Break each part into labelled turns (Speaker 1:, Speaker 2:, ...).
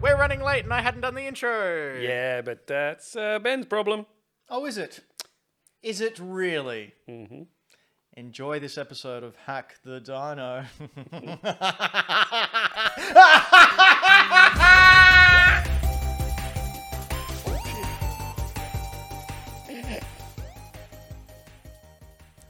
Speaker 1: We're running late and I hadn't done the intro.
Speaker 2: Yeah, but that's uh, Ben's problem.
Speaker 3: Oh, is it? Is it really? Mm-hmm. Enjoy this episode of Hack the Dino.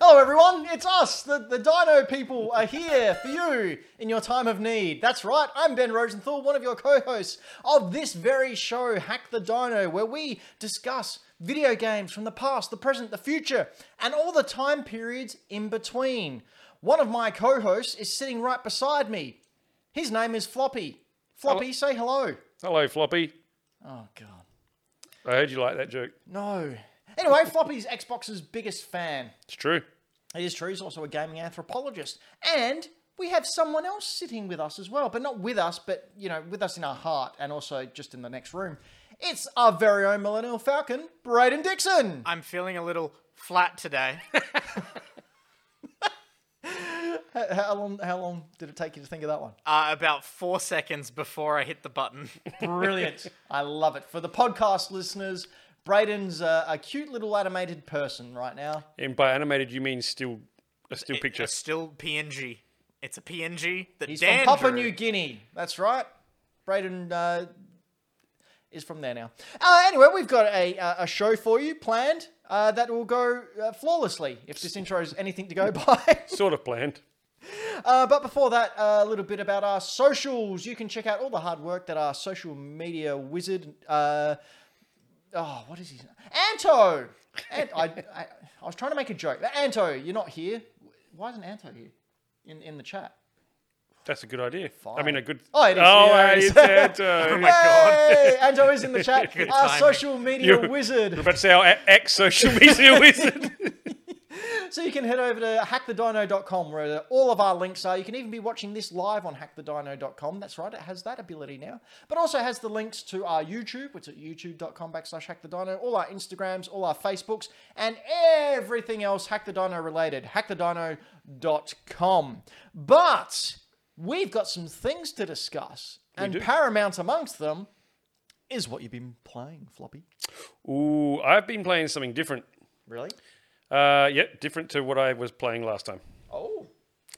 Speaker 3: Hello, everyone. It's us, the, the Dino people are here for you in your time of need. That's right. I'm Ben Rosenthal, one of your co hosts of this very show, Hack the Dino, where we discuss video games from the past, the present, the future, and all the time periods in between. One of my co hosts is sitting right beside me. His name is Floppy. Floppy, say hello.
Speaker 2: Hello, Floppy.
Speaker 3: Oh, God.
Speaker 2: I heard you like that joke.
Speaker 3: No. Anyway, Floppy's Xbox's biggest fan.
Speaker 2: It's true.
Speaker 3: It is true. He's also a gaming anthropologist. And we have someone else sitting with us as well, but not with us, but, you know, with us in our heart and also just in the next room. It's our very own Millennial Falcon, Braden Dixon.
Speaker 1: I'm feeling a little flat today.
Speaker 3: H- How long, how long did it take you to think of that one?
Speaker 1: uh, about four seconds before I hit the button.
Speaker 3: Brilliant. I love it. For the podcast listeners, Braden's a, a cute little animated person right now.
Speaker 2: And by animated, you mean still a still picture.
Speaker 1: It's still PNG. It's a PNG that
Speaker 3: He's
Speaker 1: Dan
Speaker 3: from Papua
Speaker 1: drew.
Speaker 3: New Guinea. That's right. Braden uh, is from there now. Uh, anyway, we've got a, uh, a show for you planned uh, that will go uh, flawlessly if this intro is anything to go by.
Speaker 2: sort of planned.
Speaker 3: Uh, but before that, a little bit about our socials. You can check out all the hard work that our social media wizard, uh, oh, what is his name? Anto! Ant- I, I, I was trying to make a joke. Anto, you're not here. Why isn't Anto here in, in the chat?
Speaker 2: That's a good idea. I mean, a good.
Speaker 3: Oh, it is.
Speaker 2: Oh, uh,
Speaker 3: Yeah, it
Speaker 2: hey,
Speaker 3: is.
Speaker 2: it's Anto.
Speaker 1: Oh my God.
Speaker 3: Hey, Anto is in the chat.
Speaker 1: Good
Speaker 3: our
Speaker 1: timing.
Speaker 3: social media
Speaker 2: You-
Speaker 3: wizard.
Speaker 2: We're about to say our ex social media wizard.
Speaker 3: So you can head over to hackthedino.com where all of our links are. You can even be watching this live on hackthedino.com. That's right, it has that ability now. But also has the links to our YouTube, which is at youtube.com backslash hackthedino, all our Instagrams, all our Facebooks, and everything else Hack the Dino related. Hackthedino.com. But we've got some things to discuss. And
Speaker 2: do.
Speaker 3: paramount amongst them is what you've been playing, Floppy.
Speaker 2: Ooh, I've been playing something different.
Speaker 3: Really?
Speaker 2: Uh, yep, different to what I was playing last time.
Speaker 3: Oh.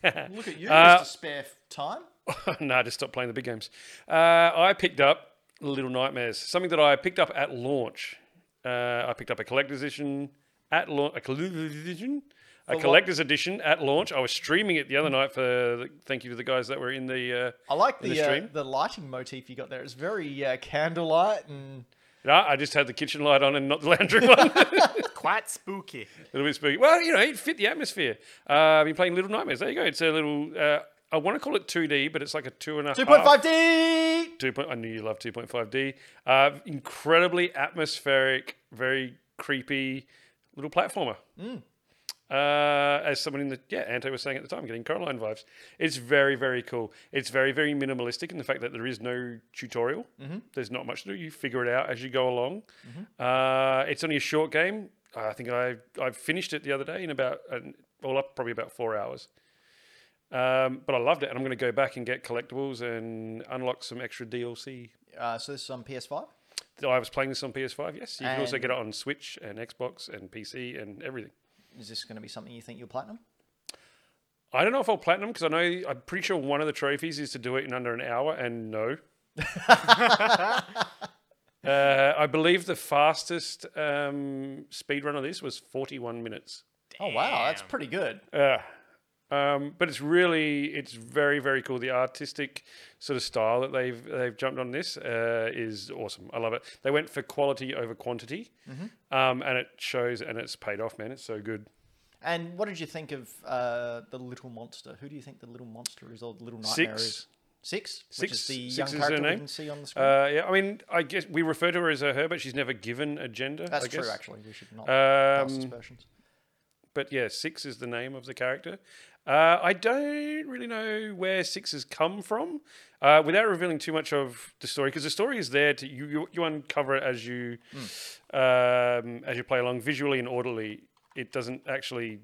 Speaker 3: Look at you,
Speaker 2: Uh,
Speaker 3: Mr. Spare Time.
Speaker 2: no, just stop playing the big games. Uh, I picked up Little Nightmares, something that I picked up at launch. Uh, I picked up a collector's edition at launch, a collector's edition, a collector's edition at launch. I was streaming it the other night for the, thank you to the guys that were in the. Uh,
Speaker 3: I like
Speaker 2: in the
Speaker 3: the the, uh,
Speaker 2: stream.
Speaker 3: the lighting motif you got there. It's very uh, candlelight and
Speaker 2: no, I just had the kitchen light on and not the laundry one. a
Speaker 1: Quite spooky.
Speaker 2: little bit spooky. Well, you know, it fit the atmosphere. Uh, I've been playing Little Nightmares. There you go. It's a little. Uh, I want to call it 2D, but it's like a two and a half.
Speaker 3: two point five D.
Speaker 2: Two point. I knew you loved two point five D. Uh, incredibly atmospheric, very creepy little platformer. Uh, as someone in the yeah, Anto was saying at the time, getting Coraline vibes. It's very very cool. It's very very minimalistic in the fact that there is no tutorial. There's not much to do. You figure it out as you go along. Uh, it's only a short game. I think I I finished it the other day in about an, all up probably about four hours. Um, but I loved it, and I'm going to go back and get collectibles and unlock some extra DLC.
Speaker 3: Uh, so this is on PS Five.
Speaker 2: I was playing this on PS5. Yes, you can also
Speaker 3: And-
Speaker 2: get it on Switch and Xbox and PC and everything.
Speaker 3: Is this going to be something you think you'll platinum?
Speaker 2: I don't know if I'll platinum because I know I'm pretty sure one of the trophies is to do it in under an hour, and no. uh, I believe the fastest um, speed run of this was 41 minutes.
Speaker 3: Oh wow, that's
Speaker 1: Damn.
Speaker 3: pretty good.
Speaker 2: Yeah. Um, but it's really, it's very, very cool. The artistic sort of style that they've they've jumped on this uh, is awesome. I love it. They went for quality over quantity, um, and it shows, and it's paid off, man. It's so good.
Speaker 3: And what did you think of uh, the little monster? Who do you think the little monster is, or the little nightmare
Speaker 2: Six.
Speaker 3: is? Six. Which is
Speaker 2: Six-
Speaker 3: the
Speaker 2: Six
Speaker 3: young
Speaker 2: is her
Speaker 3: character we
Speaker 2: name.
Speaker 3: can see on the screen.
Speaker 2: Uh, yeah, I mean, I guess we refer to her as a her, but she's never given a gender.
Speaker 3: that's
Speaker 2: I
Speaker 3: true,
Speaker 2: guess.
Speaker 3: actually. We should not cast
Speaker 2: Um,
Speaker 3: aspersions.
Speaker 2: but yeah, Six is the name of the character. Uh, I don't really know where Six has come from, uh, without revealing too much of the story, because the story is there to you. You, you uncover it as you
Speaker 3: Hmm.
Speaker 2: um, as you play along, visually and orderly. It doesn't actually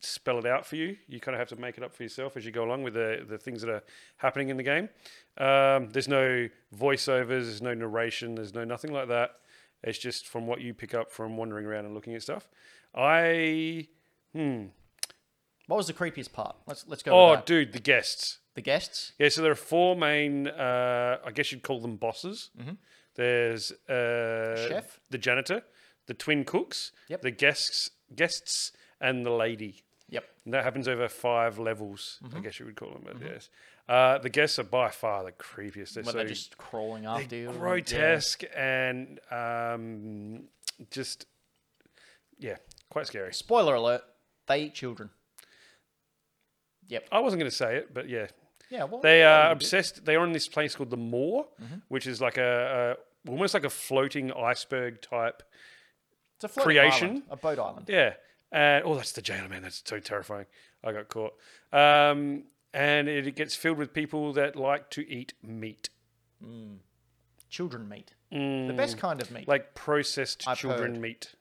Speaker 2: spell it out for you. You kind of have to make it up for yourself as you go along with the, the things that are happening in the game. Um, there's no voiceovers, there's no narration, there's no nothing like that. It's just from what you pick up from wandering around and looking at stuff. I
Speaker 3: What was the creepiest part? Let's let's go.
Speaker 2: oh,
Speaker 3: with that.
Speaker 2: dude, the guests.
Speaker 3: the guests.
Speaker 2: Yeah, so there are four main. Uh, I guess you'd call them bosses. There's uh,
Speaker 3: Mm-hmm. chef?
Speaker 2: the janitor, the twin cooks,
Speaker 3: Yep.
Speaker 2: the guests, guests, and the lady.
Speaker 3: Yep.
Speaker 2: And that happens over five levels,
Speaker 3: Mm-hmm.
Speaker 2: I guess you would call them. But yes, uh, the guests are by far the creepiest. They're
Speaker 3: But
Speaker 2: so
Speaker 3: they're just crawling after you. and-
Speaker 2: grotesque and um, just yeah, quite scary.
Speaker 3: Yeah. Spoiler alert: they eat children.
Speaker 2: I wasn't going to say it, but yeah,
Speaker 3: Yeah. Mm-hmm. Well,
Speaker 2: They are obsessed. They're on this place called the Moor, which is like a, a almost like a floating iceberg type.
Speaker 3: it's a floating
Speaker 2: creation.
Speaker 3: island, a boat island.
Speaker 2: Yeah. And oh, that's the jailer man. That's so terrifying. I got caught. Um, and it, it gets filled with people that like to eat meat,
Speaker 3: Children meat. The best kind of meat.
Speaker 2: Mm. like processed
Speaker 3: I've
Speaker 2: children
Speaker 3: heard.
Speaker 2: meat.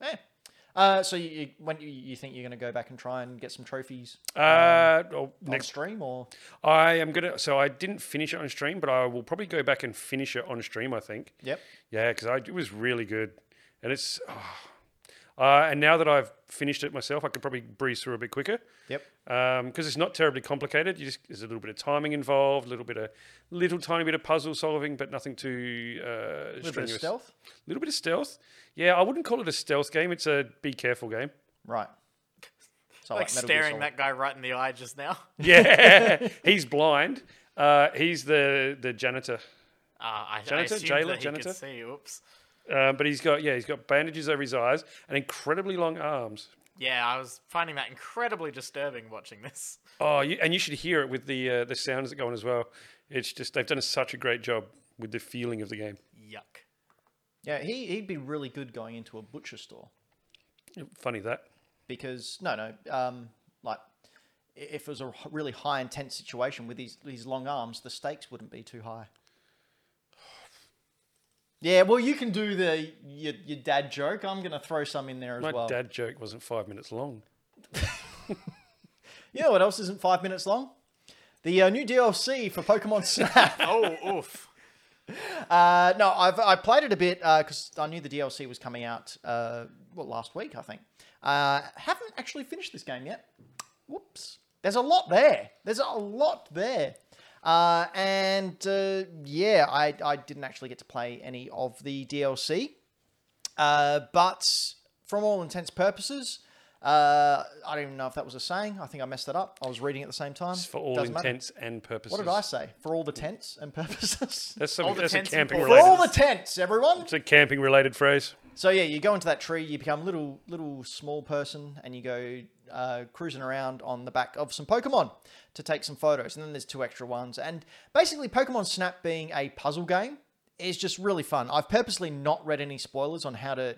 Speaker 3: Eh. Uh, so you, you when you, you think you're going to go back and try and get some trophies
Speaker 2: Uh, oh,
Speaker 3: on
Speaker 2: next,
Speaker 3: stream or
Speaker 2: I am gonna. So I didn't finish it on stream, but I will probably go back and finish it on stream. I think.
Speaker 3: yep
Speaker 2: Yeah, because it was really good, and it's. ah. Uh, and now that I've finished it myself, I could probably breeze through a bit quicker
Speaker 3: yep
Speaker 2: because it's not terribly complicated. You just, there's a little bit of timing involved, a little bit of little tiny bit of puzzle solving, but nothing too uh,
Speaker 3: a little bit of
Speaker 2: strenuous.
Speaker 3: stealth
Speaker 2: little bit of stealth. Yeah, I wouldn't call it a stealth game. It's a be careful game.
Speaker 3: right. So
Speaker 1: Like
Speaker 3: Metal Gear
Speaker 1: staring
Speaker 3: Solid.
Speaker 1: that guy right in the eye just now. Uh,
Speaker 2: Yeah, he's blind. Uh, he's the the janitor.
Speaker 1: Uh, I, I
Speaker 2: Janitor?
Speaker 1: assumed
Speaker 2: Jailer?
Speaker 1: that he
Speaker 2: Janitor?
Speaker 1: could see. Oops.
Speaker 2: Um, but he's got yeah, he's got bandages over his eyes and incredibly long arms.
Speaker 1: Yeah, I was finding that incredibly disturbing watching this.
Speaker 2: Oh, you, and you should hear it with the uh, the sounds that go on as well. It's just they've done such a great job with the feeling of the game.
Speaker 1: Yuck.
Speaker 3: Yeah, he he'd be really good going into a butcher store
Speaker 2: Funny that.
Speaker 3: because no, no, um, like i- if it was a h- really high intense situation with these these long arms, the stakes wouldn't be too high. Yeah, well, you can do the your, your dad joke. I'm gonna throw some in there as
Speaker 2: My
Speaker 3: well.
Speaker 2: dad joke wasn't five minutes long.
Speaker 3: You know what else isn't five minutes long? The uh, new DLC for Pokemon Snap.
Speaker 1: Oh, oof.
Speaker 3: Uh, no, I've I played it a bit because I knew the DLC was coming out uh, well last week, I think. Uh, haven't actually finished this game yet. Whoops. There's a lot there. There's a lot there. Uh, and uh, yeah, I, I didn't actually get to play any of the DLC. Uh, but from all intents purposes, uh, I don't even know if that was a saying. I think I messed that up. I was reading at the same time.
Speaker 2: For all
Speaker 3: Doesn't matter.
Speaker 2: intents and purposes.
Speaker 3: What did I say? For all the tents and purposes?
Speaker 2: That's
Speaker 1: All
Speaker 2: something.
Speaker 1: the
Speaker 2: That's a
Speaker 1: tents and
Speaker 2: camping
Speaker 1: all-
Speaker 3: For all
Speaker 2: related.
Speaker 3: the tents, everyone.
Speaker 2: It's a camping related phrase.
Speaker 3: So yeah, you go into that tree, you become little little small person, and you go uh, cruising around on the back of some Pokemon to take some photos. And then there's two extra ones, and basically Pokemon Snap being a puzzle game is just really fun. I've purposely not read any spoilers on how to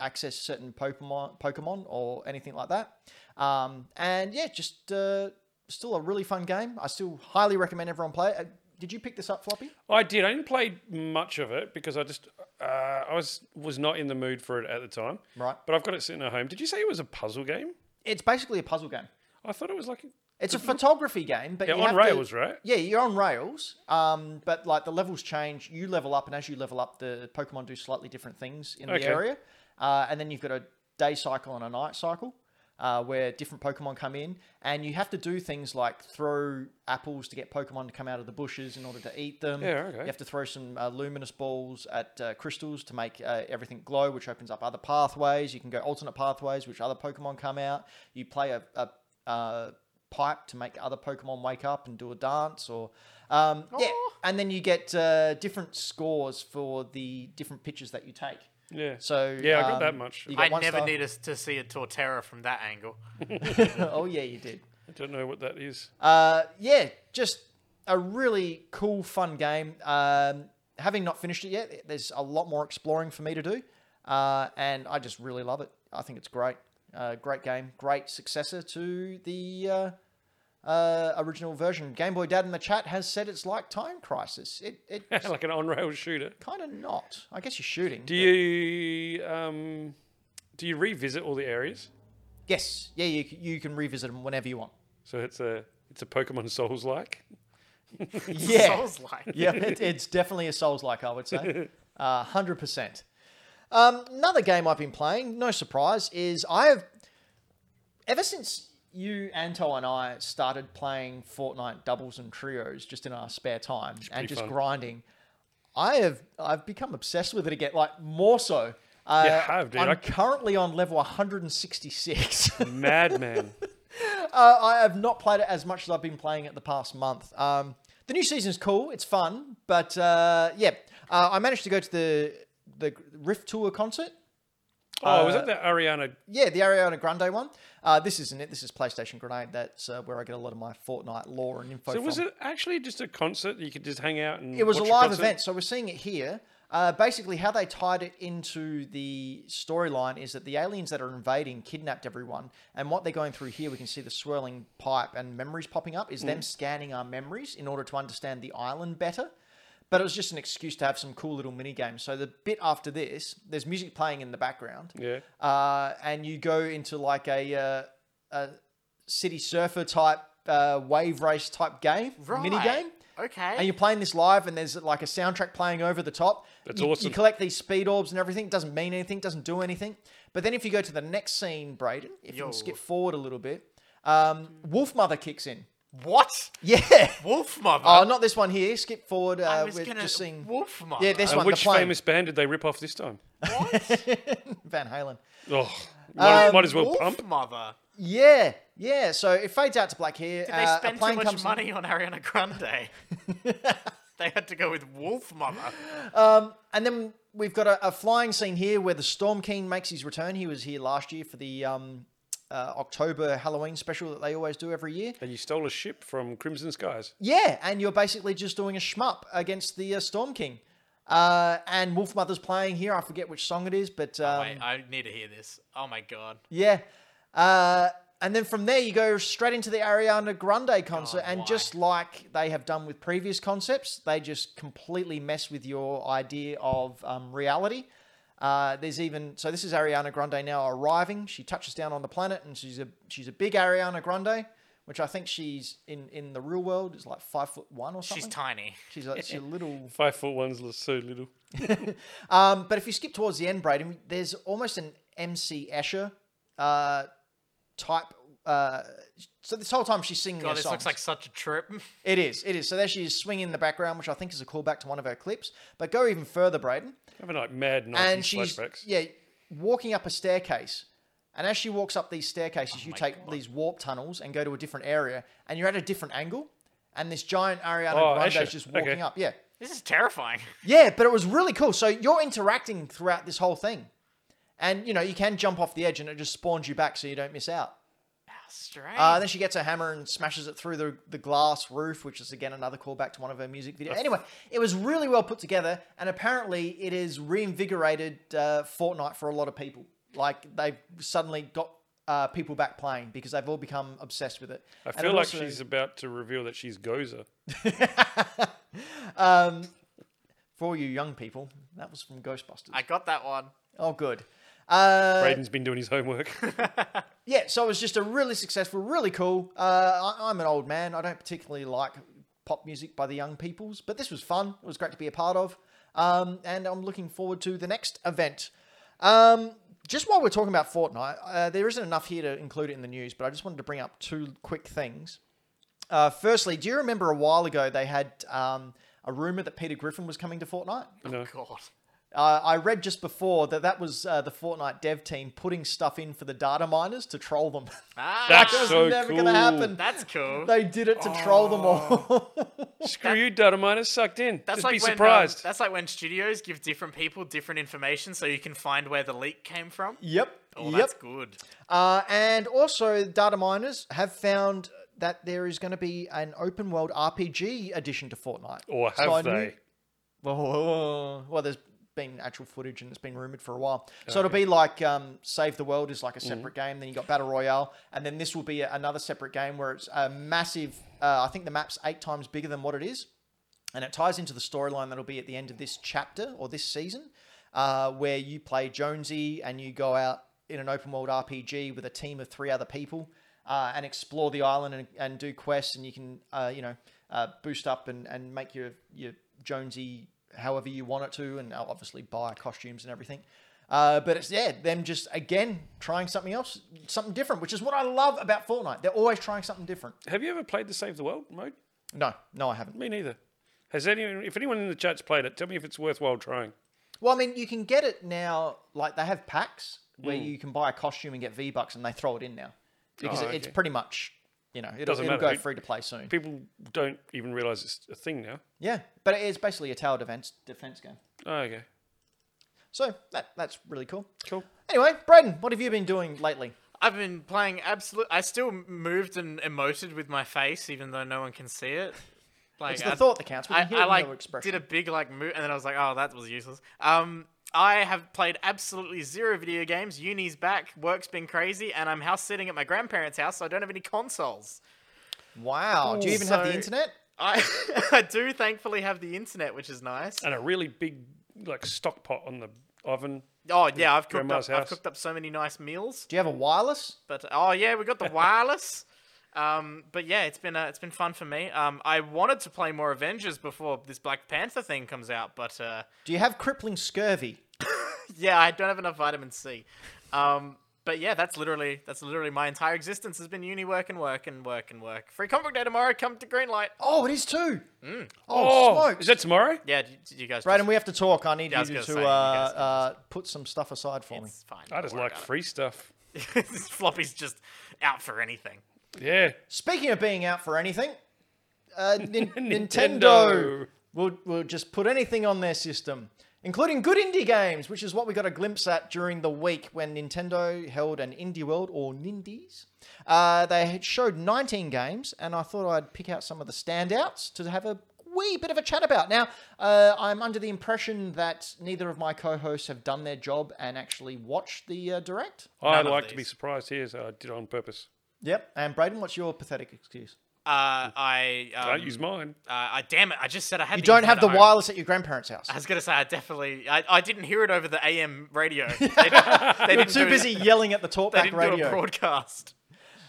Speaker 3: access certain Pokemon Pokemon or anything like that. Um, and yeah, just uh, still a really fun game. I still highly recommend everyone play it. Uh, Did you pick this up, Floppy?
Speaker 2: I did. I didn't play much of it because I just uh, I was was not in the mood for it at the time.
Speaker 3: Right.
Speaker 2: But I've got it sitting at home. Did you say it was a puzzle game?
Speaker 3: It's basically a puzzle game.
Speaker 2: I thought it was like
Speaker 3: It's a photography game, but
Speaker 2: yeah,
Speaker 3: you
Speaker 2: on
Speaker 3: have to-
Speaker 2: rails, right?
Speaker 3: Yeah, you're on rails, um, but like the levels change. You level up, and as you level up, the Pokemon do slightly different things in
Speaker 2: Okay.
Speaker 3: the area. Uh, and then you've got a day cycle and a night cycle, uh, where different Pokemon come in, and you have to do things like throw apples to get Pokemon to come out of the bushes in order to eat them.
Speaker 2: Yeah, okay.
Speaker 3: Mm. You have to throw some uh, luminous balls at uh, crystals to make uh, everything glow, which opens up other pathways. You can go alternate pathways, which other Pokemon come out. You play a, a uh, pipe to make other Pokemon wake up and do a dance, or um, yeah. And then you get uh, different scores for the different pictures that you take.
Speaker 2: Yeah.
Speaker 3: So
Speaker 2: Yeah, I got
Speaker 3: um,
Speaker 2: that much.
Speaker 3: you got
Speaker 1: I
Speaker 3: one
Speaker 1: never
Speaker 3: star-
Speaker 1: needed to see a Torterra from that angle.
Speaker 3: oh yeah, you did.
Speaker 2: I don't know what that is.
Speaker 3: Uh, yeah, just a really cool, fun game. Um, having not finished it yet, there's a lot more exploring for me to do, uh, and I just really love it. I think it's great, uh, great game, great successor to the uh, uh, original version. Game Boy Dad in the chat has said it's like Time Crisis. It it's
Speaker 2: like an on rail shooter.
Speaker 3: kind of not. I guess you're shooting.
Speaker 2: Do you um do you revisit all the areas?
Speaker 3: Yes. Yeah, you, c- you can revisit them whenever you want.
Speaker 2: So it's a it's a Pokemon Souls like.
Speaker 3: Yeah.
Speaker 1: Souls like.
Speaker 3: yeah, it, it's definitely a Souls like, I would say. Uh, 100%. Um, another game I've been playing, no surprise, is I have. Ever since you, Anto, and I started playing Fortnite doubles and trios just in our spare time and
Speaker 2: pretty
Speaker 3: just
Speaker 2: fun.
Speaker 3: grinding, I have I've become obsessed with it again, like more so. Uh,
Speaker 2: You have, dude.
Speaker 3: I'm
Speaker 2: I-
Speaker 3: currently on level 166.
Speaker 2: Madman.
Speaker 3: Uh, I have not played it as much as I've been playing it the past month. Um, the new season's cool. It's fun, but uh, yeah, uh, I managed to go to the the Rift Tour concert.
Speaker 2: Oh,
Speaker 3: Uh,
Speaker 2: was that the Ariana?
Speaker 3: Yeah, the Ariana Grande one. Uh, this isn't it. This is PlayStation Grenade. That's uh, where I get a lot of my Fortnite lore and info.
Speaker 2: So
Speaker 3: from.
Speaker 2: was it actually just a concert that you could just hang out and?
Speaker 3: It was a
Speaker 2: watch
Speaker 3: live
Speaker 2: concert?
Speaker 3: event, so we're seeing it here. Uh, basically, how they tied it into the storyline is that the aliens that are invading kidnapped everyone, and what they're going through here, we can see the swirling pipe and memories popping up. Is
Speaker 2: Mm.
Speaker 3: them scanning our memories in order to understand the island better. But it was just an excuse to have some cool little mini games. So the bit after this, there's music playing in the background,
Speaker 2: Yeah.
Speaker 3: uh, and you go into like a, uh, a city surfer type uh, wave race type game,
Speaker 1: Right.
Speaker 3: mini game
Speaker 1: Okay.
Speaker 3: and you're playing this live, and there's like a soundtrack playing over the top.
Speaker 2: That's
Speaker 3: you, You
Speaker 2: awesome.
Speaker 3: collect these speed orbs and everything. It doesn't mean anything. Doesn't do anything. But then if you go to the next scene, Braden, if you
Speaker 1: Yo.
Speaker 3: can skip forward a little bit, um, Wolf Mother kicks in.
Speaker 1: what?
Speaker 3: Yeah.
Speaker 1: Wolf mother.
Speaker 3: Oh, not this one here. Skip forward.
Speaker 1: I
Speaker 3: Uh,
Speaker 1: was
Speaker 3: we're
Speaker 1: gonna
Speaker 3: just seeing.
Speaker 1: Wolf mother.
Speaker 3: Yeah, this
Speaker 2: And
Speaker 3: one.
Speaker 2: which
Speaker 3: the plane.
Speaker 2: famous band did they rip off this time?
Speaker 1: What?
Speaker 3: Van Halen.
Speaker 2: Oh, might,
Speaker 3: Um,
Speaker 2: might as well
Speaker 1: Wolf
Speaker 2: pump.
Speaker 1: mother.
Speaker 3: Yeah, yeah. So it fades out to black here.
Speaker 1: Did they
Speaker 3: uh, a
Speaker 1: spend
Speaker 3: plane
Speaker 1: too much
Speaker 3: comes in.
Speaker 1: money on Ariana Grande? they had to go with Wolf mother.
Speaker 3: And then we've got a, a flying scene here where the Storm King makes his return. He was here last year for the um, uh, October Halloween special that they always do every year.
Speaker 2: And you stole a ship from Crimson Skies.
Speaker 3: Yeah, and you're basically just doing a shmup against the uh, Storm King. Uh, and Wolf Mother's playing here. I forget which song it is, but
Speaker 1: Oh,
Speaker 3: um,
Speaker 1: Wait, I need to hear this. Oh my god.
Speaker 3: yeah. Uh, and then from there, you go straight into the Ariana Grande concert.
Speaker 1: God,
Speaker 3: and
Speaker 1: why?
Speaker 3: just like they have done with previous concepts, they just completely mess with your idea of um, reality. Uh, there's even so this is Ariana Grande now arriving. She touches down on the planet, and she's a she's a big Ariana Grande, which I think she's in in the real world is like five foot one or something.
Speaker 1: She's tiny.
Speaker 3: She's like she's a little.
Speaker 2: Five foot one's l- so little.
Speaker 3: Um, but if you skip towards the end, Braden, there's almost an MC Escher uh, type. Uh, so this whole time she's singing.
Speaker 1: God,
Speaker 3: her
Speaker 1: this
Speaker 3: songs.
Speaker 1: looks like such a trip.
Speaker 3: it is. It is. So there she is swinging in the background, which I think is a callback to one of her clips. But go even further, Braden,
Speaker 2: Having like mad
Speaker 3: and
Speaker 2: nineties
Speaker 3: she's
Speaker 2: flashbacks.
Speaker 3: yeah walking up a staircase. And as she walks up these staircases, you take these warp tunnels and go to a different area, and you're at a different angle. And this giant Ariana
Speaker 2: Oh,
Speaker 3: Grande
Speaker 2: Escher.
Speaker 3: is just walking
Speaker 2: Okay.
Speaker 3: up. Yeah.
Speaker 1: This is terrifying.
Speaker 3: Yeah, but it was really cool. So you're interacting throughout this whole thing. And, you know, you can jump off the edge and it just spawns you back so you don't miss out.
Speaker 1: How strange.
Speaker 3: Uh, then she gets her hammer and smashes it through the, the glass roof, which is, again, another callback to one of her music videos. Anyway, it was really well put together. And apparently, it has reinvigorated uh, Fortnite for a lot of people. Like, they've suddenly got uh, people back playing because they've all become obsessed with it.
Speaker 2: I
Speaker 3: And
Speaker 2: feel
Speaker 3: it
Speaker 2: like
Speaker 3: also-
Speaker 2: she's about to reveal that she's Gozer.
Speaker 3: For you young people, that was from Ghostbusters.
Speaker 1: I got that one.
Speaker 3: oh, good. Uh,
Speaker 2: Braden's been doing his homework.
Speaker 3: yeah, so it was just a really successful, really cool. Uh, I, I'm an old man. I don't particularly like pop music by the young peoples, but this was fun. It was great to be a part of. Um, and I'm looking forward to the next event. Um, just while we're talking about Fortnite, uh, there isn't enough here to include it in the news, but I just wanted to bring up two quick things. Uh, firstly, do you remember a while ago they had um, a rumor that Peter Griffin was coming to Fortnite?
Speaker 2: no.
Speaker 1: Oh, God.
Speaker 3: Uh, I read just before that that was uh, the Fortnite dev team putting stuff in for the data miners to troll them.
Speaker 1: Ah,
Speaker 2: That's
Speaker 3: It was
Speaker 2: so
Speaker 3: never
Speaker 2: cool.
Speaker 3: going to happen.
Speaker 1: that's cool.
Speaker 3: They did it to troll them
Speaker 2: Oh.
Speaker 3: all.
Speaker 2: Screw you, data miner, sucked in.
Speaker 1: That's
Speaker 2: Just
Speaker 1: like
Speaker 2: be
Speaker 1: when um,
Speaker 2: surprised.
Speaker 1: that's like when studios give different people different information so you can find where the leak came from.
Speaker 3: yep.
Speaker 1: Oh,
Speaker 3: yep.
Speaker 1: that's good.
Speaker 3: Uh, and also, data miners have found that there is going to be an open world RPG addition to Fortnite.
Speaker 2: or
Speaker 3: So I
Speaker 2: have
Speaker 3: knew-
Speaker 2: they?
Speaker 3: Whoa, whoa, whoa. Well, there's been actual footage and it's been rumored for a while. So it'll be like um, Save the World is like a separate
Speaker 2: Mm.
Speaker 3: game. Then you got Battle Royale, and then this will be a- another separate game where it's a massive. Uh, I think the map's eight times bigger than what it is, and it ties into the storyline that'll be at the end of this chapter or this season, uh, where you play Jonesy and you go out in an open world RPG with a team of three other people uh, and explore the island and, and do quests, and you can uh, you know uh, boost up and, and make your your Jonesy however you want it to, and I'll obviously buy costumes and everything. Uh, but it's yeah, them just again trying something else, something different, which is what I love about Fortnite. They're always trying something different.
Speaker 2: Have you ever played the Save the World mode?
Speaker 3: No, no, I haven't.
Speaker 2: Me neither. Has anyone? If anyone in the chat's played it, tell me if it's worthwhile trying.
Speaker 3: Well, I mean, you can get it now. Like they have packs where
Speaker 1: Hmm.
Speaker 3: you can buy a costume and get V bucks, and they throw it in now because
Speaker 2: Oh,
Speaker 3: it- it's
Speaker 2: okay.
Speaker 3: pretty much you know it'll,
Speaker 2: Doesn't
Speaker 3: it'll
Speaker 2: matter.
Speaker 3: go free to play soon.
Speaker 2: People don't even realize it's a thing now.
Speaker 3: Yeah, but it is basically a tower defense defense game.
Speaker 2: Oh, okay,
Speaker 3: So that that's really cool.
Speaker 2: cool.
Speaker 3: Anyway, Braden, what have you been doing lately?
Speaker 1: I've been playing absolute. I still moved and emoted with my face, even though no one can see it. Like
Speaker 3: It's the
Speaker 1: I-
Speaker 3: thought that counts. We can
Speaker 1: I,
Speaker 3: hear
Speaker 1: I
Speaker 3: it in
Speaker 1: like
Speaker 3: your expression.
Speaker 1: did a big like move, and then I was like, oh, that was useless. Um, I have played absolutely zero video games. Uni's back, work's been crazy, and I'm house sitting at my grandparents' house, so I don't have any consoles.
Speaker 3: wow, do you even have the
Speaker 1: So-
Speaker 3: internet?
Speaker 1: I I do thankfully have the internet, which is nice.
Speaker 3: Uh,
Speaker 2: And a really big like stock pot on the oven.
Speaker 1: Oh yeah, I've cooked up.
Speaker 2: grandma's
Speaker 1: I've
Speaker 2: house.
Speaker 1: cooked up so many nice meals.
Speaker 3: Do you have a wireless?
Speaker 1: But oh yeah, we got the wireless. um, but yeah, it's been uh, it's been fun for me. Um, I wanted to play more Avengers before this Black Panther thing comes out, but uh,
Speaker 3: Do you have crippling scurvy?
Speaker 1: yeah, I don't have enough vitamin C. Um, but yeah, that's literally that's literally my entire existence has been uni work and work and work and work. Free comic book day tomorrow. Come to Greenlight.
Speaker 3: Oh, it is too.
Speaker 1: Mm.
Speaker 3: Oh,
Speaker 2: Oh,
Speaker 3: smokes.
Speaker 2: is that tomorrow?
Speaker 1: Yeah, d- d- you guys.
Speaker 3: Braden,
Speaker 1: just,
Speaker 3: we have to talk. I need
Speaker 1: Yeah, I was
Speaker 3: you
Speaker 1: gonna
Speaker 3: to
Speaker 1: say,
Speaker 3: uh,
Speaker 1: you guys can
Speaker 3: uh, put some stuff aside for me.
Speaker 1: it's fine.
Speaker 2: I
Speaker 1: don't
Speaker 2: just
Speaker 1: worry
Speaker 2: like
Speaker 1: about
Speaker 2: free stuff.
Speaker 1: it. Floppy's just out for anything.
Speaker 2: Yeah.
Speaker 3: Speaking of being out for anything, uh, Nin- Nintendo.
Speaker 2: Nintendo.
Speaker 3: will will just put anything on their system, including good indie games, which is what we got a glimpse at during the week when Nintendo held an Indie World or Nindies. Uh, they had showed 19 games, and I thought I'd pick out some of the standouts to have a wee bit of a chat about. Now, uh, I'm under the impression that neither of my co-hosts have done their job and actually watched the uh, direct.
Speaker 2: I
Speaker 1: None of
Speaker 2: like to be
Speaker 1: these.
Speaker 2: surprised here, so I did it on purpose.
Speaker 3: Yep. And Braden, what's your pathetic excuse?
Speaker 1: Uh, I um,
Speaker 2: I don't use mine.
Speaker 1: uh, I damn it! I just said I had.
Speaker 3: You don't
Speaker 1: internet
Speaker 3: have the
Speaker 1: at home.
Speaker 3: wireless at your grandparents' house.
Speaker 1: I was gonna say I definitely I, I didn't hear it over the AM radio. They, didn't- they didn't
Speaker 3: Too
Speaker 1: do-
Speaker 3: busy yelling at the
Speaker 1: They
Speaker 3: talkback
Speaker 1: didn't
Speaker 3: radio.
Speaker 1: do a broadcast.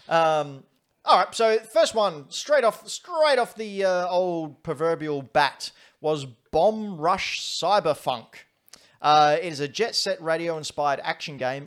Speaker 3: Um, all right, so first one straight off, straight off the uh, old proverbial bat was Bomb Rush Cyberfunk. Uh, it is a jet set radio inspired action game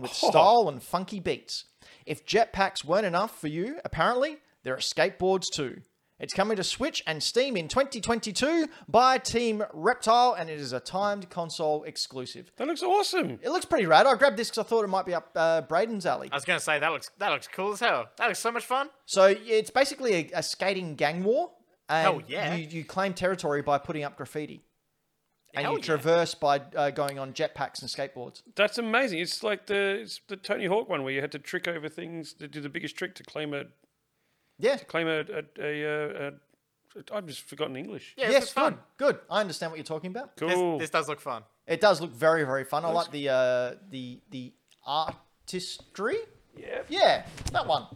Speaker 3: with style and funky beats. If jetpacks weren't enough for you, apparently there are skateboards too. It's coming to Switch and Steam in 2022 by Team Reptile, and it is a timed console exclusive.
Speaker 2: That looks awesome.
Speaker 3: It looks pretty rad. I grabbed this because I thought it might be up uh, Braden's alley.
Speaker 1: I was gonna say that looks that looks cool as hell. That looks so much fun.
Speaker 3: So it's basically a, a skating gang war. And
Speaker 1: Hell yeah.
Speaker 3: You, you claim territory by putting up graffiti. And
Speaker 1: Hell
Speaker 3: you
Speaker 1: yeah.
Speaker 3: traverse by uh, going on jetpacks and skateboards.
Speaker 2: That's amazing. It's like the it's the Tony Hawk one where you had to trick over things to do the biggest trick to claim a
Speaker 3: Yeah.
Speaker 2: claim a a, a, uh a I've just forgotten English.
Speaker 1: Yeah,
Speaker 3: yes,
Speaker 1: it's fun.
Speaker 3: good. Good. I understand what you're talking about.
Speaker 2: Cool.
Speaker 1: This, this does look fun.
Speaker 3: It does look very, very fun. I like the uh, the the artistry.
Speaker 2: Yeah.
Speaker 3: Yeah, that one.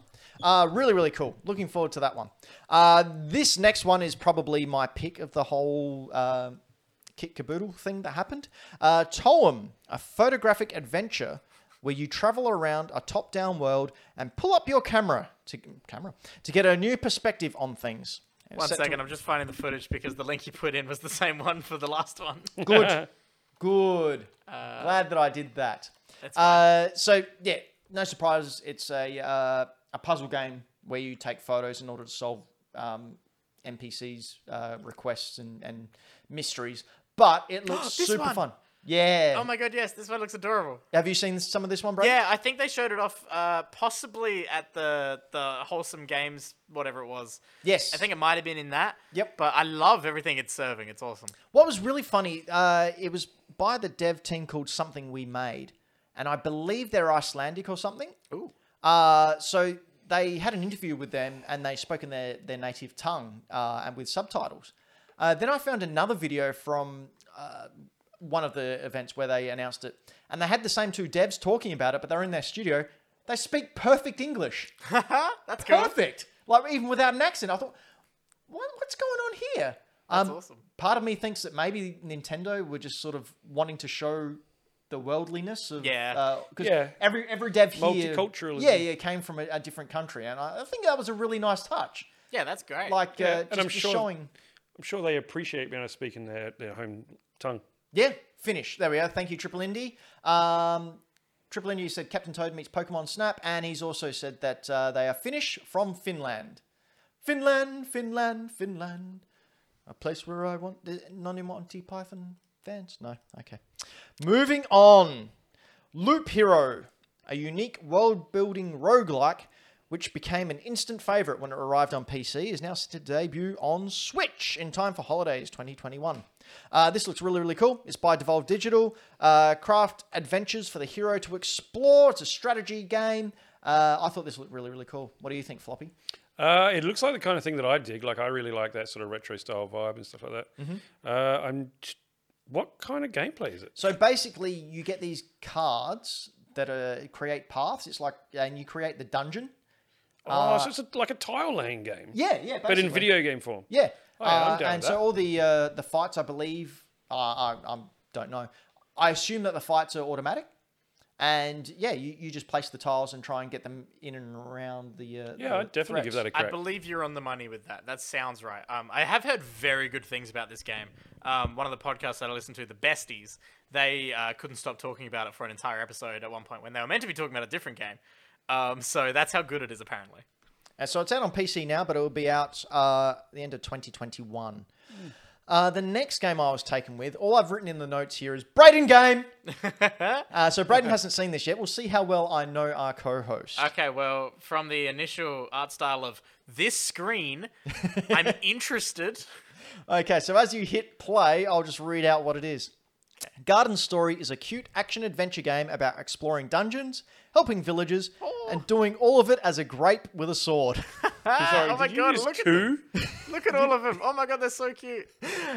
Speaker 3: Uh, really, really cool. Looking forward to that one. Uh, this next one is probably my pick of the whole uh, kit caboodle thing that happened. Uh, Toem, a photographic adventure where you travel around a top-down world and pull up your camera to camera to get a new perspective on things. It's
Speaker 1: One
Speaker 3: set to-
Speaker 1: second, I'm just finding the footage because the link you put in was the same one for the last one.
Speaker 3: Good. Good. Glad that I did that.
Speaker 1: Uh, That's
Speaker 3: Uh, so yeah, no surprise. It's a uh, a puzzle game where you take photos in order to solve um, NPCs' uh, requests and, and mysteries. But it looks
Speaker 1: This
Speaker 3: super
Speaker 1: one.
Speaker 3: fun. Yeah.
Speaker 1: oh my god, yes, this one looks adorable.
Speaker 3: Have you seen some of this one, bro?
Speaker 1: Yeah, I think they showed it off uh, possibly at the the wholesome games, whatever it was.
Speaker 3: Yes.
Speaker 1: I think it might have been in that.
Speaker 3: Yep.
Speaker 1: But I love everything it's serving. It's awesome.
Speaker 3: What was really funny, uh, it was by the dev team called Something We Made, and I believe they're Icelandic or something.
Speaker 1: Ooh.
Speaker 3: Uh, so they had an interview with them, and they spoke in their their native tongue uh, and with subtitles. Uh, then I found another video from uh, one of the events where they announced it, and they had the same two devs talking about it, but they're in their studio. They speak perfect English,
Speaker 1: That's cool.
Speaker 3: perfect, like even without an accent. I thought, what, what's going on here? Um,
Speaker 1: That's awesome.
Speaker 3: part of me thinks that maybe Nintendo were just sort of wanting to show the worldliness of
Speaker 1: Yeah.
Speaker 3: uh, 'cause
Speaker 2: Yeah.
Speaker 3: every every dev here
Speaker 2: Multiculturalism.
Speaker 3: yeah yeah came from a, a different country and I, I think that was a really nice touch
Speaker 1: Yeah, that's great.
Speaker 3: like
Speaker 2: Yeah,
Speaker 3: uh,
Speaker 2: and
Speaker 3: just,
Speaker 2: I'm
Speaker 3: just
Speaker 2: sure-
Speaker 3: showing
Speaker 2: I'm sure they appreciate being able to speak in their, their home tongue.
Speaker 3: yeah finish there we are thank you Triple Indy um, Triple Indy said Captain Toad meets Pokemon Snap and he's also said that uh, they are Finnish from Finland Finland Finland Finland a place where I want the non Monty Python fans no okay moving on. Loop Hero, a unique world building roguelike which became an instant favourite when it arrived on PC, is now set to debut on Switch in time for holidays 2021. Uh, this looks really, really cool. It's by Devolve Digital. Uh, craft adventures for the hero to explore. It's a strategy game. Uh, I thought this looked really, really cool. What do you think, Floppy?
Speaker 2: Uh, it looks like the kind of thing that I dig. Like I really like that sort of retro style vibe and stuff like that.
Speaker 1: Mm-hmm.
Speaker 2: Uh, I'm. t- What kind of gameplay is it?
Speaker 3: So basically, you get these cards that are, create paths. It's like, and you create the dungeon.
Speaker 1: Uh,
Speaker 2: oh, so it's a, like a tile laying game,
Speaker 3: Yeah, yeah.
Speaker 2: but in
Speaker 3: basically.
Speaker 2: video game form.
Speaker 3: Yeah.
Speaker 2: Oh, yeah, I'm
Speaker 3: Uh,
Speaker 2: down
Speaker 3: and
Speaker 2: with
Speaker 3: so
Speaker 2: that.
Speaker 3: all the uh, the fights, I believe, are, I, I don't know. I assume that the fights are automatic. And yeah, you, you just place the tiles and try and get them in and around the. Uh,
Speaker 2: Yeah, I'd definitely give that a
Speaker 1: I
Speaker 2: crack.
Speaker 1: believe you're on the money with that. That sounds right. Um, I have heard very good things about this game. Um, one of the podcasts that I listened to, the Besties, they uh, couldn't stop talking about it for an entire episode at one point when they were meant to be talking about a different game. Um, so that's how good it is, apparently.
Speaker 3: And so it's out on PC now, but it will be out uh, the end of 2021.
Speaker 2: Hmm.
Speaker 3: Uh, the next game I was taken with, all I've written in the notes here is Braden game. uh, so Braden hasn't seen this yet. We'll see how well I know our co-host.
Speaker 1: Okay, well, from the initial art style of this screen, I'm interested.
Speaker 3: Okay, so as you hit play, I'll just read out what it is. Garden Story is a cute action adventure game about exploring dungeons, helping villagers,
Speaker 1: Oh.
Speaker 3: and doing all of it as a grape with a sword.
Speaker 2: Sorry,
Speaker 1: oh my
Speaker 2: did you
Speaker 1: god,
Speaker 2: use
Speaker 1: look at, them.
Speaker 2: two?
Speaker 1: look at all of them. Oh my god, they're so cute.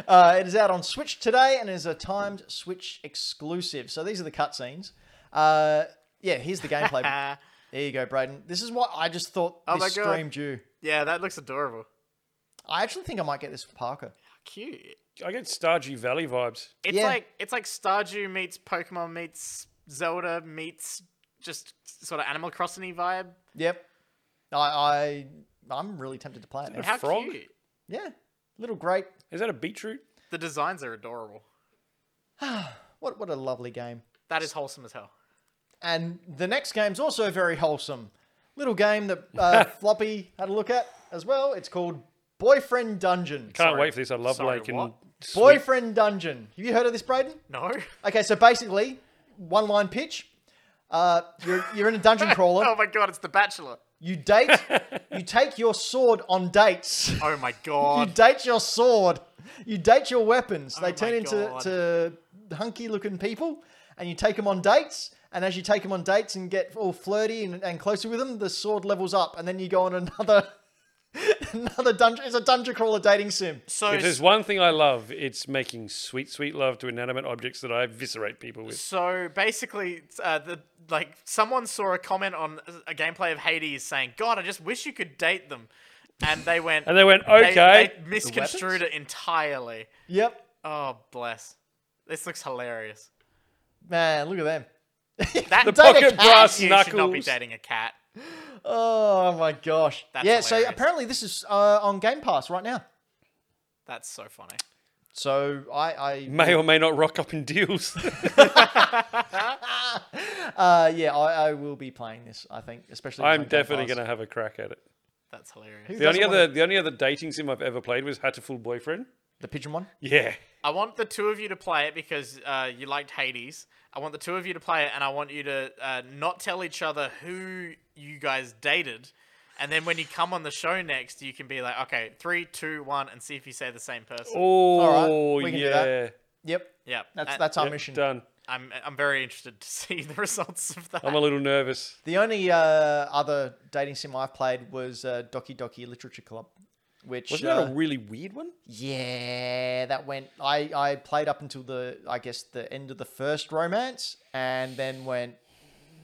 Speaker 3: Uh, it is out on Switch today and is a timed Switch exclusive. So these are the cutscenes. Uh, yeah, here's the gameplay.
Speaker 1: Uh,
Speaker 3: there you go, Braden. This is what I just thought
Speaker 1: Oh
Speaker 3: this
Speaker 1: my God.
Speaker 3: streamed you.
Speaker 1: yeah, that looks adorable.
Speaker 3: I actually think I might get this for Parker.
Speaker 1: Cute.
Speaker 2: I get Stardew Valley vibes.
Speaker 1: It's
Speaker 3: Yeah.
Speaker 1: like it's like Stardew meets Pokemon meets Zelda meets just sort of Animal Crossing vibe.
Speaker 3: Yep. I, I I'm really tempted to play it. Now.
Speaker 1: How
Speaker 2: frog?
Speaker 1: cute!
Speaker 3: Yeah. Little grape.
Speaker 2: Is that a beetroot?
Speaker 1: The designs are adorable.
Speaker 3: What what a lovely game.
Speaker 1: That is wholesome as hell.
Speaker 3: And the next game's also very wholesome. Little game that uh, Floppy had a look at as well. It's called Boyfriend Dungeon.
Speaker 2: Can't
Speaker 1: Sorry.
Speaker 2: wait for this. I love
Speaker 1: Sorry,
Speaker 2: like and
Speaker 1: what?
Speaker 2: sweet-
Speaker 3: Boyfriend Dungeon. Have you heard of this, Braden?
Speaker 1: No.
Speaker 3: Okay, so basically, one line pitch. Uh, you're, you're in a dungeon
Speaker 1: Oh
Speaker 3: crawler.
Speaker 1: my god, it's The Bachelor.
Speaker 3: You date. You take your sword on dates.
Speaker 1: Oh my
Speaker 3: You
Speaker 1: god. Oh
Speaker 3: date your sword. You date your weapons. they
Speaker 1: my
Speaker 3: turn
Speaker 1: God.
Speaker 3: into to hunky looking people, and you take them on dates. And as you take them on dates and get all flirty and, and closer with them, the sword levels up, and then you go on another another dungeon. It's a dungeon crawler dating sim.
Speaker 1: So
Speaker 2: If there's one thing I love, it's making sweet, sweet love to inanimate objects that I eviscerate people with.
Speaker 1: So basically, uh, the like someone saw a comment on a gameplay of Hades saying, "God, I just wish you could date them," and they went
Speaker 2: And they went,
Speaker 1: they-
Speaker 2: okay.
Speaker 1: they misconstrued it entirely.
Speaker 3: Yep,
Speaker 1: Oh bless, this looks hilarious.
Speaker 3: man, look at them.
Speaker 1: That
Speaker 2: The
Speaker 3: Date a
Speaker 2: pocket
Speaker 3: cat.
Speaker 2: brass
Speaker 1: you should not be
Speaker 2: knuckles.
Speaker 1: dating a cat.
Speaker 3: Oh my gosh.
Speaker 1: That's
Speaker 3: yeah. So
Speaker 1: hilarious.
Speaker 3: apparently this is uh, on Game Pass right now.
Speaker 1: That's so funny.
Speaker 3: So I, I
Speaker 1: Mm.
Speaker 2: May or may not rock up in deals.
Speaker 3: uh, yeah, I, I will be playing this. I think, especially. if it's
Speaker 2: I'm
Speaker 3: on Game
Speaker 2: definitely
Speaker 3: Pass.
Speaker 2: going to have a crack at it.
Speaker 1: That's hilarious.
Speaker 3: Who
Speaker 2: The only
Speaker 3: doesn't
Speaker 2: other
Speaker 3: wanna-
Speaker 2: the only other dating sim I've ever played was Hatterful Boyfriend.
Speaker 3: the pigeon one.
Speaker 2: Yeah.
Speaker 1: I want the two of you to play it because uh, you liked Hades. I want the two of you to play it, and I want you to uh, not tell each other who you guys dated. And then when you come on the show next, you can be like, okay, three, two, one, and see if you say the same person.
Speaker 2: Oh
Speaker 3: right, we can do
Speaker 2: yeah.
Speaker 3: that. Yep.
Speaker 1: Yeah,
Speaker 3: That's
Speaker 1: and
Speaker 3: that's our
Speaker 2: Yep,
Speaker 3: mission.
Speaker 2: Done.
Speaker 1: I'm I'm very interested to see the results of that.
Speaker 2: I'm a little nervous.
Speaker 3: The only uh, other dating sim I've played was uh, Doki Doki Literature Club, which
Speaker 2: Wasn't
Speaker 3: uh,
Speaker 2: that a really weird one?
Speaker 3: yeah, that went. I I played up until the I guess the end of the first romance, and then went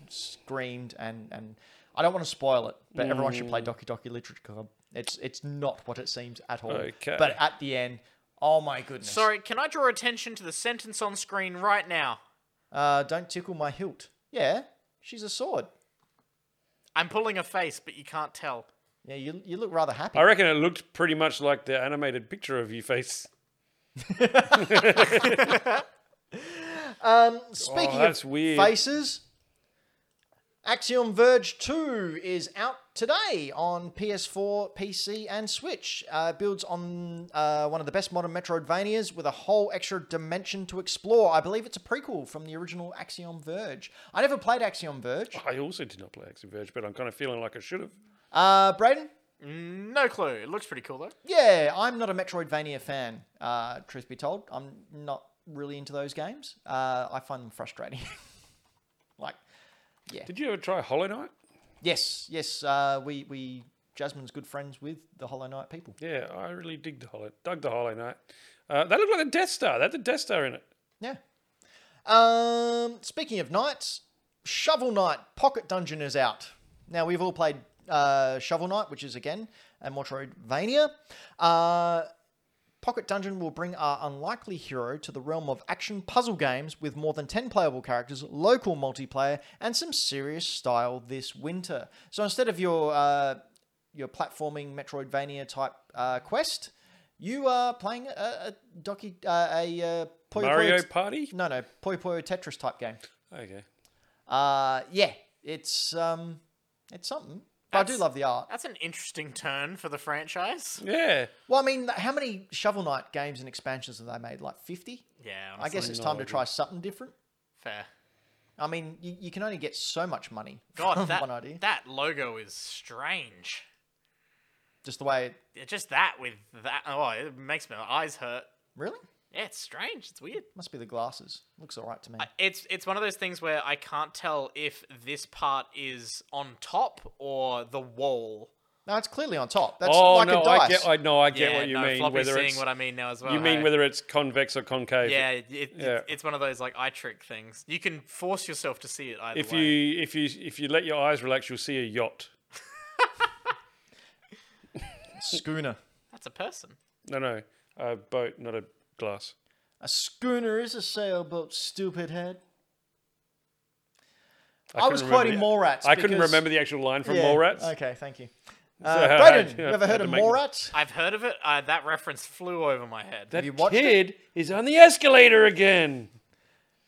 Speaker 3: screamed and and I don't want to spoil it, but everyone should
Speaker 2: Mm.
Speaker 3: play Doki Doki Literature Club. It's it's not what it seems at all.
Speaker 2: Okay.
Speaker 3: But at the end, oh my goodness!
Speaker 1: Sorry, can I draw attention to the sentence on screen right now?
Speaker 3: Uh, don't tickle my hilt. Yeah, she's a sword.
Speaker 1: I'm pulling a face, but you can't tell.
Speaker 3: Yeah, you, you look rather happy.
Speaker 2: I reckon it looked pretty much like the animated picture of your face.
Speaker 3: Um,
Speaker 2: Oh,
Speaker 3: speaking
Speaker 2: that's
Speaker 3: of
Speaker 2: weird.
Speaker 3: faces, Axiom Verge 2 is out today on PS4, PC, and Switch. Uh, it builds on uh, one of the best modern Metroidvanias with a whole extra dimension to explore. I believe it's a prequel from the original Axiom Verge. I never played Axiom Verge.
Speaker 2: I also did not play Axiom Verge, but I'm kind of feeling like I should have.
Speaker 3: Uh, Brayden?
Speaker 1: No clue. It looks pretty cool though.
Speaker 3: Yeah, I'm not a Metroidvania fan, uh, truth be told. I'm not really into those games. Uh, I find them frustrating. like,
Speaker 2: Did you ever try Hollow Knight?
Speaker 3: Yes, yes. Uh, we we Jasmine's good friends with the Hollow Knight people.
Speaker 2: Yeah, I really dig the Hollow, dug the Hollow Knight. Uh, that looked like the Death Star. That had the Death Star in it.
Speaker 3: Yeah. Um, speaking of knights, Shovel Knight Pocket Dungeon is out. Now we've all played uh, Shovel Knight, which is again a Metroidvania. Uh, Pocket Dungeon will bring our unlikely hero to the realm of action puzzle games with more than 10 playable characters, local multiplayer, and some serious style this winter. So instead of your uh, your platforming Metroidvania type uh, quest, you are playing a, a docu uh, a uh, Puyo Puyo
Speaker 2: Mario
Speaker 3: t-
Speaker 2: Party.
Speaker 3: no, no, Puyo Puyo Tetris type game.
Speaker 2: Okay.
Speaker 3: Uh, yeah, it's um, it's something. But I do
Speaker 1: That's-
Speaker 3: love the art.
Speaker 1: That's an interesting turn for the franchise.
Speaker 2: Yeah.
Speaker 3: Well, I mean, how many Shovel Knight games and expansions have they made? Like fifty.
Speaker 1: Yeah,
Speaker 3: I guess
Speaker 1: honestly,
Speaker 3: it's
Speaker 2: no
Speaker 3: time to
Speaker 2: idea.
Speaker 3: try something different.
Speaker 1: fair.
Speaker 3: I mean, you, you can only get so much money from
Speaker 1: God,
Speaker 3: one idea.
Speaker 1: that that logo is strange.
Speaker 3: Just the way. It,
Speaker 1: Yeah, Just that with that. Oh, it makes my eyes hurt.
Speaker 3: really?
Speaker 1: Yeah, it's strange. It's weird.
Speaker 3: Must be the glasses. Looks all right to me.
Speaker 1: It's it's one of those things where I can't tell if this part is on top or the wall.
Speaker 3: no, it's clearly on top. That's
Speaker 2: oh
Speaker 3: like
Speaker 2: no,
Speaker 3: a dice.
Speaker 2: I get. I know. I get
Speaker 1: yeah,
Speaker 2: what you
Speaker 1: no,
Speaker 2: mean.
Speaker 1: Floppy's
Speaker 2: Whether
Speaker 1: seeing
Speaker 2: it's
Speaker 1: what I mean now as well.
Speaker 2: you mean
Speaker 1: hey?
Speaker 2: whether it's convex or concave.
Speaker 1: Yeah, it, it,
Speaker 2: Yeah.
Speaker 1: it's one of those like eye trick things. You can force yourself to see it either
Speaker 2: If
Speaker 1: way.
Speaker 2: you if you if you let your eyes relax, you'll see a yacht.
Speaker 3: Schooner.
Speaker 1: That's a person.
Speaker 2: No, no, a boat, not a glass.
Speaker 3: A schooner is a sailboat, stupid head. I,
Speaker 2: couldn't
Speaker 3: was
Speaker 2: remember
Speaker 3: quoting
Speaker 2: the-
Speaker 3: Mallrats.
Speaker 2: I couldn't
Speaker 3: because-
Speaker 2: remember the actual line from
Speaker 3: Yeah,
Speaker 2: Mallrats.
Speaker 3: Okay, thank you.
Speaker 2: So
Speaker 3: Uh,
Speaker 2: I
Speaker 3: Brayden,
Speaker 2: had-
Speaker 3: you ever
Speaker 2: had
Speaker 3: heard
Speaker 2: to
Speaker 3: of
Speaker 2: make-
Speaker 3: Mallrats?
Speaker 1: I've heard of it. Uh, that reference flew over my head.
Speaker 2: That
Speaker 3: you watched it?
Speaker 2: kid is on the escalator again.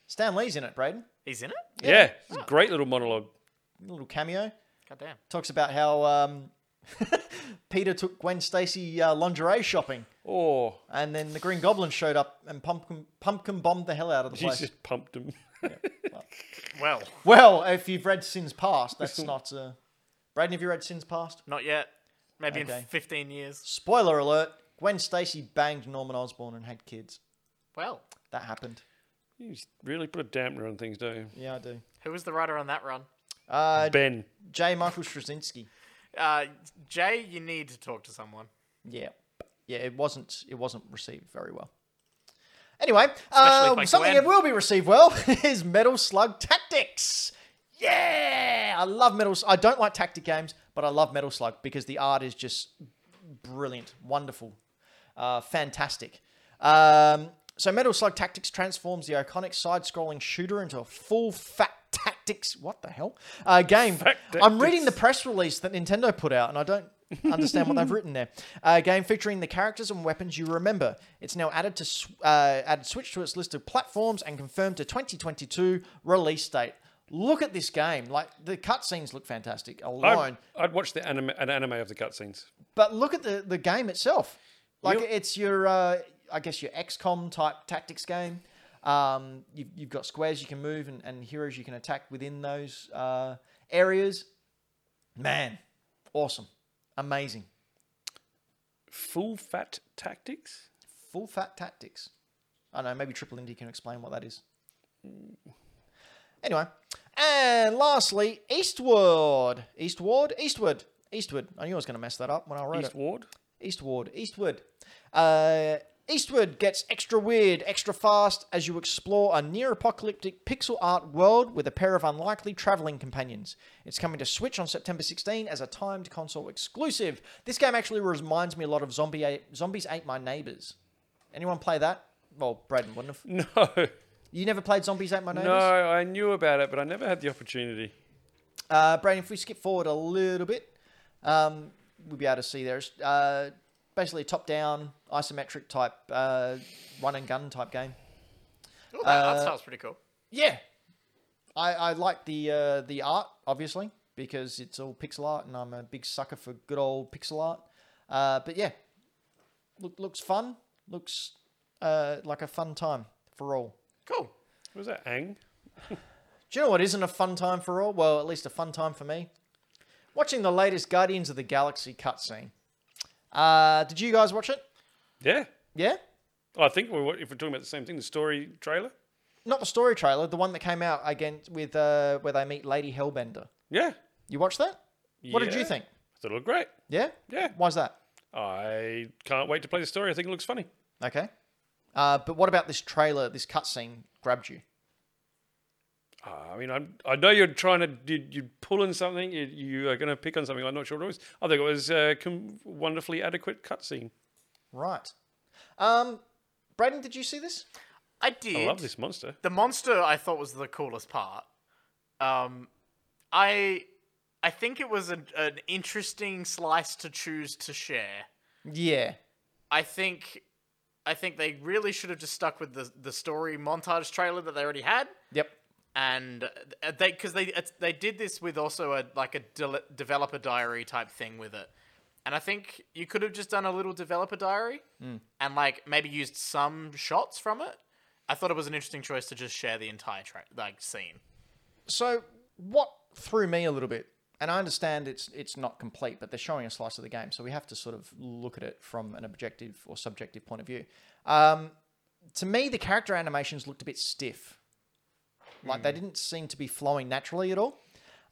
Speaker 3: Stan Lee's in it, Brayden.
Speaker 1: He's in it.
Speaker 2: Yeah, it's a
Speaker 3: Oh.
Speaker 2: great little monologue.
Speaker 3: little cameo.
Speaker 1: God damn.
Speaker 3: Talks about how um, Peter took Gwen Stacy uh, lingerie shopping,
Speaker 2: Oh,
Speaker 3: and then the Green Goblin showed up and pumpkin pumpkin bombed the hell out of the
Speaker 2: she
Speaker 3: place.
Speaker 2: just pumped him.
Speaker 1: Well,
Speaker 3: Well, if you've read Sin's Past, that's not. Uh... Brayden, have you read Sin's Past?
Speaker 1: not yet. Maybe
Speaker 3: Okay.
Speaker 1: in 15 years.
Speaker 3: Spoiler alert: Gwen Stacy banged Norman Osborn and had kids.
Speaker 1: Well,
Speaker 3: That happened.
Speaker 2: You just really put a dampener on things, don't you?
Speaker 3: Yeah, I do.
Speaker 1: who was the writer on that run?
Speaker 3: Uh,
Speaker 2: Ben.
Speaker 3: J. Michael Straczynski.
Speaker 1: Uh, Jay, you need to talk to someone,
Speaker 3: Yeah, yeah. It wasn't. It wasn't received very well. Anyway,
Speaker 1: by
Speaker 3: um, something
Speaker 1: Gwen.
Speaker 3: that will be received well is Metal Slug Tactics. Yeah, I love Metal. I don't like tactic games, but I love Metal Slug because the art is just brilliant, wonderful, uh, fantastic. Um, so Metal Slug Tactics transforms the iconic side-scrolling shooter into a full fat tactics. What the hell? Uh, game. I'm reading the press release that Nintendo put out, and I don't understand what they've written there. A game featuring the characters and weapons you remember. It's now added to sw- uh, added Switch to its list of platforms and confirmed to 2022 release date. Look at this game. Like the cutscenes look fantastic
Speaker 2: I'd-
Speaker 3: alone,
Speaker 2: I'd watch the anime, an anime of the cutscenes.
Speaker 3: but look at the the game itself. Like
Speaker 2: You-
Speaker 3: it's your uh, I guess your XCOM type tactics game. Um, you've, you've got squares you can move and, and heroes you can attack within those uh, areas. Man, awesome, amazing.
Speaker 2: Full fat tactics.
Speaker 3: Full fat tactics. I don't know, maybe Triple Indy can explain what that is. Anyway, and lastly, Eastward. Eastward? Eastward. Eastward. I knew I was going to mess that up when I wrote it.
Speaker 2: Eastward.
Speaker 3: Eastward. Eastward. Uh, Eastward gets extra weird, extra fast as you explore a near apocalyptic pixel art world with a pair of unlikely traveling companions. It's coming to Switch on September 16 as a timed console exclusive. This game actually reminds me a lot of Zombie Ate, Zombies Ate My Neighbors. Anyone play that? Well, Braden wouldn't have.
Speaker 2: No.
Speaker 3: You never played Zombies Ate My Neighbors?
Speaker 2: No, I knew about it, but I never had the opportunity.
Speaker 3: Uh, Brain, if we skip forward a little bit, um, we'll be able to see there's uh, basically a top-down isometric type uh, run and gun type game.
Speaker 1: Ooh, that, that sounds pretty cool.
Speaker 3: Yeah, I, I like the uh, the art obviously because it's all pixel art, and I'm a big sucker for good old pixel art. Uh, but yeah, look, looks fun. Looks uh, like a fun time for all.
Speaker 1: Cool.
Speaker 2: What was that Ang?
Speaker 3: Do you know what isn't a fun time for all? Well, at least a fun time for me. Watching the latest Guardians of the Galaxy cutscene. Uh, did you guys watch it?
Speaker 2: Yeah,
Speaker 3: Yeah?
Speaker 2: oh, I think we're, if we're talking about the same thing, the story trailer.
Speaker 3: Not the story trailer, the one that came out again with uh, where they meet Lady Hellbender.
Speaker 2: Yeah,
Speaker 3: You watched that? What did you
Speaker 2: Yeah.
Speaker 3: think?
Speaker 2: I thought it looked great.
Speaker 3: Yeah?
Speaker 2: Yeah,
Speaker 3: Why's that?
Speaker 2: I can't wait to play the story. I think it looks funny.
Speaker 3: Okay. Uh, but what about this trailer, this cutscene grabbed you?
Speaker 2: Ah, I mean, I'm, I know you're trying to you, you pull in something. You, you are going to pick on something. I'm not sure what it was. I think it was a com- wonderfully adequate cutscene.
Speaker 3: Right. Um, Braden, did you see this?
Speaker 1: I did.
Speaker 2: I love this monster.
Speaker 1: The monster I thought was the coolest part. Um, I I think it was an, an interesting slice to choose to share.
Speaker 3: Yeah.
Speaker 1: I think I think they really should have just stuck with the the story montage trailer that they already had,
Speaker 3: Yep.
Speaker 1: and uh, they because they it's- they did this with also a like a de- developer diary type thing with it, and I think you could have just done a little developer diary and like maybe used some shots from it. I thought it was an interesting choice to just share the entire tra- like scene.
Speaker 3: So what threw me a little bit, and I understand it's it's not complete, but they're showing a slice of the game, so we have to sort of look at it from an objective or subjective point of view. Um, to me, the character animations looked a bit stiff. Like they didn't seem to be flowing naturally at all.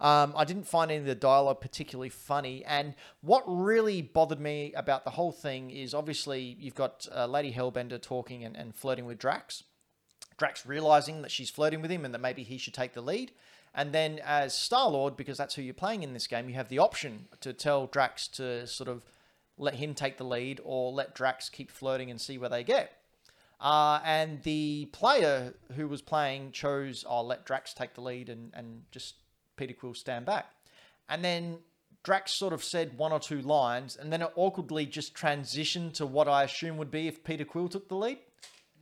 Speaker 3: Um, I didn't find any of the dialogue particularly funny. And what really bothered me about the whole thing is obviously you've got uh, Lady Hellbender talking and, and flirting with Drax. Drax realizing that she's flirting with him and that maybe he should take the lead. And then as Star Lord, because that's who you're playing in this game, you have the option to tell Drax to sort of let him take the lead or let Drax keep flirting and see where they get. Uh, and the player who was playing chose, I'll let Drax take the lead and, and just Peter Quill stand back. And then Drax sort of said one or two lines, and then it awkwardly just transitioned to what I assume would be if Peter Quill took the lead.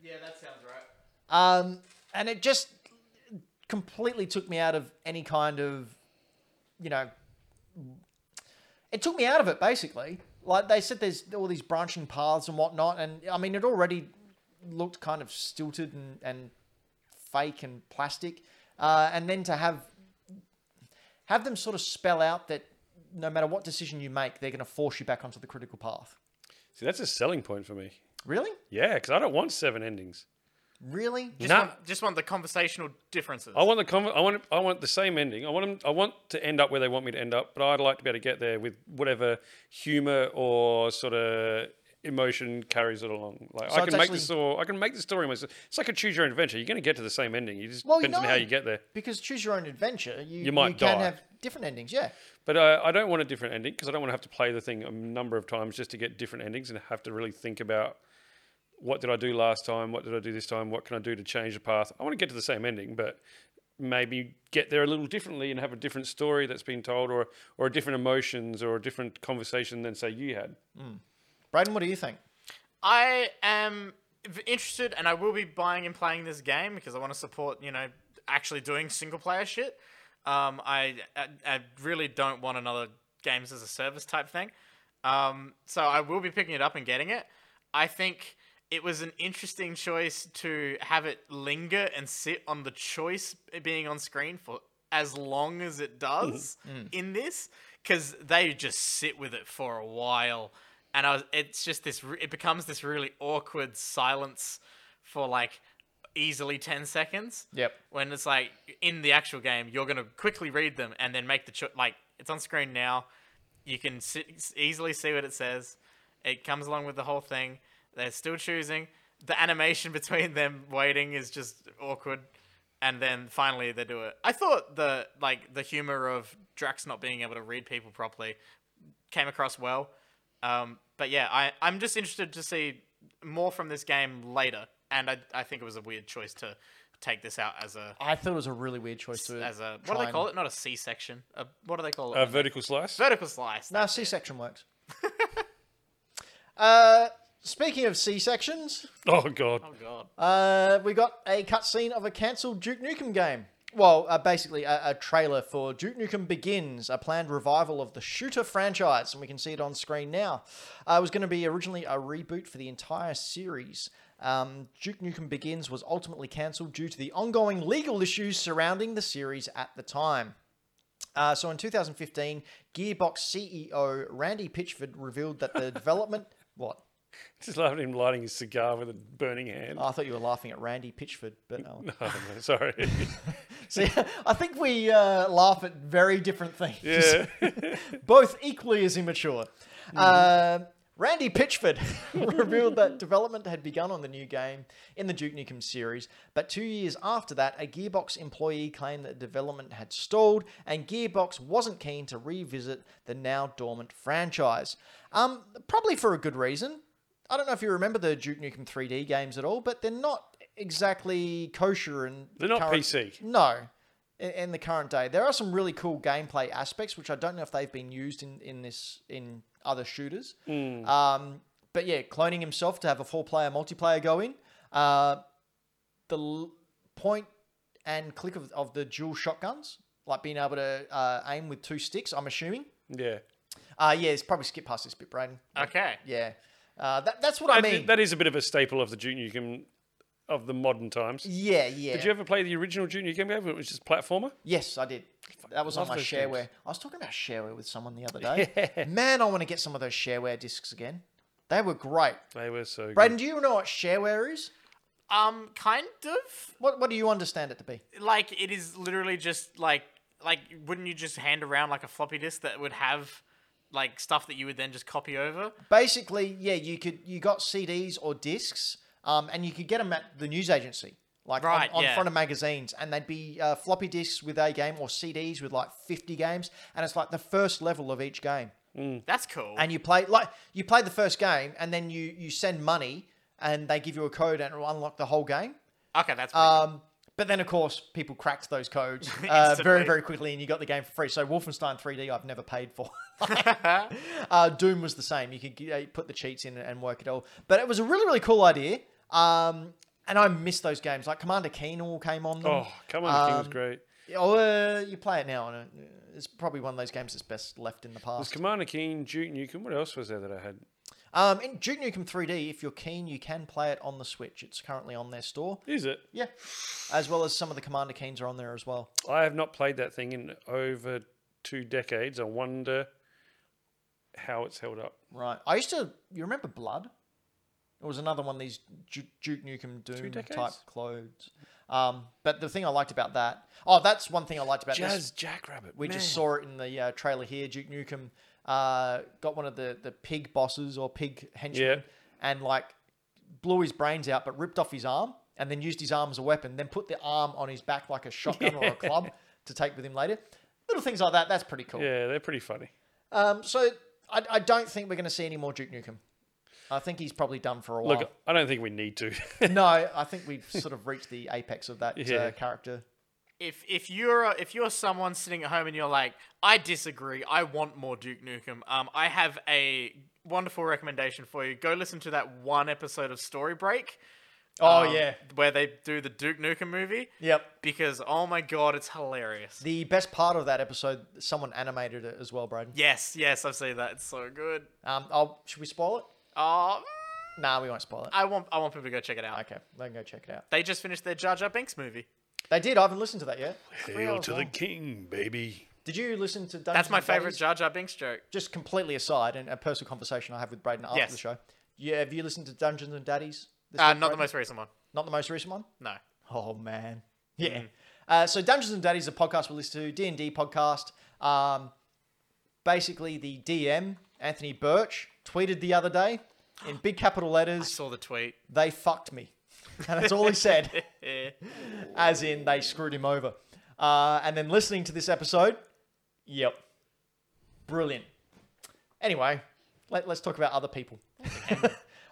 Speaker 1: Yeah, that sounds right.
Speaker 3: Um, and it just completely took me out of any kind of, you know, it took me out of it basically. Like they said, there's all these branching paths and whatnot, and I mean, it already looked kind of stilted and, and fake and plastic. Uh, and then to have have them sort of spell out that no matter what decision you make, they're going to force you back onto the critical path.
Speaker 2: See, that's a selling point for me.
Speaker 3: Really,
Speaker 2: Yeah, because I don't want seven endings.
Speaker 3: really,
Speaker 1: Just,
Speaker 2: Nah.
Speaker 1: want, just want the conversational differences.
Speaker 2: I want the con- I want I want the same ending. I want 'em- I want to end up where they want me to end up, but I'd like to be able to get there with whatever humor or sort of emotion carries it along. Like
Speaker 3: So
Speaker 2: I
Speaker 3: it's
Speaker 2: can make
Speaker 3: actually-
Speaker 2: the story. I can make the story myself. It's like a choose your own adventure. You're going to get to the same ending. It just
Speaker 3: Well, you
Speaker 2: depends on how
Speaker 3: know.
Speaker 2: you get there.
Speaker 3: because choose your own adventure, you
Speaker 2: You might
Speaker 3: can
Speaker 2: die.
Speaker 3: have different endings. Yeah.
Speaker 2: But uh, I, I don't want a different ending because I don't want to have to play the thing a number of times just to get different endings and have to really think about what did I do last time, what did I do this time, what can I do to change the path. I want to get to the same ending, but maybe get there a little differently and have a different story that's been told, or or different emotions, or a different conversation than say you had.
Speaker 3: Braden, what do you think?
Speaker 1: I am v- interested, and I will be buying and playing this game because I want to support, you know, actually doing single player shit. Um, I, I I really don't want another games as a service type thing. Um, so I will be picking it up and getting it. I think it was an interesting choice to have it linger and sit on the choice being on screen for as long as it does in this because they just sit with it for a while and I was, it's just this re- it becomes this really awkward silence for like easily 10 seconds
Speaker 3: Yep.
Speaker 1: when it's like in the actual game you're going to quickly read them and then make the cho- like it's on screen now you can si easily see what it says it comes along with the whole thing they're still choosing the animation between them waiting is just awkward and then finally they do it i thought the like the humor of drax not being able to read people properly came across well um, but yeah I, i'm just interested to see more from this game later and I, I think it was a weird choice to take this out as a
Speaker 3: I thought it was a really weird choice to
Speaker 1: as a what do they call it? Not a C section. A What do they call it?
Speaker 2: A vertical slice.
Speaker 1: Vertical slice.
Speaker 3: No, C-section works. uh, speaking of C-sections,
Speaker 2: oh god.
Speaker 1: Oh god.
Speaker 3: uh, we got a cutscene of a cancelled Duke Nukem game. Well, uh, basically a, a trailer for Duke Nukem Begins, a planned revival of the shooter franchise, and we can see it on screen now. Uh, it was going to be originally a reboot for the entire series. Um, Duke Nukem Begins was ultimately cancelled due to the ongoing legal issues surrounding the series at the time. Uh, so in 2015, Gearbox CEO Randy Pitchford revealed that the development. What?
Speaker 2: Just loving him lighting his cigar with a burning hand.
Speaker 3: Oh, I thought you were laughing at Randy Pitchford, but no.
Speaker 2: Oh, no, sorry.
Speaker 3: See, I think we uh, laugh at very different things.
Speaker 2: yeah.
Speaker 3: both equally as immature. Uh,
Speaker 2: Mm-hmm.
Speaker 3: Randy Pitchford revealed that development had begun on the new game in the Duke Nukem series, but two years after that, a Gearbox employee claimed that development had stalled and Gearbox wasn't keen to revisit the now dormant franchise. Um, probably for a good reason. I don't know if you remember the Duke Nukem 3D games at all, but they're not exactly kosher and
Speaker 2: They're not
Speaker 3: current-
Speaker 2: PC.
Speaker 3: no, in, in the current day, there are some really cool gameplay aspects which I don't know if they've been used in in this in other shooters.
Speaker 2: Hmm.
Speaker 3: Um, but yeah, cloning himself to have a four-player multiplayer going. Uh, the l- point and click of, of the dual shotguns, like being able to uh, aim with two sticks. I'm assuming.
Speaker 2: Yeah.
Speaker 3: Uh, yeah, it's probably skip past this bit, Braden.
Speaker 1: Okay.
Speaker 3: Yeah, uh, that, that's what I,
Speaker 2: I
Speaker 3: mean.
Speaker 2: mean, that is a bit of a staple of the Duke Nukem of the modern times.
Speaker 3: yeah, yeah.
Speaker 2: Did you ever play the original Duke Nukem game, which was just platformer?
Speaker 3: Yes, I did. That was on
Speaker 2: love
Speaker 3: my
Speaker 2: those
Speaker 3: shareware.
Speaker 2: games.
Speaker 3: I was talking about shareware with someone the other day. Man, I want to get some of those shareware discs again. They were great.
Speaker 2: They were so
Speaker 3: Braden, do you know what shareware is?
Speaker 1: Um, kind of
Speaker 3: What What do you understand it to be?
Speaker 1: like it is literally just like like wouldn't you just hand around like a floppy disk that would have like stuff that you would then just copy over?
Speaker 3: Basically, yeah, you could you got CDs or discs, um, and you could get them at the news agency, like on-
Speaker 1: Right,
Speaker 3: on,
Speaker 1: yeah.
Speaker 3: front of magazines, and they'd be uh, floppy discs with a game or CDs with like fifty games, and it's like the first level of each game.
Speaker 1: That's cool.
Speaker 3: and you play like you play the first game and then you you send money and they give you a code and it'll unlock the whole game
Speaker 1: okay, that's pretty cool.
Speaker 3: um but then of course people cracked those codes uh, very
Speaker 1: Instantly.
Speaker 3: very quickly and you got the game for free so wolfenstein 3d i've never paid for uh, doom was the same you could g- uh, put the cheats in and work it all but it was a really really cool idea um and i miss those games like commander keen all came on them.
Speaker 2: Oh, come on, King was
Speaker 3: Um,
Speaker 2: great.
Speaker 3: oh uh, you play it now and it- it's probably one of those games that's best left in the
Speaker 2: Was
Speaker 3: past
Speaker 2: Commander Keen, Duke Nukem? What else was there that I had?
Speaker 3: Um, in Duke Nukem 3D, if you're keen, you can play it on the Switch. It's currently on their store.
Speaker 2: Is it?
Speaker 3: Yeah, as well as some of the Commander Keens are on there as well.
Speaker 2: I have not played that thing in over two decades. I wonder how it's held up.
Speaker 3: Right. I used to. You remember Blood? It was another one of these Ju- Duke Nukem Doom type
Speaker 2: decades?
Speaker 3: clothes. Um, but the thing I liked about that. Oh, that's one thing I liked about this.
Speaker 2: Jazz Jackrabbit.
Speaker 3: We just
Speaker 2: man.
Speaker 3: saw it in the uh, trailer here. Duke Nukem uh, got one of the, the pig bosses or pig
Speaker 2: Yeah.
Speaker 3: henchmen and like blew his brains out, but ripped off his arm and then used his arm as a weapon. Then put the arm on his back like a shotgun or a club to take with him later. Little things like that. That's pretty cool.
Speaker 2: Yeah, they're pretty funny.
Speaker 3: Um, so I, I don't think we're going to see any more Duke Nukem. I think he's probably done for a while.
Speaker 2: Look, I don't think we need to.
Speaker 3: no, I think we've sort of reached the apex of that uh,
Speaker 2: Yeah.
Speaker 3: character.
Speaker 1: if if you're a- if you're someone sitting at home and you're like, I disagree, I want more Duke Nukem. Um, I have a wonderful recommendation for you. Go listen to that one episode of Story Break.
Speaker 3: Oh
Speaker 1: um,
Speaker 3: yeah,
Speaker 1: where they do the Duke Nukem movie.
Speaker 3: yep.
Speaker 1: Because oh my god, it's hilarious.
Speaker 3: The best part of that episode, someone animated it as well, Braden.
Speaker 1: yes, yes, I've seen that. It's so good.
Speaker 3: Um, I'll, should we spoil it?
Speaker 1: Oh,
Speaker 3: Nah, we won't spoil it. Ah,
Speaker 1: I want I want people to go check it out.
Speaker 3: Okay, they can go check it out.
Speaker 1: They just finished their Jar Jar Binks movie.
Speaker 3: They did. I haven't listened to that yet.
Speaker 2: Hail to the king, baby.
Speaker 3: Did you listen to? Dungeons
Speaker 1: That's my
Speaker 3: and
Speaker 1: favorite
Speaker 3: Daddies?
Speaker 1: Jar Jar Binks joke.
Speaker 3: Just completely aside, and a personal conversation I have with Braden after
Speaker 1: Yes.
Speaker 3: the show. Yeah, have you listened to Dungeons and Daddies? this
Speaker 1: Uh, not
Speaker 3: week,
Speaker 1: the
Speaker 3: Braden?
Speaker 1: most recent one.
Speaker 3: Not the most recent one.
Speaker 1: No.
Speaker 3: Oh man,
Speaker 1: Hmm.
Speaker 3: yeah. Uh, so Dungeons and Daddies is a podcast we listen to, D and D podcast. Um, basically, the DM Anthony Birch tweeted the other day in big capital letters,
Speaker 1: Saw the tweet.
Speaker 3: "They fucked me," and that's all he said.
Speaker 1: Eh.
Speaker 3: as in they screwed him over. Uh, and then listening to this episode, yep, brilliant. Anyway, let, us talk about other people.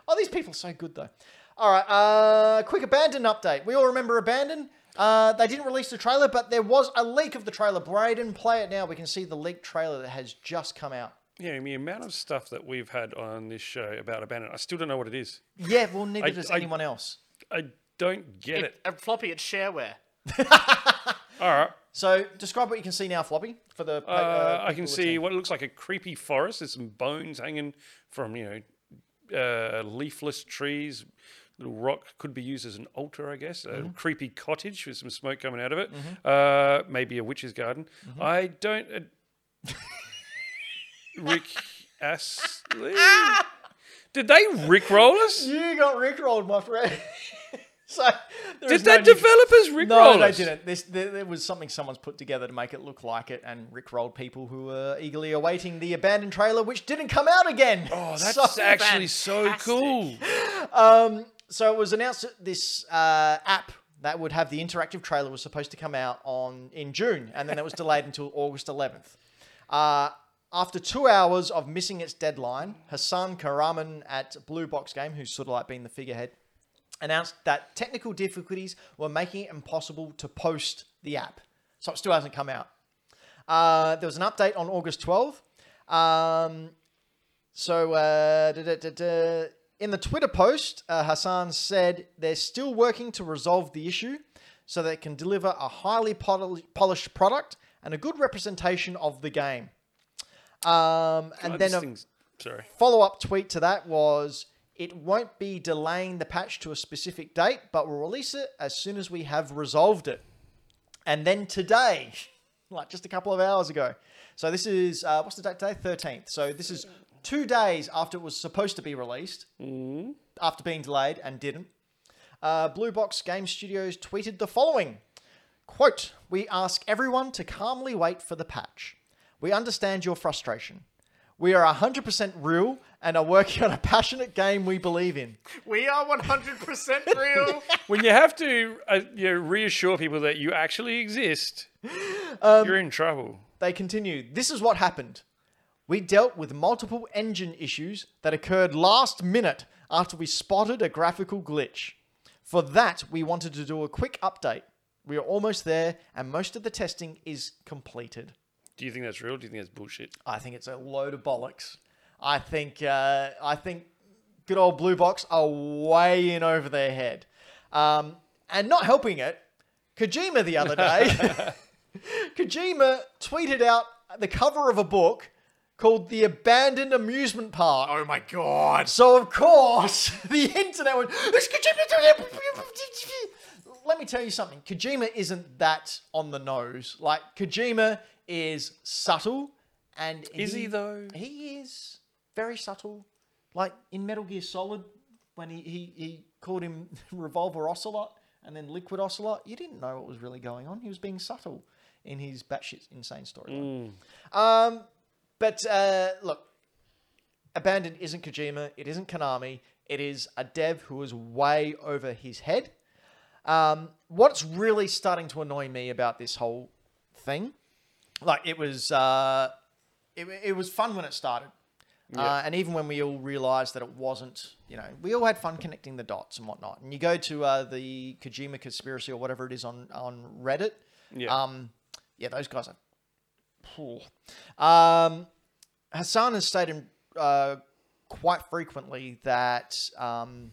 Speaker 3: oh, these people are so good though. All right, uh, quick abandon update. We all remember abandon. Uh, they didn't release the trailer, but there was a leak of the trailer. Braden, play it now. We can see the leaked trailer that has just come out.
Speaker 2: Yeah, I mean, the amount of stuff that we've had on this show about Abandoned, I still don't know what it is.
Speaker 3: Yeah, well, neither
Speaker 2: I-
Speaker 3: does
Speaker 2: I-
Speaker 3: anyone else.
Speaker 2: I don't get it.
Speaker 1: It, uh, floppy, it's shareware.
Speaker 2: All right.
Speaker 3: So describe what you can see now, Floppy, for the. pa-
Speaker 2: Uh, I
Speaker 3: people
Speaker 2: can see
Speaker 3: listening.
Speaker 2: what looks like a creepy forest. There's some bones hanging from, you know, uh, leafless trees. Little rock could be used as an altar, I guess. A
Speaker 3: Mm-hmm.
Speaker 2: creepy cottage with some smoke coming out of it. Uh, maybe a witch's garden.
Speaker 3: Mm-hmm.
Speaker 2: I don't. Uh, Rick Astley? Did they Rickroll us?
Speaker 3: You got rickrolled, my friend. so there is
Speaker 2: Did
Speaker 3: no
Speaker 2: that
Speaker 3: need-
Speaker 2: developers Rickroll
Speaker 3: No, they
Speaker 2: us?
Speaker 3: didn't. This, there, there was something someone's put together to make it look like it, and rickrolled people who were eagerly awaiting the abandoned trailer, which didn't come out again.
Speaker 2: Oh, that's
Speaker 3: So-
Speaker 2: actually so
Speaker 1: fantastic.
Speaker 2: cool.
Speaker 3: So it was announced that this uh, app that would have the interactive trailer was supposed to come out on in June, and then that was delayed until August 11th. Uh, after two hours of missing its deadline, Hassan Karaman at Blue Box Game, who's sort of like being the figurehead, announced that technical difficulties were making it impossible to post the app. So it still hasn't come out. Uh, there was an update on August 12th. Um, so, uh, da, da, da, da. in the Twitter post, uh, Hassan said they're still working to resolve the issue so they can deliver a highly pol- polished product and a good representation of the game. Um, and
Speaker 2: God,
Speaker 3: then
Speaker 2: Oh, this
Speaker 3: a-
Speaker 2: thing's- sorry.
Speaker 3: follow up tweet to that was it won't be delaying the patch to a specific date, but we'll release it as soon as we have resolved it. And then today, like just a couple of hours ago. So this is, uh, what's the date today? 13th. So this is two days after it was supposed to be released, after being delayed and didn't. Uh, Blue Box Game Studios tweeted the following Quote, we ask everyone to calmly wait for the patch. We understand your frustration. We are 100% real and are working on a passionate game we believe in.
Speaker 1: We are 100% real.
Speaker 2: when you have to uh, you know, reassure people that you actually exist, you're in trouble.
Speaker 3: They continue, this is what happened. We dealt with multiple engine issues that occurred last minute after we spotted a graphical glitch. For that, we wanted to do a quick update. We are almost there and most of the testing is completed.
Speaker 2: Do you think that's real? Do you think that's bullshit?
Speaker 3: I think it's a load of bollocks. I think uh, I think good old Blue Box are way in over their head, um, and not helping it. Kojima the other day, Kojima tweeted out the cover of a book called "The Abandoned Amusement Park."
Speaker 1: oh my god.
Speaker 3: So of course the internet went. "It's Kojima doing it." Let me tell you something. Kojima isn't that on the nose. Like Kojima is subtle, and
Speaker 2: Is he though?
Speaker 3: He is very subtle. Like in Metal Gear Solid, when he he, he called him Revolver Ocelot and then Liquid Ocelot, you didn't know what was really going on. He was being subtle in his batshit insane storyline. Um, but uh, look, Abandoned isn't Kojima. It isn't Konami. It is a dev who is way over his head. Um, what's really starting to annoy me about this whole thing, like it was, uh, it, it was fun when it started, uh, and even when we all realised that it wasn't, you know, we all had fun connecting the dots and whatnot. And you go to uh, the Kojima conspiracy or whatever it is on on Reddit.
Speaker 2: Yeah.
Speaker 3: Um, yeah, those guys are. Phew. Um, Hassan has stated uh, quite frequently that um,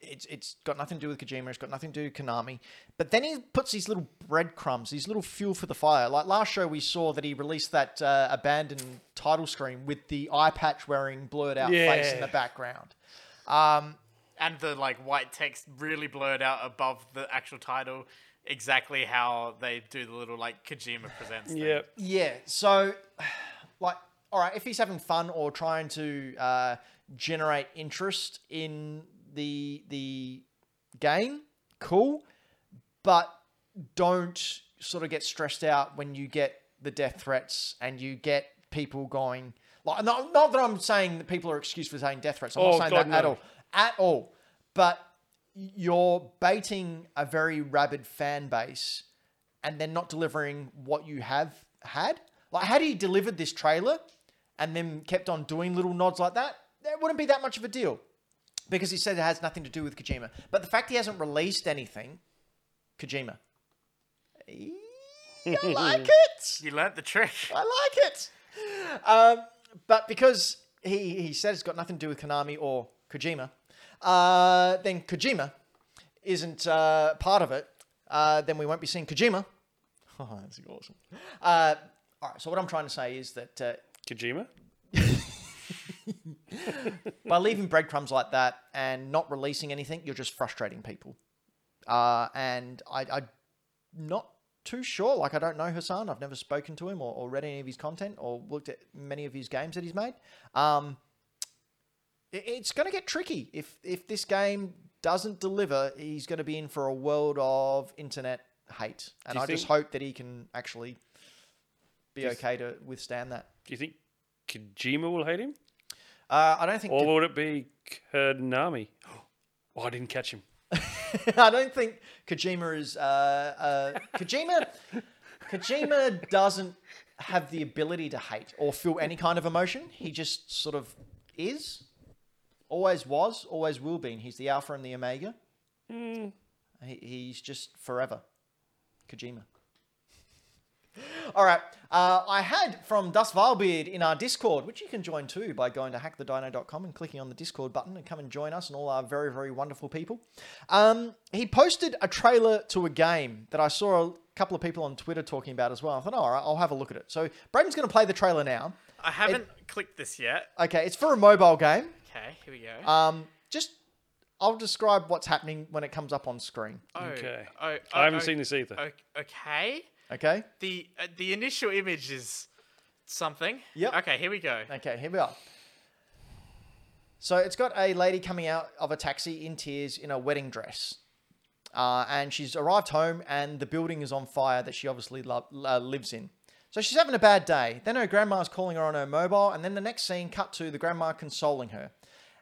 Speaker 3: it's it's got nothing to do with Kojima. It's got nothing to do with Konami. But then he puts these little breadcrumbs, these little fuel for the fire. Like last show, we saw that he released that uh, abandoned title screen with the eye patch wearing blurred out face in
Speaker 2: Yeah.
Speaker 3: the background.
Speaker 1: And the like white text really blurred out above the actual title. Exactly how they do the little like Kojima presents. thing.
Speaker 2: Yeah.
Speaker 3: Yeah. So, like, all right, if he's having fun or trying to uh, generate interest in the the game, cool. But don't sort of get stressed out when you get the death threats and you get people going. Like, not, not that I'm saying that people are excused for saying death threats. I'm
Speaker 2: Oh,
Speaker 3: not saying
Speaker 2: God,
Speaker 3: that at
Speaker 2: no.
Speaker 3: all, at all. But you're baiting a very rabid fan base and then not delivering what you have had. Like, had he delivered this trailer and then kept on doing little nods like that, that wouldn't be that much of a deal because he said it has nothing to do with Kojima. But the fact he hasn't released anything Kojima. I like it.
Speaker 1: You learnt the trick.
Speaker 3: I like it. Um, but because he, he said it's got nothing to do with Konami or Kojima, uh, then Kojima isn't uh, part of it. Uh, then we won't be seeing Kojima. Oh, that's awesome. Uh, all right. So what I'm trying to say is that uh,
Speaker 2: Kojima?
Speaker 3: by leaving breadcrumbs like that and not releasing anything, you're just frustrating people. Uh, and I, I'm not too sure. Like, I don't know Hassan. I've never spoken to him or, or read any of his content or looked at many of his games that he's made. Um, it- it's going to get tricky if if this game doesn't deliver. He's going to be in for a world of internet hate, and
Speaker 2: Do you
Speaker 3: I just
Speaker 2: think-
Speaker 3: hope that he can actually be
Speaker 2: you th-
Speaker 3: okay to withstand that.
Speaker 2: Do you think Kojima will hate him?
Speaker 3: Uh, I don't think
Speaker 2: Or would it be Konami? Oh, I didn't catch him.
Speaker 3: I don't think Kojima is. Uh, uh, Kojima, Kojima doesn't have the ability to hate or feel any kind of emotion. He just sort of is, always was, always will be. And he's the alpha and the omega. He, he's just forever, Kojima. All right. Uh, I had from Dust Vilebeard in our Discord, which you can join too by going to hackthedino.com and clicking on the Discord button and come and join us and all our very, very wonderful people. Um, he posted a trailer to a game that I saw a couple of people on Twitter talking about as well. I thought, oh, all right, I'll have a look at it. So Braden's going to play the trailer now.
Speaker 1: I haven't clicked this yet.
Speaker 3: Okay, it's for a mobile game.
Speaker 1: Okay, here we go.
Speaker 2: Uh,
Speaker 3: Um, just, I'll describe what's happening when it comes up on screen.
Speaker 1: oh,
Speaker 2: okay.
Speaker 1: Oh, oh,
Speaker 2: I haven't
Speaker 1: oh,
Speaker 2: seen this either.
Speaker 1: oh, Okay.
Speaker 3: Okay?
Speaker 1: The uh, the initial image is something.
Speaker 3: Yep.
Speaker 1: Okay, here we go.
Speaker 3: Okay, here we are. So it's got a lady coming out of a taxi in tears in a wedding dress. Uh, and she's arrived home, and the building is on fire that she obviously lo- uh, lives in. So she's having a bad day. Then her grandma's calling her on her mobile, and then the next scene cut to the grandma consoling her.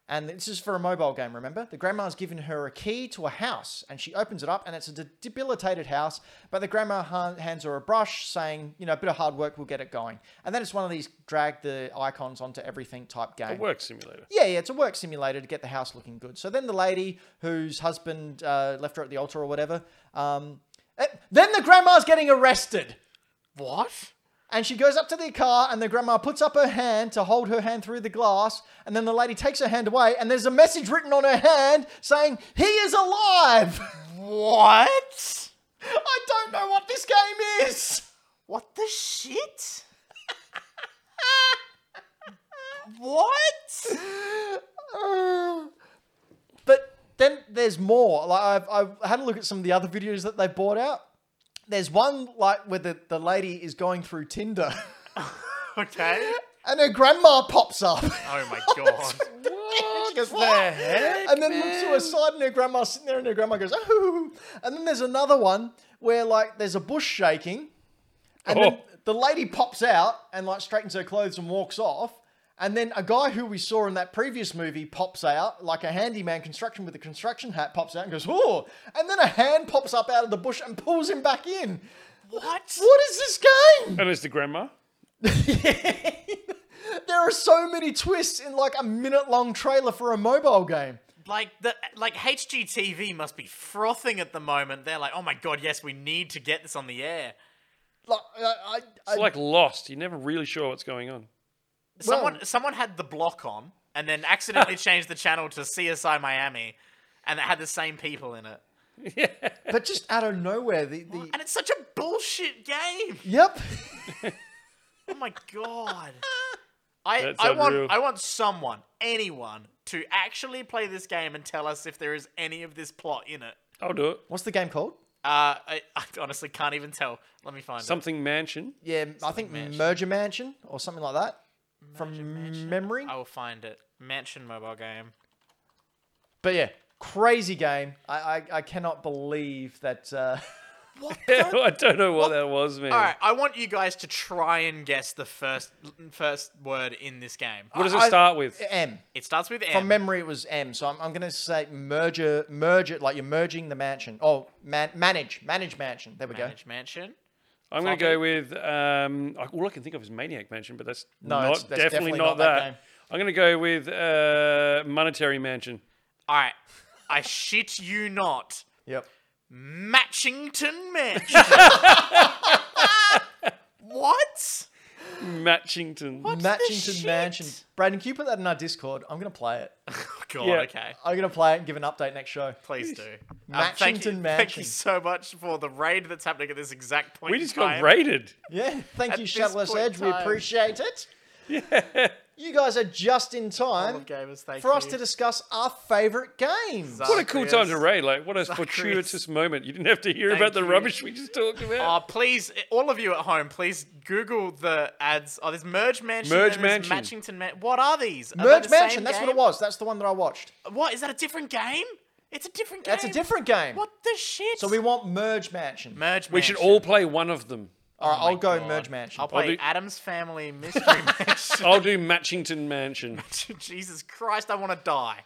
Speaker 3: And this is for a mobile game, remember? The grandma's given her a key to a house, and she opens it up, and it's a de- debilitated house. But the grandma ha- hands her a brush, saying, "You know, a bit of hard work will get it going." And then it's one of these drag the icons onto everything type game.
Speaker 2: A work simulator.
Speaker 3: Yeah, yeah, it's a work simulator to get the house looking good. So then the lady whose husband uh, left her at the altar or whatever, um, eh, then the grandma's getting arrested.
Speaker 1: What?
Speaker 3: And she goes up to the car, and the grandma puts up her hand to hold her hand through the glass. And then the lady takes her hand away, and there's a message written on her hand saying, He is alive!
Speaker 1: What?
Speaker 3: I don't know what this game is!
Speaker 1: What the shit? what?
Speaker 3: But then there's more. Like I've, I've had a look at some of the other videos that they've brought out. There's one like where the, the lady is going through Tinder
Speaker 1: Okay.
Speaker 3: and her grandma pops up.
Speaker 1: Oh my god.
Speaker 3: What?
Speaker 2: the heck,
Speaker 3: And then looks to her side and her grandma's sitting there and her grandma goes, oh. And then there's another one where like there's a bush shaking and then
Speaker 2: Oh.
Speaker 3: the lady pops out and like straightens her clothes and walks off. And then a guy who we saw in that previous movie pops out, like a handyman construction with a construction hat pops out and goes, oh. And then a hand pops up out of the bush and pulls him back in.
Speaker 1: What?
Speaker 3: What is this game?
Speaker 2: And it's the grandma.
Speaker 3: there are so many twists in like a minute long trailer for a mobile game.
Speaker 1: Like the like HGTV must be frothing at the moment. They're like, oh my god, yes, we need to get this on the air.
Speaker 3: Like, I, I, I,
Speaker 2: It's like Lost. You're never really sure what's going on.
Speaker 1: Someone
Speaker 3: Well-
Speaker 1: someone had the block on and then accidentally changed the channel to CSI Miami, and it had the same people in it.
Speaker 3: but just out of nowhere, the, the
Speaker 1: And it's such a bullshit game.
Speaker 3: yep.
Speaker 1: Oh my god. I,
Speaker 2: That's
Speaker 1: I
Speaker 2: unreal.
Speaker 1: want I want someone, anyone, to actually play this game and tell us if there is any of this plot in it.
Speaker 2: I'll do it.
Speaker 3: What's the game called?
Speaker 1: Uh, I, I honestly can't even tell. Let me find it.
Speaker 2: Something Mansion.
Speaker 3: Yeah, I think
Speaker 1: Mansion.
Speaker 3: Merger Mansion or something like that from memory.
Speaker 1: I will find it. Mansion mobile game.
Speaker 3: But yeah, crazy game. I I, I cannot believe that. Uh,
Speaker 1: What?
Speaker 2: I don't know what that was, man.
Speaker 1: All right, I want you guys to try and guess the first first word in this game.
Speaker 2: What does it
Speaker 3: I-
Speaker 2: start with?
Speaker 3: M
Speaker 1: It starts with M.
Speaker 3: from memory, it was M. So I'm, I'm gonna say merger, merger, like you're merging the mansion. Oh, man, manage, manage mansion. There we
Speaker 1: Manage mansion.
Speaker 2: I'm going to
Speaker 1: Floppy?
Speaker 2: go with um, I- all I can think of is Maniac Mansion, but that's
Speaker 3: No,
Speaker 2: not
Speaker 3: it's- that's
Speaker 2: definitely, not, that.
Speaker 3: game.
Speaker 2: I'm going to go with uh, Monetary Mansion.
Speaker 1: All right, I shit you not.
Speaker 3: go. Yep.
Speaker 1: Matchington Match. what?
Speaker 2: Matchington.
Speaker 1: What? What's this
Speaker 3: Matchington
Speaker 1: shit?
Speaker 3: Mansion. Brandon, can you put that in our Discord? I'm going to play it.
Speaker 1: God,
Speaker 2: Yeah.
Speaker 1: okay.
Speaker 3: I'm going to play it and give an update next show.
Speaker 1: Please do. Um, thank, you,
Speaker 3: Matchington
Speaker 1: thank you
Speaker 3: Mansion.
Speaker 1: so much for the raid that's happening at this exact point.
Speaker 2: We
Speaker 1: in
Speaker 2: just got
Speaker 1: time.
Speaker 2: raided.
Speaker 3: Yeah, thank
Speaker 1: At
Speaker 3: you,
Speaker 1: this
Speaker 3: Shadowless
Speaker 1: point in
Speaker 3: Edge. We
Speaker 1: time.
Speaker 3: appreciate it. Yeah. You guys are just in
Speaker 1: All
Speaker 3: time
Speaker 1: of gamers, thank
Speaker 3: for us
Speaker 1: you.
Speaker 3: to discuss our favorite games.
Speaker 1: Zach-
Speaker 2: What a cool time to
Speaker 1: Zacharias.
Speaker 2: raid. Like, what a
Speaker 1: Zacharias.
Speaker 2: fortuitous moment. You didn't have to hear
Speaker 1: Thank
Speaker 2: about the
Speaker 1: you.
Speaker 2: rubbish we just talked about.
Speaker 1: Oh, please, all of you at home, please Google the ads. Oh, there's Merge Mansion.
Speaker 2: Merge
Speaker 1: and there's
Speaker 2: Mansion.
Speaker 1: Matchington Man. What are these? Are they
Speaker 3: Merge
Speaker 1: the same
Speaker 3: Mansion, that's what it
Speaker 1: game?
Speaker 3: was. That's the one that I watched.
Speaker 1: What? Is that a different game? It's a different game.
Speaker 3: That's a different game.
Speaker 1: What the shit?
Speaker 3: So we want Merge Mansion.
Speaker 1: Merge Mansion.
Speaker 2: we should all play one of them.
Speaker 3: All right,
Speaker 1: Oh my
Speaker 3: I'll go
Speaker 1: God.
Speaker 3: Merge Mansion.
Speaker 1: I'll play
Speaker 2: do-
Speaker 1: Adam's Family Mystery Mansion.
Speaker 2: I'll do Matchington Mansion.
Speaker 1: Jesus Christ, I want to die.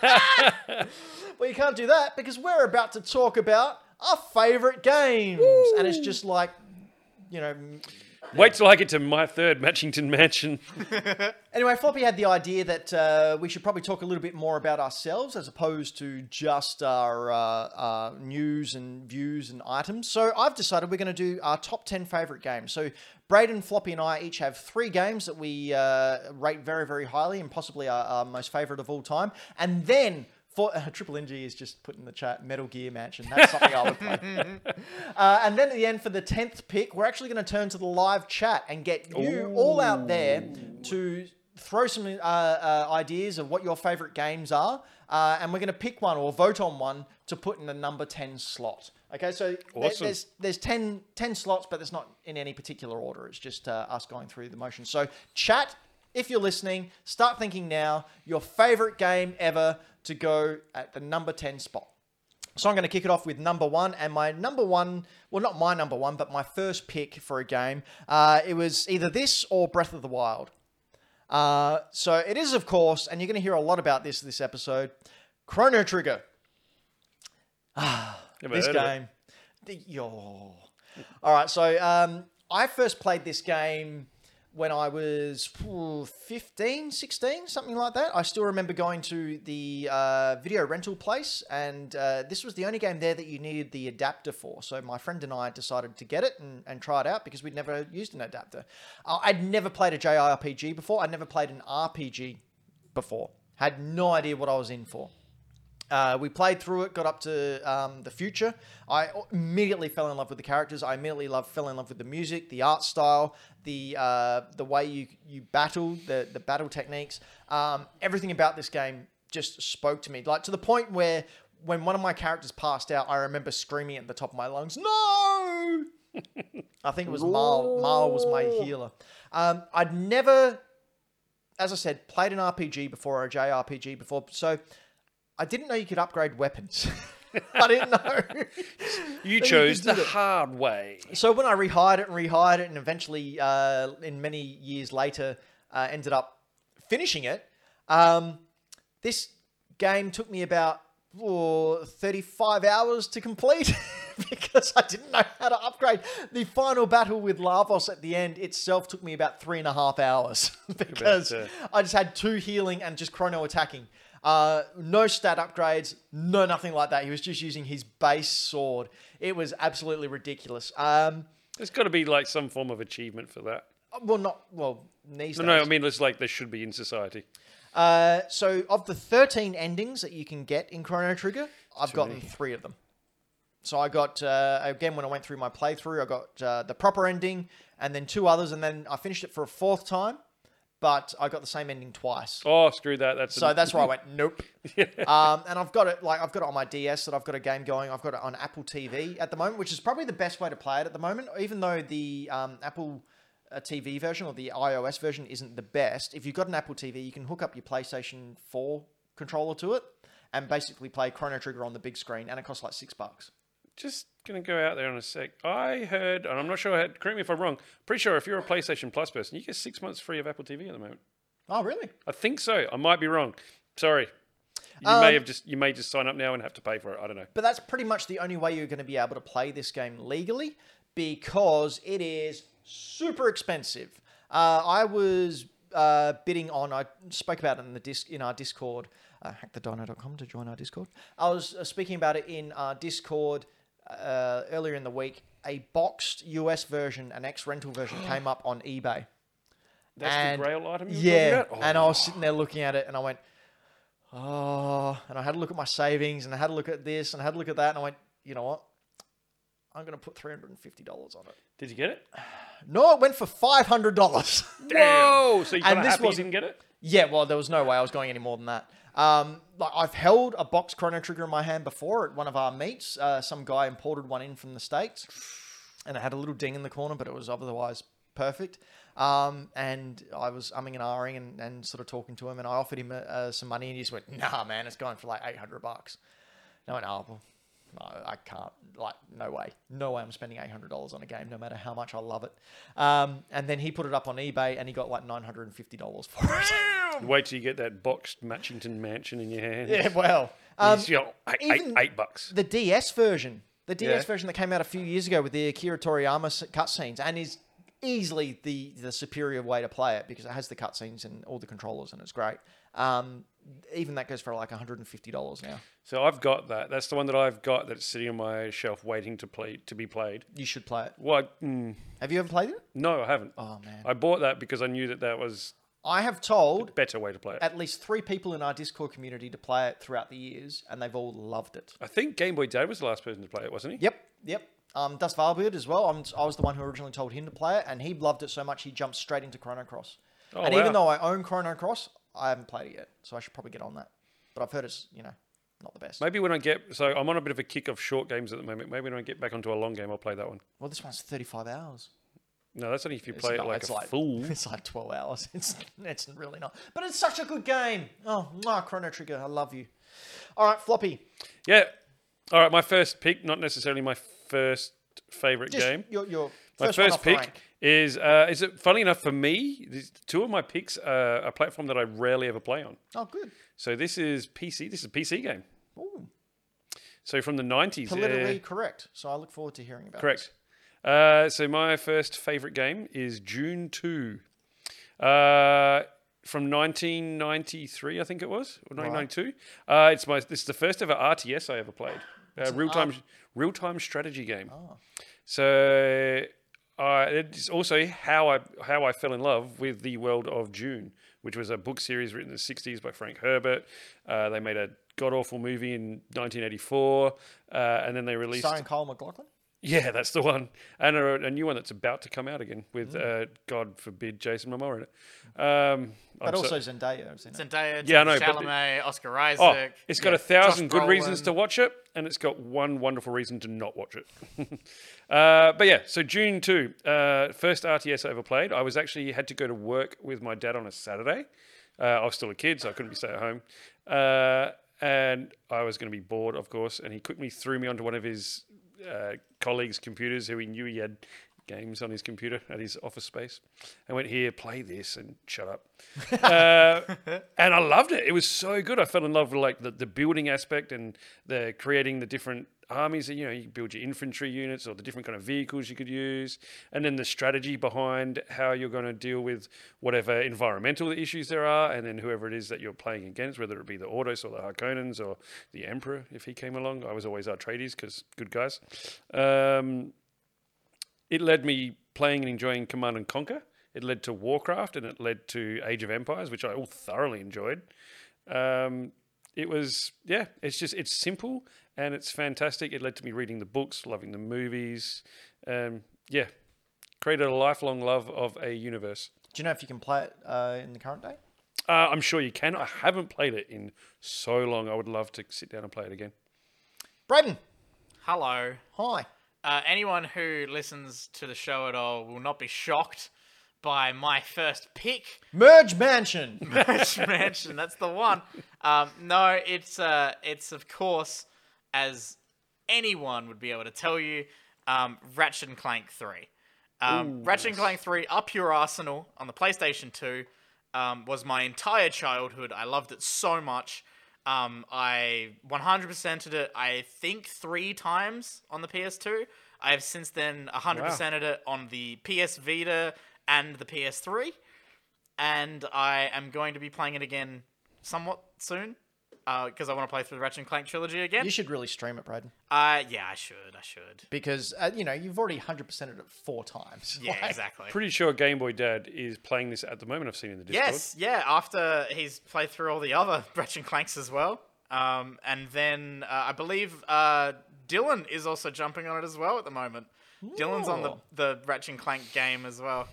Speaker 3: Well, you can't do that because we're about to talk about our favorite games, and it's just like, you know. m-
Speaker 2: Wait till I get to my third Matchington Mansion.
Speaker 3: Anyway, Floppy had the idea that uh, we should probably talk a little bit more about ourselves as opposed to just our uh, uh, news and views and items. So I've decided we're going to do our top ten favorite games. So Braden, Floppy, and I each have three games that we uh, rate very, very highly and possibly our, our most favorite of all time, and then. For, uh, Triple NG is just put in the chat Metal Gear Mansion. That's something I would play. Uh, and then at the end, for the 10th pick, we're actually going to turn to the live chat and get you all out there to throw some uh, uh, ideas of what your favorite games are. Uh, and we're going to pick one or vote on one to put in the number 10 slot. Okay, so th-
Speaker 2: Awesome.
Speaker 3: there's there's 10, 10 slots, but it's not in any particular order. It's just uh, us going through the motions. So, chat, if you're listening, start thinking now your favorite game ever to go at the number 10 spot. So I'm going to kick it off with number one, and my number one, well, not my number one, but my first pick for a game. Uh, it was either this or Breath of the Wild. Uh, so it is, of course, and you're going to hear a lot about this this episode. Chrono Trigger.
Speaker 2: Never
Speaker 3: This
Speaker 2: heard of it.
Speaker 3: game. The- yo. All right, so um, I first played this game when I was phew, 15, 16, something like that. I still remember going to the uh, video rental place, and uh, this was the only game there that you needed the adapter for. So my friend and I decided to get it and, and try it out because we'd never used an adapter. Uh, I'd never played a JRPG before, I'd never played an RPG before, had no idea what I was in for. Uh, we played through it, got up to um, the future. I immediately fell in love with the characters. I immediately love, fell in love with the music, the art style, the uh, the way you you battle, the the battle techniques. Um, everything about this game just spoke to me, like to the point where when one of my characters passed out, I remember screaming at the top of my lungs, "No!" I think it was Marl. Marl was my healer. Um, I'd never, as I said, played an RPG before or a JRPG before, so. I didn't know you could upgrade weapons. I didn't know.
Speaker 2: You
Speaker 3: you
Speaker 2: chose
Speaker 3: could
Speaker 2: the
Speaker 3: do that.
Speaker 2: hard way.
Speaker 3: so when I rehired it and rehired it, and eventually, uh, in many years later, uh, ended up finishing it. Um, this game took me about oh, 35 hours to complete because I didn't know how to upgrade. The final battle with Lavos at the end itself took me about three and a half hours because
Speaker 2: uh,
Speaker 3: I just had two healing and just chrono attacking. Uh, no stat upgrades, no nothing like that. He was just using his base sword. It was absolutely ridiculous. Um,
Speaker 2: There's got to be like some form of achievement for that.
Speaker 3: well, not well. These
Speaker 2: No,
Speaker 3: days.
Speaker 2: no, I mean, it's like there should be in society.
Speaker 3: Uh, so of the 13 endings that you can get in Chrono Trigger, I've gotten three of them. So I got, uh, again, when I went through my playthrough, I got uh, the proper ending and then two others, and then I finished it for a fourth time, but I got the same ending twice.
Speaker 2: Oh, screw that. That's
Speaker 3: So that's why I went nope. um, and I've got it like I've got it on my DS that I've got a game going. I've got it on Apple TV at the moment, which is probably the best way to play it at the moment. Even though the um, Apple uh, TV version or the iOS version isn't the best, if you've got an Apple TV, you can hook up your PlayStation Four controller to it and basically play Chrono Trigger on the big screen, and it costs like six bucks.
Speaker 2: just gonna go out there on a sec. I heard, and I'm not sure. I had- Correct me if I'm wrong. Pretty sure if you're a PlayStation Plus person, you get six months free of Apple TV at the moment.
Speaker 3: Oh, really?
Speaker 2: I think so. I might be wrong. Sorry. You may
Speaker 3: Um,
Speaker 2: have just you may just sign up now and have to pay for it. I don't know.
Speaker 3: But that's pretty much the only way you're going to be able to play this game legally because it is super expensive. Uh, I was uh, bidding on. I spoke about it in the disc in our Discord. uh, hackthedino.com to join our Discord. I was uh, speaking about it in our Discord uh, earlier in the week. A boxed US version, an ex rental version, came up on eBay.
Speaker 2: That's
Speaker 3: and-
Speaker 2: the grail item you were
Speaker 3: yeah,
Speaker 2: talking about? Oh,
Speaker 3: and I was sitting there looking at it, and I went, oh, and I had a look at my savings, and I had a look at this, and I had a look at that, and I went, you know what? I'm going to put $350 on it.
Speaker 2: Did you get it?
Speaker 3: No, it went for $500.
Speaker 2: Whoa! So you
Speaker 3: And
Speaker 2: kind of
Speaker 3: this
Speaker 2: happy you
Speaker 3: wasn't-
Speaker 2: didn't get it?
Speaker 3: Yeah, well, there was no way I was going any more than that. Um, like I've held a box Chrono Trigger in my hand before at one of our meets. Uh, some guy imported one in from the states, and it had a little ding in the corner, but it was otherwise perfect. Um, and I was umming and ahhing and, and sort of talking to him, and I offered him uh, uh, some money, and he just went, "Nah, man, it's going for like eight hundred bucks." And I went, "Oh, well, no, I can't. Like, no way. No way I'm spending $800 on a game, no matter how much I love it. Um, and then he put it up on eBay and he got like $950 for it.
Speaker 2: Wait till you get that boxed Matchington mansion in your hand.
Speaker 3: yeah, well.
Speaker 2: Um,
Speaker 3: Um,
Speaker 2: eight,
Speaker 3: even-
Speaker 2: eight, eight bucks.
Speaker 3: the DS version, the DS
Speaker 2: Yeah.
Speaker 3: version that came out a few years ago with the Akira Toriyama s- cutscenes and is easily the, the superior way to play it because it has the cutscenes and all the controllers and it's great. Um, even that goes for like $150 now.
Speaker 2: So I've got that. That's the one that I've got that's sitting on my shelf waiting to play to be played.
Speaker 3: You should play it.
Speaker 2: Well, I- mm,
Speaker 3: Have you ever played it?
Speaker 2: no, I haven't.
Speaker 3: Oh, man.
Speaker 2: I bought that because I knew that that was
Speaker 3: I have told
Speaker 2: better way to play it.
Speaker 3: at least three people in our Discord community to play it throughout the years, and they've all loved it.
Speaker 2: I think Game Boy Dad was the last person to play it, wasn't he?
Speaker 3: Yep, yep. Um, Dust Valbeard as well. I'm, I was the one who originally told him to play it, and he loved it so much he jumped straight into Chrono Cross.
Speaker 2: Oh,
Speaker 3: and even though
Speaker 2: wow.
Speaker 3: I own Chrono Cross, I haven't played it yet, so I should probably get on that. But I've heard it's you know not the best.
Speaker 2: Maybe when I get so I'm on a bit of a kick of short games at the moment. Maybe when I get back onto a long game, I'll play that one.
Speaker 3: Well, this one's 35 hours.
Speaker 2: No, that's only if you
Speaker 3: It's
Speaker 2: play
Speaker 3: not-
Speaker 2: it like
Speaker 3: it's
Speaker 2: a fool.
Speaker 3: It's like 12 hours. It's it's really not. But it's such a good game. Oh, mwah, Chrono Trigger, I love you. All right, floppy.
Speaker 2: Yeah. All right, my first pick, not necessarily my first favorite
Speaker 3: Just
Speaker 2: game.
Speaker 3: your your
Speaker 2: My
Speaker 3: one
Speaker 2: first
Speaker 3: off the
Speaker 2: pick
Speaker 3: rank.
Speaker 2: is uh, is it funny enough for me? these- Two of my picks are a platform that I rarely ever play on.
Speaker 3: Oh, good.
Speaker 2: So this is PC. This is a PC game.
Speaker 3: Ooh.
Speaker 2: So from the nineties.
Speaker 3: politically correct. So I look forward to hearing about.
Speaker 2: Correct. Uh, so my first favorite game is June Two, uh, from nineteen ninety three, I think it was, or nineteen ninety two. Uh, it's my this is the first ever RTS I ever played. Uh, real time real time strategy game. So. Uh, it's also how I how I fell in love with the world of June, which was a book series written in the '60s by Frank Herbert. Uh, they made a god awful movie in 1984, uh, and then they
Speaker 3: This.
Speaker 2: released
Speaker 3: Starring Kyle McLaughlin.
Speaker 2: yeah, that's the one, and a, a new one that's about to come out again with,
Speaker 1: Mm.
Speaker 2: uh, God forbid, Jason Momoa in it. Um,
Speaker 3: But
Speaker 2: I'm so-
Speaker 3: also Zendaya. I've seen it.
Speaker 1: Zendaya,
Speaker 2: Yeah,
Speaker 1: Timothée
Speaker 2: I know, but the-
Speaker 1: Chalamet, Oscar
Speaker 2: oh,
Speaker 1: Isaac.
Speaker 2: it's got
Speaker 1: yeah,
Speaker 2: a thousand
Speaker 1: Josh
Speaker 2: good reasons
Speaker 1: Brolin.
Speaker 2: to watch it, and it's got one wonderful reason to not watch it. uh, but yeah, so June two, uh, first RTS I ever played. I was actually had to go to work with my dad on a Saturday. Uh, I was still a kid, so I couldn't be stay at home. Uh, and I was going to be bored, of course, and he quickly threw me onto one of his uh, colleagues' computers who he knew he had games on his computer at his office space and went here play this and shut up uh, and i loved it it was so good i fell in love with like the, the building aspect and the creating the different armies you know you build your infantry units or the different kind of vehicles you could use and then the strategy behind how you're going to deal with whatever environmental issues there are and then whoever it is that you're playing against whether it be the autos or the harkonnens or the emperor if he came along i was always atreides because good guys um, it led me playing and enjoying Command and Conquer. It led to Warcraft and it led to Age of Empires, which I all thoroughly enjoyed. Um, it was yeah, it's just it's simple and it's fantastic. It led to me reading the books, loving the movies. Um, yeah, created a lifelong love of a universe.
Speaker 3: Do you know if you can play it uh, in the current day?
Speaker 2: Uh, I'm sure you can. I haven't played it in so long. I would love to sit down and play it again.
Speaker 3: Braden,
Speaker 1: Hello.
Speaker 3: hi.
Speaker 1: Uh, anyone who listens to the show at all will not be shocked by my first pick.
Speaker 3: Merge Mansion.
Speaker 1: Merge Mansion. That's the one. Um, no, it's uh, it's of course, as anyone would be able to tell you, um, Ratchet and Clank Three. Um, Ratchet and Clank Three, up your arsenal on the PlayStation Two, um, was my entire childhood. I loved it so much. Um, I 100%ed it. I think three times on the PS2. I have since then 100%ed it on the PS Vita and the PS3 and I am going to be playing it again somewhat soon. because I want to play through the Ratchet and Clank trilogy again.
Speaker 3: You should really stream it, Braden,
Speaker 1: uh, yeah, I should. I should.
Speaker 3: because uh, you know you've already hundred percented it four times.
Speaker 1: Yeah,
Speaker 3: Like,
Speaker 1: exactly.
Speaker 2: Pretty sure Game Boy Dad is playing this at the moment. I've seen in the Discord.
Speaker 1: Yes, yeah. After he's played through all the other Ratchet and Clanks as well, um, and then uh, I believe uh, Dylan is also jumping on it as well at the moment. Dylan's on the
Speaker 3: Ooh.
Speaker 1: the Ratchet and Clank game as well,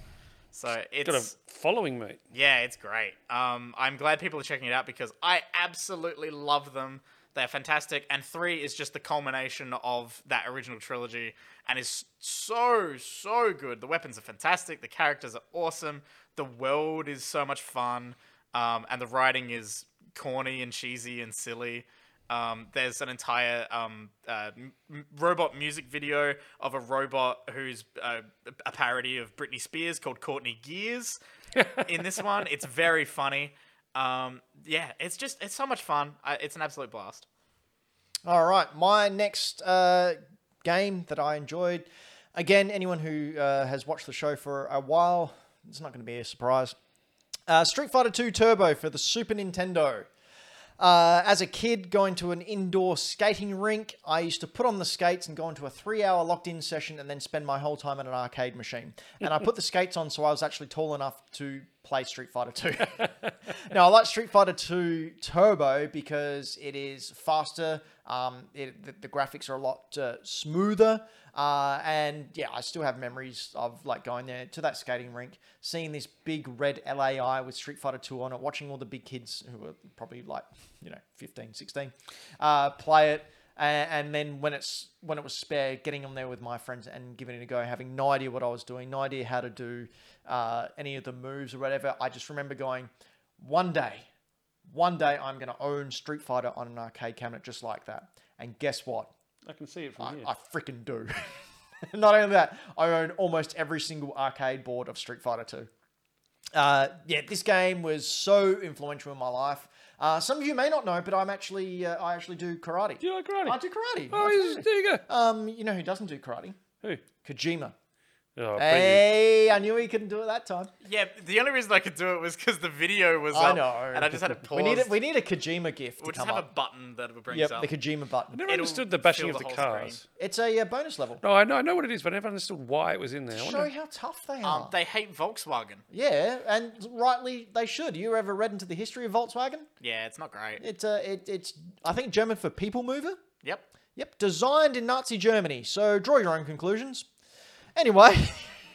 Speaker 1: so
Speaker 2: Got a
Speaker 1: it's
Speaker 2: following, mate.
Speaker 1: yeah, it's great. Um, I'm glad people are checking it out because I absolutely love them. They're fantastic, and three is just the culmination of that original trilogy, and is so so good. The weapons are fantastic. The characters are awesome. The world is so much fun, um, and the writing is corny and cheesy and silly. Um, there's an entire um, uh, m- m- robot music video of a robot who's uh, a parody of Britney Spears called Courtney Gears. In this one, it's very funny. Um, yeah, it's just it's so much fun. I, it's an absolute blast.
Speaker 3: All right, my next uh, game that I enjoyed. Again, anyone who uh, has watched the show for a while, it's not going to be a surprise. Uh, Street Fighter II Turbo for the Super Nintendo. Uh, as a kid, going to an indoor skating rink, I used to put on the skates and go into a three-hour locked-in session, and then spend my whole time at an arcade machine. And I put the skates on so I was actually tall enough to play Street Fighter II. No, I like Street Fighter 2 Turbo because it is faster. Um, it, the, the graphics are a lot uh, smoother. Uh, and yeah, I still have memories of like going there to that skating rink, seeing this big red LAI with Street Fighter 2 on it, watching all the big kids who were probably like, you know, 15, 16, uh, play it. A- And then when it's when it was spare, getting on there with my friends and giving it a go, having no idea what I was doing, no idea how to do uh, any of the moves or whatever. I just remember going, one day, one day I'm going to own Street Fighter on an arcade cabinet just like that. And guess what?
Speaker 2: I can see it from
Speaker 3: I,
Speaker 2: here.
Speaker 3: I freaking do. Not only that, I own almost every single arcade board of Street Fighter 2. Uh, yeah, this game was so influential in my life. Uh, some of you may not know, but I'm actually uh, I actually do karate.
Speaker 2: do you like karate?
Speaker 3: I do karate.
Speaker 2: oh, he's- there you go.
Speaker 3: Um, you know who doesn't do karate?
Speaker 2: Who?
Speaker 3: Kojima.
Speaker 2: Oh, hey.
Speaker 3: Hey, I knew he couldn't do it that time.
Speaker 1: Yeah, the only reason I could do it was because the video was
Speaker 3: I
Speaker 1: up,
Speaker 3: know.
Speaker 1: and I just had it
Speaker 3: We
Speaker 1: paused.
Speaker 3: need a, we need a Kojima gift
Speaker 1: we'll
Speaker 3: to
Speaker 1: just
Speaker 3: come
Speaker 1: have
Speaker 3: up.
Speaker 1: a button that it brings
Speaker 3: Yep,
Speaker 1: up.
Speaker 3: the Kojima button.
Speaker 2: I never
Speaker 1: It'll
Speaker 2: understood the bashing
Speaker 1: fill
Speaker 2: of
Speaker 1: the
Speaker 2: the,
Speaker 1: whole
Speaker 2: cars.
Speaker 1: screen.
Speaker 3: It's a uh, bonus level.
Speaker 2: No, I know, I know what it is, but I never understood why it was in there. I
Speaker 3: Show
Speaker 2: wonder,
Speaker 3: how tough they are.
Speaker 1: um, they hate Volkswagen.
Speaker 3: yeah, and rightly they should. You ever read into the history of Volkswagen?
Speaker 1: Yeah, it's not great.
Speaker 3: It's uh, it, it's I think German for people mover.
Speaker 1: Yep.
Speaker 3: Yep, designed in Nazi Germany. So draw your own conclusions. Anyway,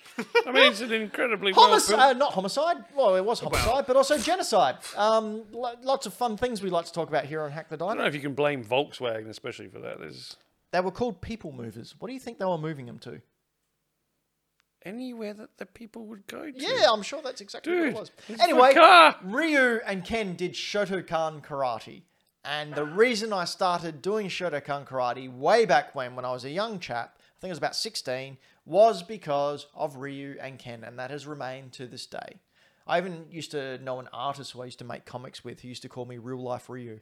Speaker 2: I mean, it's an incredibly well
Speaker 3: homicide,
Speaker 2: built.
Speaker 3: uh, not homicide. Well, it was homicide, but also genocide. Um, lo- lots of fun things we like to talk about here on Hack the
Speaker 2: I don't
Speaker 3: Dino.
Speaker 2: know if you can blame Volkswagen, especially for that. There's
Speaker 3: They were called people movers. What do you think they were moving them to?
Speaker 2: anywhere that the people would go to.
Speaker 3: Yeah, I'm sure that's exactly
Speaker 2: Dude,
Speaker 3: what
Speaker 2: it's
Speaker 3: it was.
Speaker 2: the
Speaker 3: Anyway,
Speaker 2: car.
Speaker 3: Ryu and Ken did Shotokan karate. And the reason I started doing Shotokan karate way back when, when I was a young chap, I think I was about 16, was because of Ryu and Ken. And that has remained to this day. I even used to know an artist who I used to make comics with who used to call me Real Life Ryu.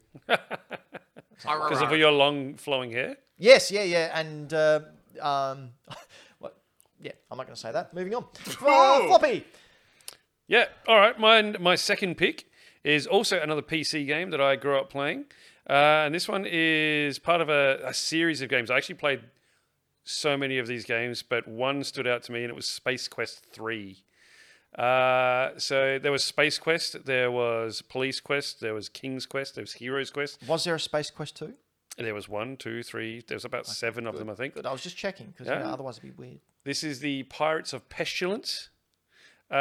Speaker 2: Because of your long flowing hair.
Speaker 3: Yes, yeah, yeah, and uh, um, what? Yeah, I'm not going to say that. Moving on, uh, floppy.
Speaker 2: Yeah. All right. My my second pick is also another PC game that I grew up playing, uh, and this one is part of a, a series of games. I actually played so many of these games, but one stood out to me, and it was Space Quest Three. Uh, so there was Space Quest, there was Police Quest, there was King's Quest, there was Heroes Quest.
Speaker 3: Was there a Space Quest two?
Speaker 2: There was one, two, three. There was about seven of them, I think.
Speaker 3: Good. I was just checking because you know,
Speaker 2: Yeah.
Speaker 3: otherwise it'd be weird.
Speaker 2: This is the Pirates of Pestilence. Uh,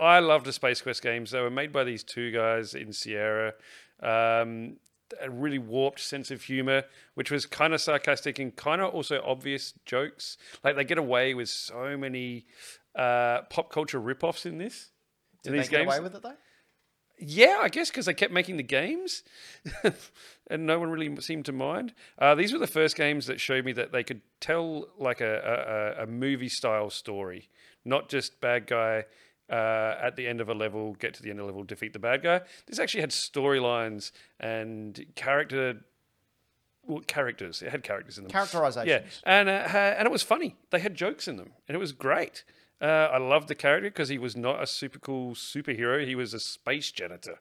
Speaker 2: I love the Space Quest games. They were made by these two guys in Sierra. Um, a really warped sense of humor, which was kind of sarcastic and kind of also obvious jokes. Like they get away with so many uh, pop culture rip-offs in this. in
Speaker 3: Did
Speaker 2: these
Speaker 3: they get
Speaker 2: games,
Speaker 3: away with it though?
Speaker 2: yeah, I guess because they kept making the games, and no one really seemed to mind. Uh, these were the first games that showed me that they could tell like a a, a- a movie style story, not just bad guy uh, at the end of a level, get to the end of a level, defeat the bad guy. This actually had storylines and character. Well, characters. It had characters in them.
Speaker 3: Characterizations.
Speaker 2: Yeah, and uh, ha- and it was funny. They had jokes in them, and it was great. Uh, I loved the character because he was not a super cool superhero. He was a space janitor.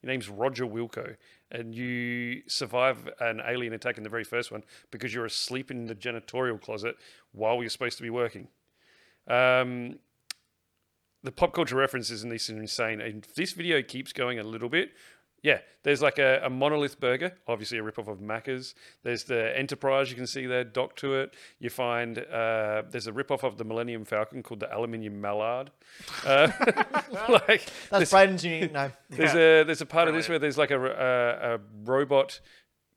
Speaker 2: His name's Roger Wilco, and you survive an alien attack in the very first one because you're asleep in the janitorial closet while you're supposed to be working. Um, the pop culture references in this are insane. And if this video keeps going a little bit, yeah, there's like a, a monolith burger, obviously a ripoff of Macca's. There's the Enterprise you can see there, docked to it. You find uh, there's a ripoff of the Millennium Falcon called the Aluminium Mallard. Uh, like
Speaker 3: That's Braden's unique name.
Speaker 2: there's a there's a part of this where there's like a, ro- a, a robot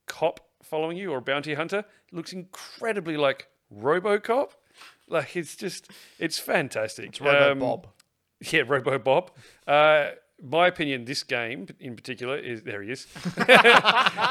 Speaker 2: cop following you or a bounty hunter. It looks incredibly like RoboCop. Like it's just it's fantastic. Um, It's
Speaker 3: Bob.
Speaker 2: yeah, Robo Bob. Uh, my opinion, this game in particular is there he is,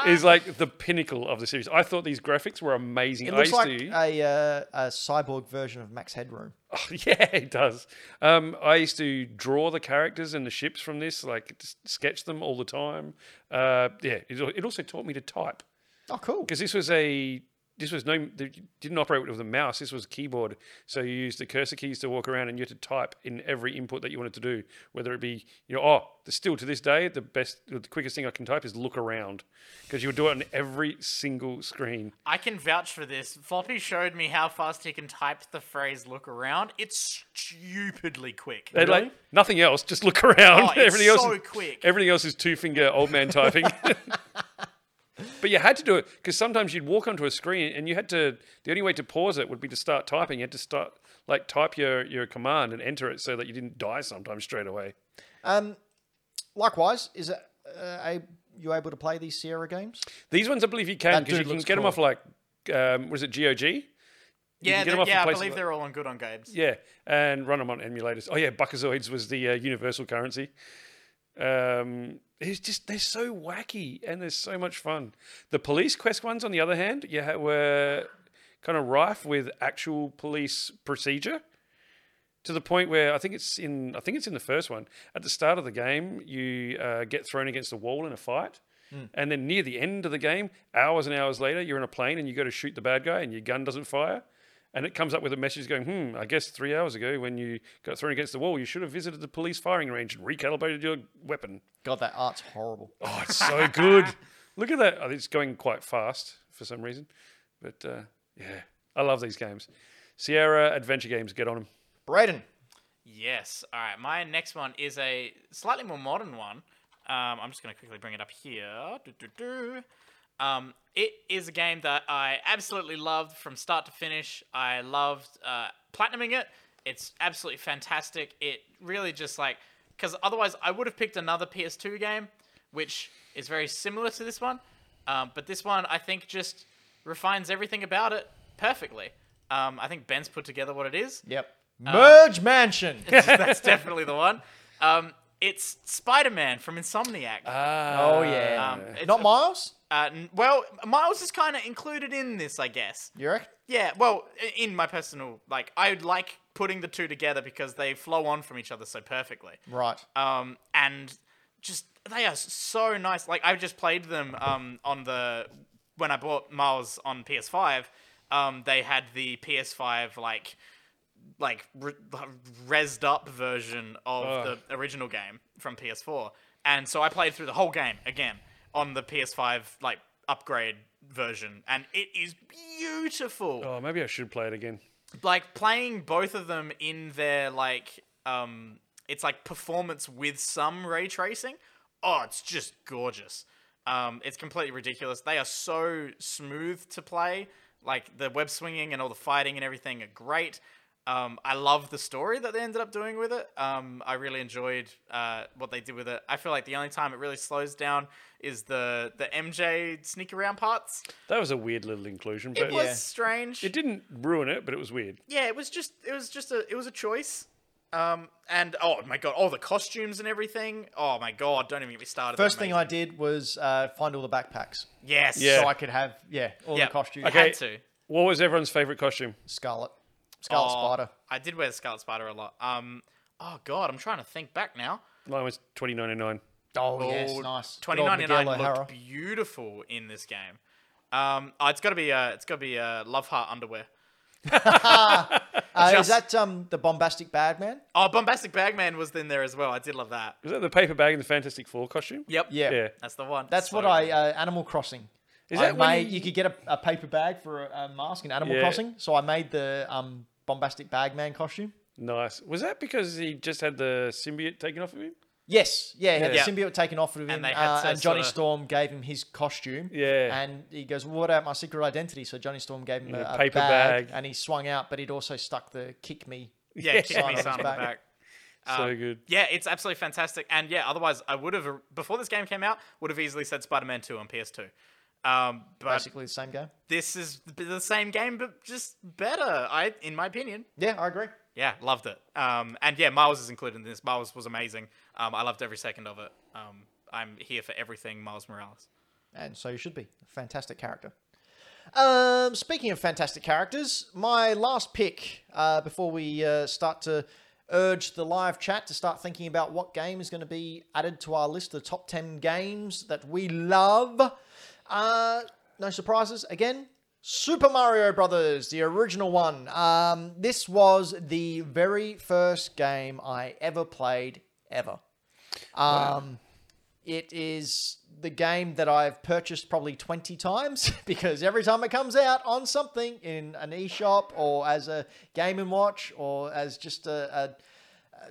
Speaker 2: is like the pinnacle of the series. I thought these graphics were amazing.
Speaker 3: It
Speaker 2: I
Speaker 3: looks
Speaker 2: used
Speaker 3: like
Speaker 2: to,
Speaker 3: a, uh, a cyborg version of Max Headroom.
Speaker 2: yeah, it does. Um, I used to draw the characters and the ships from this, like s- sketch them all the time. Uh, yeah, it, al- it also taught me to type
Speaker 3: Oh, cool.
Speaker 2: because this was a this was no you didn't operate with a mouse. This was keyboard, so you used the cursor keys to walk around and you had to type in every input that you wanted to do, whether it be you know oh the- still to this day the best the quickest thing I can type is look around because you would do it on every single screen.
Speaker 1: I can vouch for this. Floppy showed me how fast he can type the phrase "look around." It's stupidly quick.
Speaker 2: They'd like nothing else, just look around.
Speaker 1: Oh, it's
Speaker 2: everything else,
Speaker 1: so
Speaker 2: is-
Speaker 1: quick.
Speaker 2: Everything else is two finger old man typing. but you had to do it because sometimes you'd walk onto a screen and you had to. The only way to pause it would be to start typing. You had to start like type your your command and enter it so that you didn't die sometimes straight away.
Speaker 3: Um, likewise, is it, uh, a, you able to play these Sierra games?
Speaker 2: These ones I believe you can
Speaker 3: That
Speaker 2: because you
Speaker 3: dude
Speaker 2: can
Speaker 3: looks
Speaker 2: get them
Speaker 3: cool.
Speaker 2: off like um, was it GOG?
Speaker 1: yeah,
Speaker 2: get
Speaker 1: they-
Speaker 2: them off the
Speaker 1: yeah. I
Speaker 2: place-
Speaker 1: believe they're all on good on Gabe's.
Speaker 2: Yeah, and run them on emulators. Oh yeah, Buckazoids was the uh, universal currency. Um, it's just they're so wacky and they're so much fun. The police quest ones, on the other hand, yeah, were kind of rife with actual police procedure. To the point where I think it's in I think it's in the first one. At the start of the game, you uh, get thrown against the wall in a fight, and then near the end of the game, hours and hours later, you're in a plane and you go to shoot the bad guy, and your gun doesn't fire and it comes up with a message going, hmm, I guess three hours ago when you got thrown against the wall, you should have visited the police firing range and recalibrated your weapon.
Speaker 3: God, that art's horrible.
Speaker 2: Oh, it's so good. Look at that. Oh, it's going quite fast for some reason. But uh, yeah, I love these games. Sierra Adventure Games, get on them.
Speaker 3: Braden,
Speaker 1: Yes. All right. My next one is a slightly more modern one. Um, I'm just going to quickly bring it up here. Do, do, do. Um, it is a game that I absolutely loved from start to finish. I loved uh, platinuming it. It's absolutely fantastic. It really just like because otherwise I would have picked another PS2 game, which is very similar to this one. Um, but this one I think just refines everything about it perfectly. Um, I think Ben's put together what it is.
Speaker 3: yep. Uh, Merge Mansion.
Speaker 1: That's definitely the one. Um, it's Spider Man from Insomniac.
Speaker 2: Ah,
Speaker 3: oh yeah.
Speaker 1: um, it's-
Speaker 3: Not Miles.
Speaker 1: uh, n- well, Miles is kind of included in this, I guess.
Speaker 3: You reckon?
Speaker 1: Yeah. Well, i- in my personal like, I would like putting the two together because they flow on from each other so perfectly.
Speaker 3: Right.
Speaker 1: Um, and just they are so nice. Like I just played them um on the when I bought Miles on PS5. Um, they had the PS5 like like re- resed up version of the original game from PS4, and so I played through the whole game again on the PS5 like upgrade version, and it is beautiful
Speaker 2: Oh, maybe I should play it again.
Speaker 1: like playing both of them in their like um it's like performance with some ray tracing oh it's just gorgeous um it's completely ridiculous they are so smooth to play like the web swinging and all the fighting and everything are great um, I love the story that they ended up doing with it. Um, I really enjoyed uh, what they did with it. I feel like the only time it really slows down is the the MJ sneak around parts.
Speaker 2: That was a weird little inclusion,
Speaker 1: It
Speaker 2: but
Speaker 1: was strange.
Speaker 2: it didn't ruin it, but it was weird.
Speaker 1: yeah, it was just it was just a it was a choice. Um and oh my god, all the costumes and everything. Oh my god, don't even get me started.
Speaker 3: First thing I did was uh, find all the backpacks
Speaker 1: yes,
Speaker 2: Yeah.
Speaker 3: so I could have yeah all
Speaker 1: Yeah.
Speaker 3: the costumes.
Speaker 1: I had to.
Speaker 2: What was everyone's favorite costume?
Speaker 3: Scarlet, Scarlet
Speaker 1: Oh,
Speaker 3: Spider.
Speaker 1: I did wear the Scarlet Spider a lot. Um, oh god, I'm trying to think back now.
Speaker 2: Mine was twenty ninety nine.
Speaker 3: Oh,
Speaker 1: Oh,
Speaker 3: yes, nice. Good old
Speaker 1: 2099
Speaker 3: Miguel O'Hara.
Speaker 1: looked beautiful in this game. Um, oh, it's gotta be uh, it's gotta be uh, Love Heart underwear.
Speaker 3: Uh,
Speaker 1: Just-
Speaker 3: Is that um, the bombastic bad man?
Speaker 1: Oh, Bombastic Bagman was in there as well. I did love that.
Speaker 2: Is that the paper bag in the Fantastic Four costume?
Speaker 1: Yep.
Speaker 3: Yeah.
Speaker 2: Yeah.
Speaker 1: That's the one.
Speaker 3: That's
Speaker 1: So
Speaker 3: what I uh, Animal Crossing.
Speaker 2: Is
Speaker 3: I
Speaker 2: that when
Speaker 3: made-
Speaker 2: you-
Speaker 3: you... could get a, a paper bag for a, a mask in Animal
Speaker 2: Yeah.
Speaker 3: Crossing, so I made the um, bombastic bag man costume.
Speaker 2: Nice. Was that because he just had the symbiote taken off of him?
Speaker 3: Yes, yeah, he had
Speaker 1: Yeah.
Speaker 3: the symbiote taken off of him,
Speaker 1: they had
Speaker 3: uh,
Speaker 1: to
Speaker 3: and Johnny
Speaker 1: sorta-
Speaker 3: Storm gave him his costume.
Speaker 2: Yeah.
Speaker 3: and he goes, well, "What about my secret identity?" So Johnny Storm gave him a,
Speaker 2: a
Speaker 3: a
Speaker 2: paper
Speaker 3: bag,
Speaker 2: bag.
Speaker 3: and he swung out, but he'd also stuck the "kick me."
Speaker 1: Yeah, kick me
Speaker 3: Yeah.
Speaker 1: son on the
Speaker 3: Back.
Speaker 1: back.
Speaker 3: Uh,
Speaker 2: so
Speaker 1: Um,
Speaker 2: good.
Speaker 1: Yeah, it's absolutely fantastic. And yeah, otherwise I would have before this game came out would have easily said Spider-Man 2 on PS2. Um, but
Speaker 3: Basically, the same game.
Speaker 1: this is the same game, but just better. I, in my opinion,
Speaker 3: Yeah, I agree.
Speaker 1: yeah, loved it. Um, and yeah, Miles is included in this. Miles was amazing. Um, I loved every second of it. Um, I'm here for everything Miles Morales.
Speaker 3: and so you should be. Fantastic character. Um, speaking of fantastic characters, my last pick uh, before we uh, start to urge the live chat to start thinking about what game is going to be added to our list of top 10 games that we love. Uh, no surprises. Again, Super Mario Brothers, the original one. Um, this was the very first game I ever played, ever. Um, It is the game that I've purchased probably 20 times because every time it comes out on something in an eShop or as a Game and Watch or as just a, a, a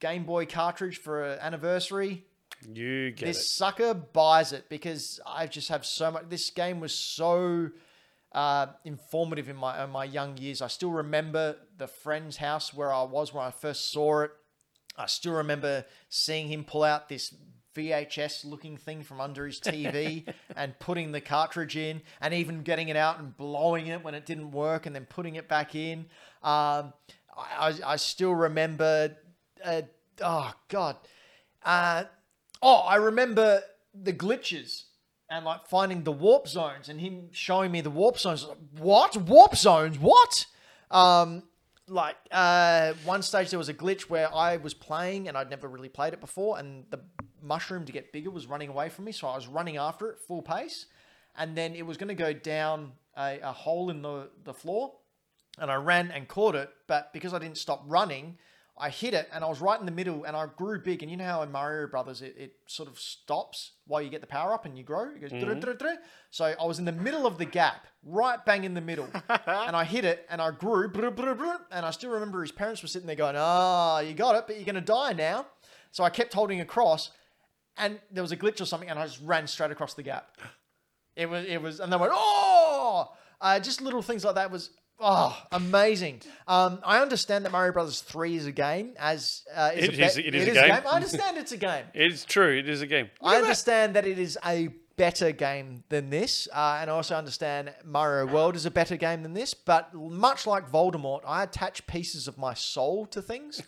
Speaker 3: Game Boy cartridge for an anniversary,
Speaker 2: You get
Speaker 3: this sucker buys it because I just have so much. This game was so uh, informative in my in my young years. I still remember the friend's house where I was when I first saw it. I still remember seeing him pull out this VHS looking thing from under his TV and putting the cartridge in and even getting it out and blowing it when it didn't work and then putting it back in. Um, I, I, I still remember, uh, oh God. Uh, Oh, I remember the glitches and like finding the warp zones and him showing me the warp zones. What warp zones? What? Um, like uh, one stage there was a glitch where I was playing and I'd never really played it before, and the mushroom to get bigger was running away from me, so I was running after it full pace, and then it was going to go down a, a hole in the the floor, and I ran and caught it, but because I didn't stop running, I hit it and I was right in the middle and I grew big. And you know how in Mario Brothers it, it sort of stops while you get the power up and you grow? It goes "Dru-dru-dru-dru." So I was in the middle of the gap, right bang in the middle. and I hit it and I grew "Bru-bru-bru," and I still remember his parents were sitting there going, Ah, you got it, but you're gonna die now. So I kept holding across and there was a glitch or something and I just ran straight across the gap. It was it was, and they went oh, uh, just little things like that was oh amazing. Um, I understand that Mario Brothers Three is a game as uh, is
Speaker 2: It
Speaker 3: a
Speaker 2: is-
Speaker 3: bet-
Speaker 2: it is a game.
Speaker 3: I understand it's a game.
Speaker 2: it. It's true. It is a game.
Speaker 3: I understand that it is a better game than this, uh, and I also understand Mario World is a better game than this. But much like Voldemort, I attach pieces of my soul to things.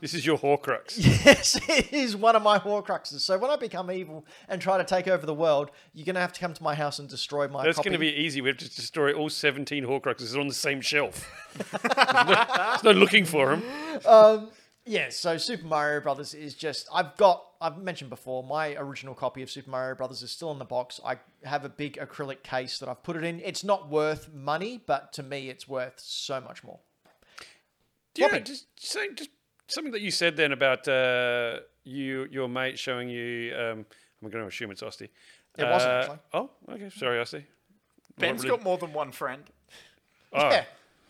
Speaker 2: This is your Horcrux.
Speaker 3: Yes, it is one of my Horcruxes. So when I become evil and try to take over the world, you're gonna have to come to my house and destroy my.
Speaker 2: That's
Speaker 3: copy.
Speaker 2: going to be easy. We have to destroy all 17 Horcruxes on the same shelf. there's, no, there's no looking for them.
Speaker 3: Yeah, so Super Mario Brothers is just I've got I've mentioned before my original copy of Super Mario Brothers is still in the box. I have a big acrylic case that I've put it in. It's not worth money, but to me it's worth so much more.
Speaker 2: Yeah,
Speaker 3: Floppy.
Speaker 2: just, say, just something that you said then about uh, you, your mate showing you. Um, I'm going to assume it's Osty. It
Speaker 3: wasn't, actually.
Speaker 2: Oh, okay. Sorry, Osty.
Speaker 1: Ben's
Speaker 2: really-
Speaker 1: got more than one friend.
Speaker 2: Oh,
Speaker 3: Yeah.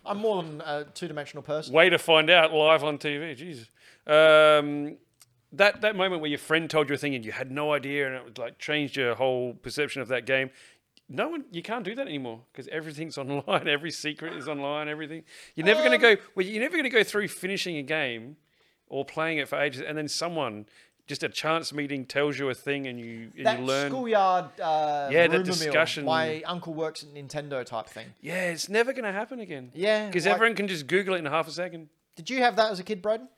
Speaker 3: I'm more than a two-dimensional person.
Speaker 2: Way to find out live on TV. Jesus. Um, that that moment where your friend told you a thing and you had no idea and it was like changed your whole perception of that game. No one, you can't do that anymore because everything's online. Every secret is online. Everything. You're never going to go. Well, you're never going to go through finishing a game or playing it for ages, and then someone just a chance meeting tells you a thing and you and
Speaker 3: That
Speaker 2: you learn.
Speaker 3: schoolyard uh,
Speaker 2: Yeah, that
Speaker 3: rumor mill,
Speaker 2: discussion.
Speaker 3: My uncle works at Nintendo type thing.
Speaker 2: Yeah, it's never going to happen again.
Speaker 3: Yeah,
Speaker 2: because
Speaker 3: like-
Speaker 2: everyone can just Google it in half a second.
Speaker 3: Did you have that as a kid, Braden?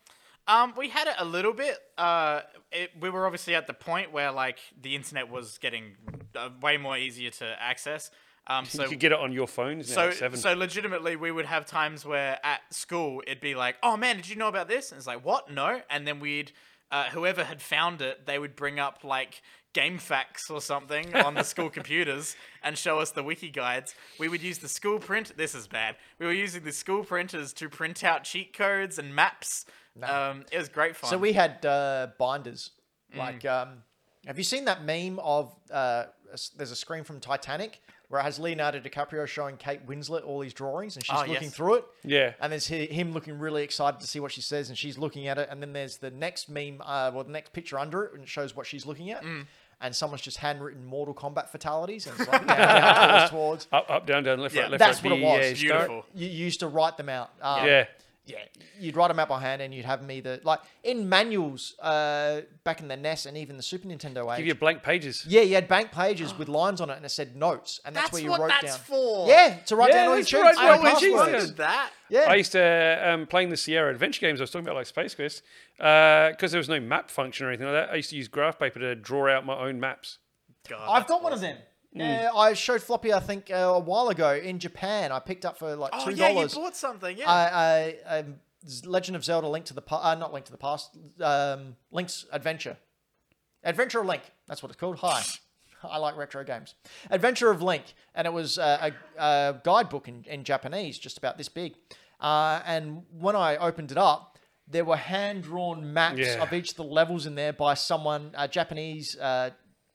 Speaker 1: Um, we had it a little bit. Uh, it, we were obviously at the point where like the internet was getting uh, way more easier to access. Um, so
Speaker 2: you could get it on your phones now.
Speaker 1: so
Speaker 2: at seven.
Speaker 1: so legitimately, we would have times where at school it'd be like, "Oh man, did you know about this?" And it's like, "What? No." And then we'd. Uh, whoever had found it, they would bring up like game facts or something on the school computers and show us the wiki guides. We would use the school print. This is bad. We were using the school printers to print out cheat codes and maps. Um, it was great fun.
Speaker 3: So we had uh, binders.
Speaker 1: Mm.
Speaker 3: Like, um, have you seen that meme of uh, s- there's a screen from Titanic where it has Leonardo DiCaprio showing Kate Winslet all his drawings and she's
Speaker 1: Oh,
Speaker 3: looking
Speaker 1: yes.
Speaker 3: through it?
Speaker 2: Yeah.
Speaker 3: And there's hi- him looking really excited to see what she says and she's looking at it. And then there's the next meme, uh, well, the next picture under it and it shows what she's looking at.
Speaker 1: Mm.
Speaker 3: And someone's just handwritten Mortal Kombat fatalities and it's like down, down, towards, towards.
Speaker 2: Up, up, down, down, left,
Speaker 1: Yeah.
Speaker 2: right, left,
Speaker 3: That's
Speaker 2: right.
Speaker 3: what it was.
Speaker 2: Yeah, start.
Speaker 1: Beautiful.
Speaker 3: You you used to write them out. Um,
Speaker 2: Yeah.
Speaker 3: yeah, you'd write them out by hand, and you'd have me the like in manuals uh, back in the NES and even the Super Nintendo age.
Speaker 2: Give you blank pages.
Speaker 3: yeah, you had blank pages with lines on it, and it said notes, and that's,
Speaker 1: That's
Speaker 3: where you
Speaker 1: what
Speaker 3: wrote
Speaker 1: that's
Speaker 3: down.
Speaker 1: for.
Speaker 3: Yeah, to write
Speaker 2: Yeah,
Speaker 3: down all your
Speaker 2: that's right,
Speaker 3: cheats.
Speaker 1: I
Speaker 3: and
Speaker 2: write
Speaker 1: always
Speaker 2: down
Speaker 3: passwords.
Speaker 2: cheats.
Speaker 1: Oh, wanted that.
Speaker 3: Yeah,
Speaker 2: I used to um, playing the Sierra Adventure games I was talking about, like Space Quest, because there was no map function or anything like that. I used to use graph paper to draw out my own maps.
Speaker 1: God,
Speaker 3: I've got one of them.
Speaker 2: Mm.
Speaker 3: Yeah, I showed Floppy, I think, uh, a while ago in Japan. I picked up for like
Speaker 1: Oh
Speaker 3: two
Speaker 1: yeah, you
Speaker 3: dollars.
Speaker 1: bought something. Yeah.
Speaker 3: I, I, um, Z- Legend of Zelda: Link to the Past, uh, not Link to the Past, um, Link's Adventure, Adventure of Link. That's what it's called. Hi, I like retro games. Adventure of Link, and it was uh, a, a guidebook in, in Japanese, just about this big. Uh, and when I opened it up, there were hand drawn maps
Speaker 2: Yeah.
Speaker 3: of each of the levels in there by someone, a Japanese uh,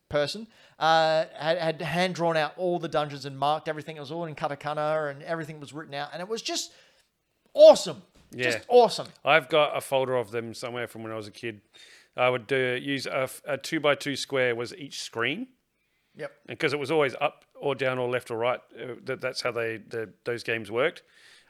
Speaker 3: person, uh, had, had hand drawn out all the dungeons and marked everything. It was all in katakana and everything was written out, and it was just awesome. Just
Speaker 2: Yeah.
Speaker 3: awesome.
Speaker 2: I've got a folder of them somewhere from when I was a kid. I would do, use a, f- a two by two square was each screen
Speaker 3: Yep.
Speaker 2: because it was always up or down or left or right. uh, That, that's how they the, those games worked.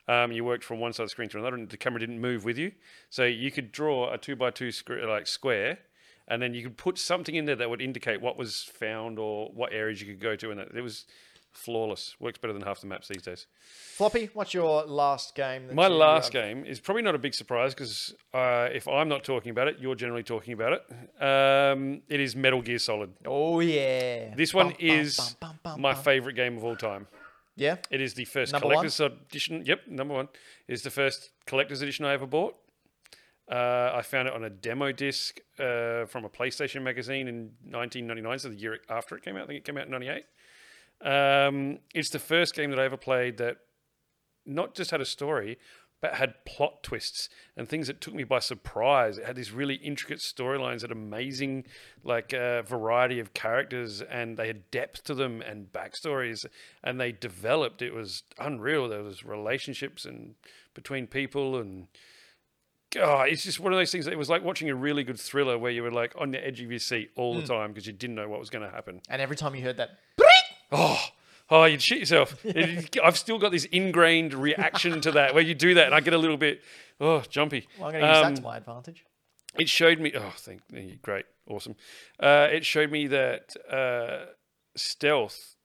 Speaker 2: Um, you worked from one side of the screen to another, and the camera didn't move with you, so you could draw a two by two squ- like square, and then you could put something in there that would indicate what was found or what areas you could go to, and it, it was flawless. Works better than half the maps these days.
Speaker 3: Floppy, what's your last game? That
Speaker 2: My
Speaker 3: you,
Speaker 2: last
Speaker 3: uh,
Speaker 2: game is probably not a big surprise because uh, if I'm not talking about it, you're generally talking about it. Um, it is Metal Gear Solid.
Speaker 3: Oh yeah.
Speaker 2: This one
Speaker 3: Bum, bum,
Speaker 2: is
Speaker 3: bum, bum, bum,
Speaker 2: my
Speaker 3: bum.
Speaker 2: favorite game of all time.
Speaker 3: yeah.
Speaker 2: It is the first
Speaker 3: Number one?
Speaker 2: collector's edition. Yep, number one is the first collector's edition I ever bought. Uh, I found it on a demo disc uh, from a PlayStation magazine in 1999, so the year after it came out. I think it came out in '98. Um, it's the first game that I ever played that not just had a story, but had plot twists and things that took me by surprise. It had these really intricate storylines, an amazing like uh, variety of characters, and they had depth to them and backstories, and they developed. It was unreal. There was relationships and between people and. God, it's just one of those things that it was like watching a really good thriller where you were like on the edge of your seat all the time because you didn't know what was going to happen
Speaker 3: And every time you heard that,
Speaker 2: oh, oh, you'd shit yourself. It- I've still got this ingrained reaction to that where you do that and I get a little bit, oh, jumpy.
Speaker 3: well, I'm going to use
Speaker 2: Um,
Speaker 3: that to my advantage.
Speaker 2: it showed me. Oh, thank you. Great. Awesome. Uh, it showed me that uh, stealth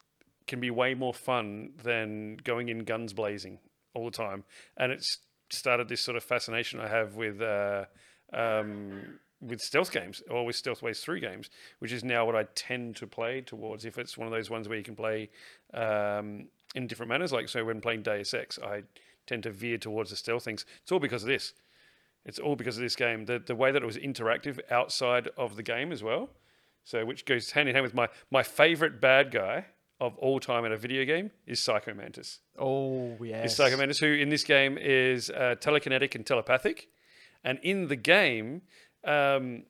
Speaker 2: can be way more fun than going in guns blazing all the time. And it's started this sort of fascination I have with. Uh, um, with stealth games or with stealth ways through games, which is now what I tend to play towards. If it's one of those ones where you can play um, in different manners, like so when playing Deus Ex, I tend to veer towards the stealth things. It's all because of this. It's all because of this game. The the way that it was interactive outside of the game as well. So which goes hand in hand with my my favorite bad guy of all time in a video game is Psycho Mantis.
Speaker 3: Oh yes.
Speaker 2: Psycho Mantis, who in this game is uh, telekinetic and telepathic, and in the game um,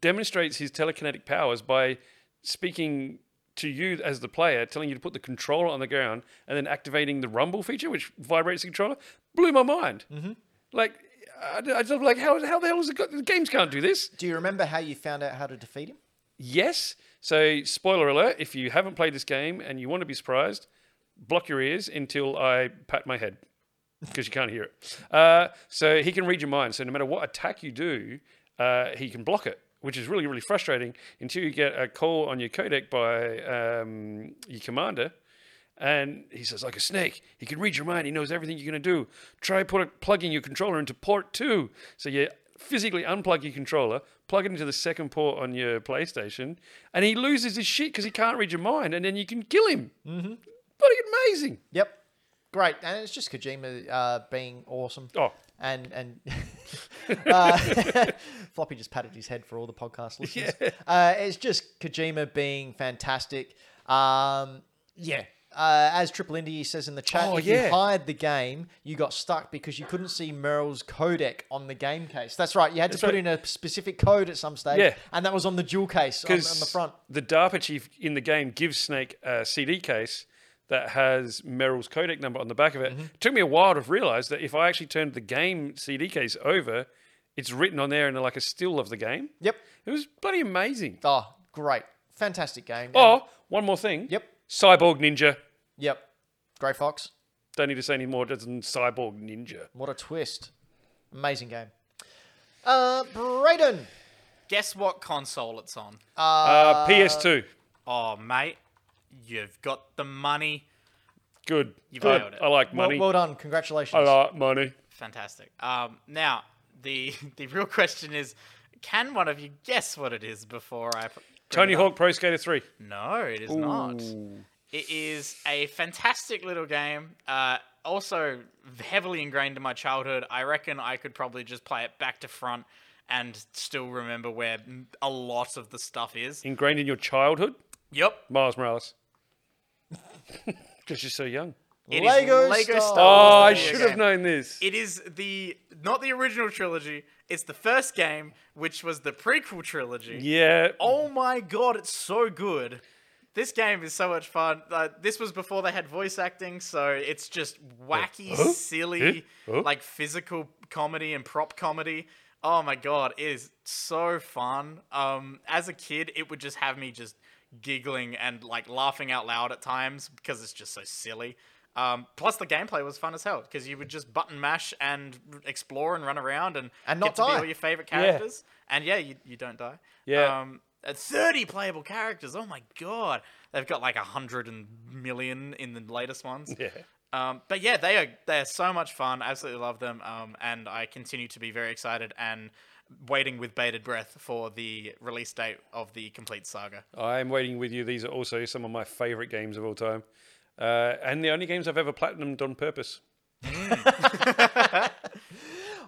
Speaker 2: demonstrates his telekinetic powers by speaking to you as the player, telling you to put the controller on the ground, and then activating the rumble feature, which vibrates the controller. Blew my mind. Like. I, I just like how, how the hell is it got the games can't do this?
Speaker 3: Do you remember how you found out how to defeat him?
Speaker 2: Yes. So, spoiler alert: if you haven't played this game and you want to be surprised, block your ears until I pat my head because you can't hear it. Uh, so he can read your mind. So no matter what attack you do, uh, he can block it, which is really really frustrating until you get a call on your codec by um, your commander. And he says, like a snake, he can read your mind. He knows everything you're going to do. Try put, plugging your controller into port two. So you physically unplug your controller, plug it into the second port on your PlayStation, and he loses his shit because he can't read your mind. And then you can kill him. Mm-hmm. Bloody amazing.
Speaker 3: Yep. Great. And it's just Kojima uh, being awesome.
Speaker 2: Oh,
Speaker 3: And and Uh, Floppy just patted his head for all the podcast listeners. Uh, it's just Kojima being fantastic. Um, yeah. Uh, as Triple Indy says in the chat,
Speaker 2: Oh,
Speaker 3: if
Speaker 2: yeah.
Speaker 3: you hired the game, you got stuck because you couldn't see Merrill's codec on the game case. That's right. You had to
Speaker 2: That's
Speaker 3: put
Speaker 2: right.
Speaker 3: in a specific code at some stage,
Speaker 2: Yeah.
Speaker 3: and that was on the jewel case on, on
Speaker 2: because
Speaker 3: the front.
Speaker 2: the DARPA chief in the game gives Snake a CD case that has Merrill's codec number on the back of
Speaker 3: Mm-hmm.
Speaker 2: it. It took me a while to realize that if I actually turned the game CD case over, it's written on there in like a still of the game.
Speaker 3: Yep.
Speaker 2: It was bloody amazing.
Speaker 3: Oh, great. Fantastic game.
Speaker 2: Oh, one more thing.
Speaker 3: Yep.
Speaker 2: Cyborg Ninja.
Speaker 3: Yep. Grey Fox.
Speaker 2: Don't need to say any more. That's Cyborg Ninja.
Speaker 3: What a twist. Amazing game. Uh, Brayden.
Speaker 1: Guess what console it's on?
Speaker 2: Uh, PS2.
Speaker 1: Oh, mate, you've got the money.
Speaker 2: Good.
Speaker 1: You've
Speaker 2: I,
Speaker 1: nailed it.
Speaker 2: I like
Speaker 3: Well,
Speaker 2: money.
Speaker 3: well done. Congratulations.
Speaker 2: I like money.
Speaker 1: Fantastic. Um, now the the real question is, can one of you guess what it is before I? p- bring
Speaker 2: Tony
Speaker 1: it up?
Speaker 2: Hawk Pro Skater 3.
Speaker 3: Mm.
Speaker 1: No, it is not. It is a fantastic little game. Uh, also heavily ingrained in my childhood. I reckon I could probably just play it back to front and still remember where m- a lot of the stuff is.
Speaker 2: Ingrained in your childhood.
Speaker 1: Yep.
Speaker 2: Miles Morales. Because you're so young.
Speaker 1: it is
Speaker 3: Lego Star Wars.
Speaker 2: Oh,
Speaker 1: Wars
Speaker 2: I
Speaker 1: video
Speaker 2: should have
Speaker 1: game.
Speaker 2: known this.
Speaker 1: It is the not the original trilogy. It's the first game, which was the prequel trilogy.
Speaker 2: Yeah.
Speaker 1: Oh my god, it's so good. This game is so much fun. Uh, this was before they had voice acting, so it's just wacky,
Speaker 2: Huh?
Speaker 1: silly,
Speaker 2: Huh? Huh?
Speaker 1: like physical comedy and prop comedy. Oh my god, it is so fun. Um, as a kid, it would just have me just giggling and like laughing out loud at times because it's just so silly. Um, plus, the gameplay was fun as hell because you would just button mash and r- explore and run around and
Speaker 3: And
Speaker 1: get
Speaker 3: not
Speaker 1: to be
Speaker 3: die.
Speaker 1: all your favorite characters. And yeah, you, you don't die.
Speaker 2: Yeah.
Speaker 1: Um, uh, 30 playable characters. Oh my god. They've got like a hundred and million in the latest ones.
Speaker 2: Yeah.
Speaker 1: Um, but yeah, they are they are so much fun. Absolutely love them. Um, and I continue to be very excited and waiting with bated breath for the release date of the complete saga.
Speaker 2: I'm waiting with you. These are also some of my favorite games of all time. Uh, and the only games I've ever platinumed on purpose.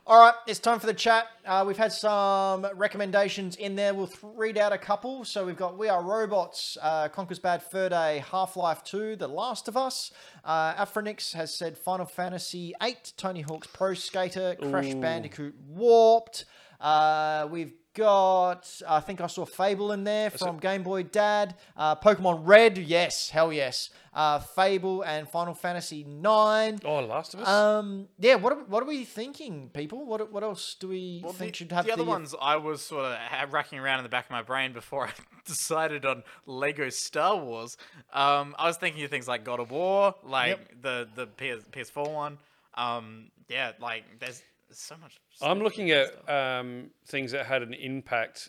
Speaker 3: All right, it's time for the chat. Uh, we've had some recommendations in there. We'll th- read out a couple. So we've got We Are Robots, uh, Conquer's Bad Fur Day, Half Life 2, The Last of Us. Uh, Afronix has said Final Fantasy 8, Tony Hawk's Pro Skater, Crash Bandicoot Warped. Uh, we've got, I think I saw Fable in there from Game Boy Dad. Uh, Pokemon Red, yes, hell yes. Uh, Fable and Final Fantasy 9.
Speaker 2: Oh, Last of Us?
Speaker 3: Um, yeah, what are, what are we thinking, people? What what else do we
Speaker 1: Well,
Speaker 3: think
Speaker 1: the,
Speaker 3: should have
Speaker 1: the other ones I was sort of ha- racking around in the back of my brain before I decided on Lego Star Wars. Um, I was thinking of things like God of War, like the the PS, PS4 one. Um, yeah, like there's so much.
Speaker 2: I'm looking at um, things that had an impact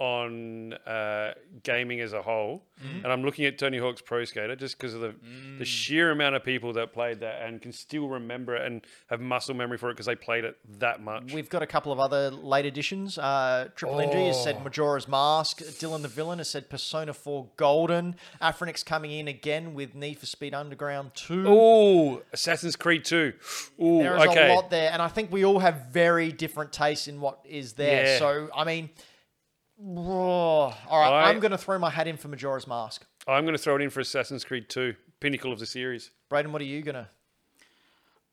Speaker 2: on uh, gaming as a whole, and I'm looking at Tony Hawk's Pro Skater just because of the the sheer amount of people that played that and can still remember it and have muscle memory for it because they played it that much.
Speaker 3: We've got a couple of other late editions. Uh, Triple NG has
Speaker 2: Oh.
Speaker 3: said Majora's Mask. Dylan the Villain has said Persona 4 Golden. Afronix coming in again with Need for Speed Underground 2.
Speaker 2: Oh, Assassin's Creed 2. Oh,
Speaker 3: There is
Speaker 2: okay.
Speaker 3: a lot there, and I think we all have very different tastes in what is there.
Speaker 2: Yeah.
Speaker 3: So, I mean, all right,
Speaker 2: I-
Speaker 3: I'm going to throw my hat in for Majora's Mask.
Speaker 2: I'm going to throw it in for Assassin's Creed 2, pinnacle of the series.
Speaker 3: Braden, what are you going to?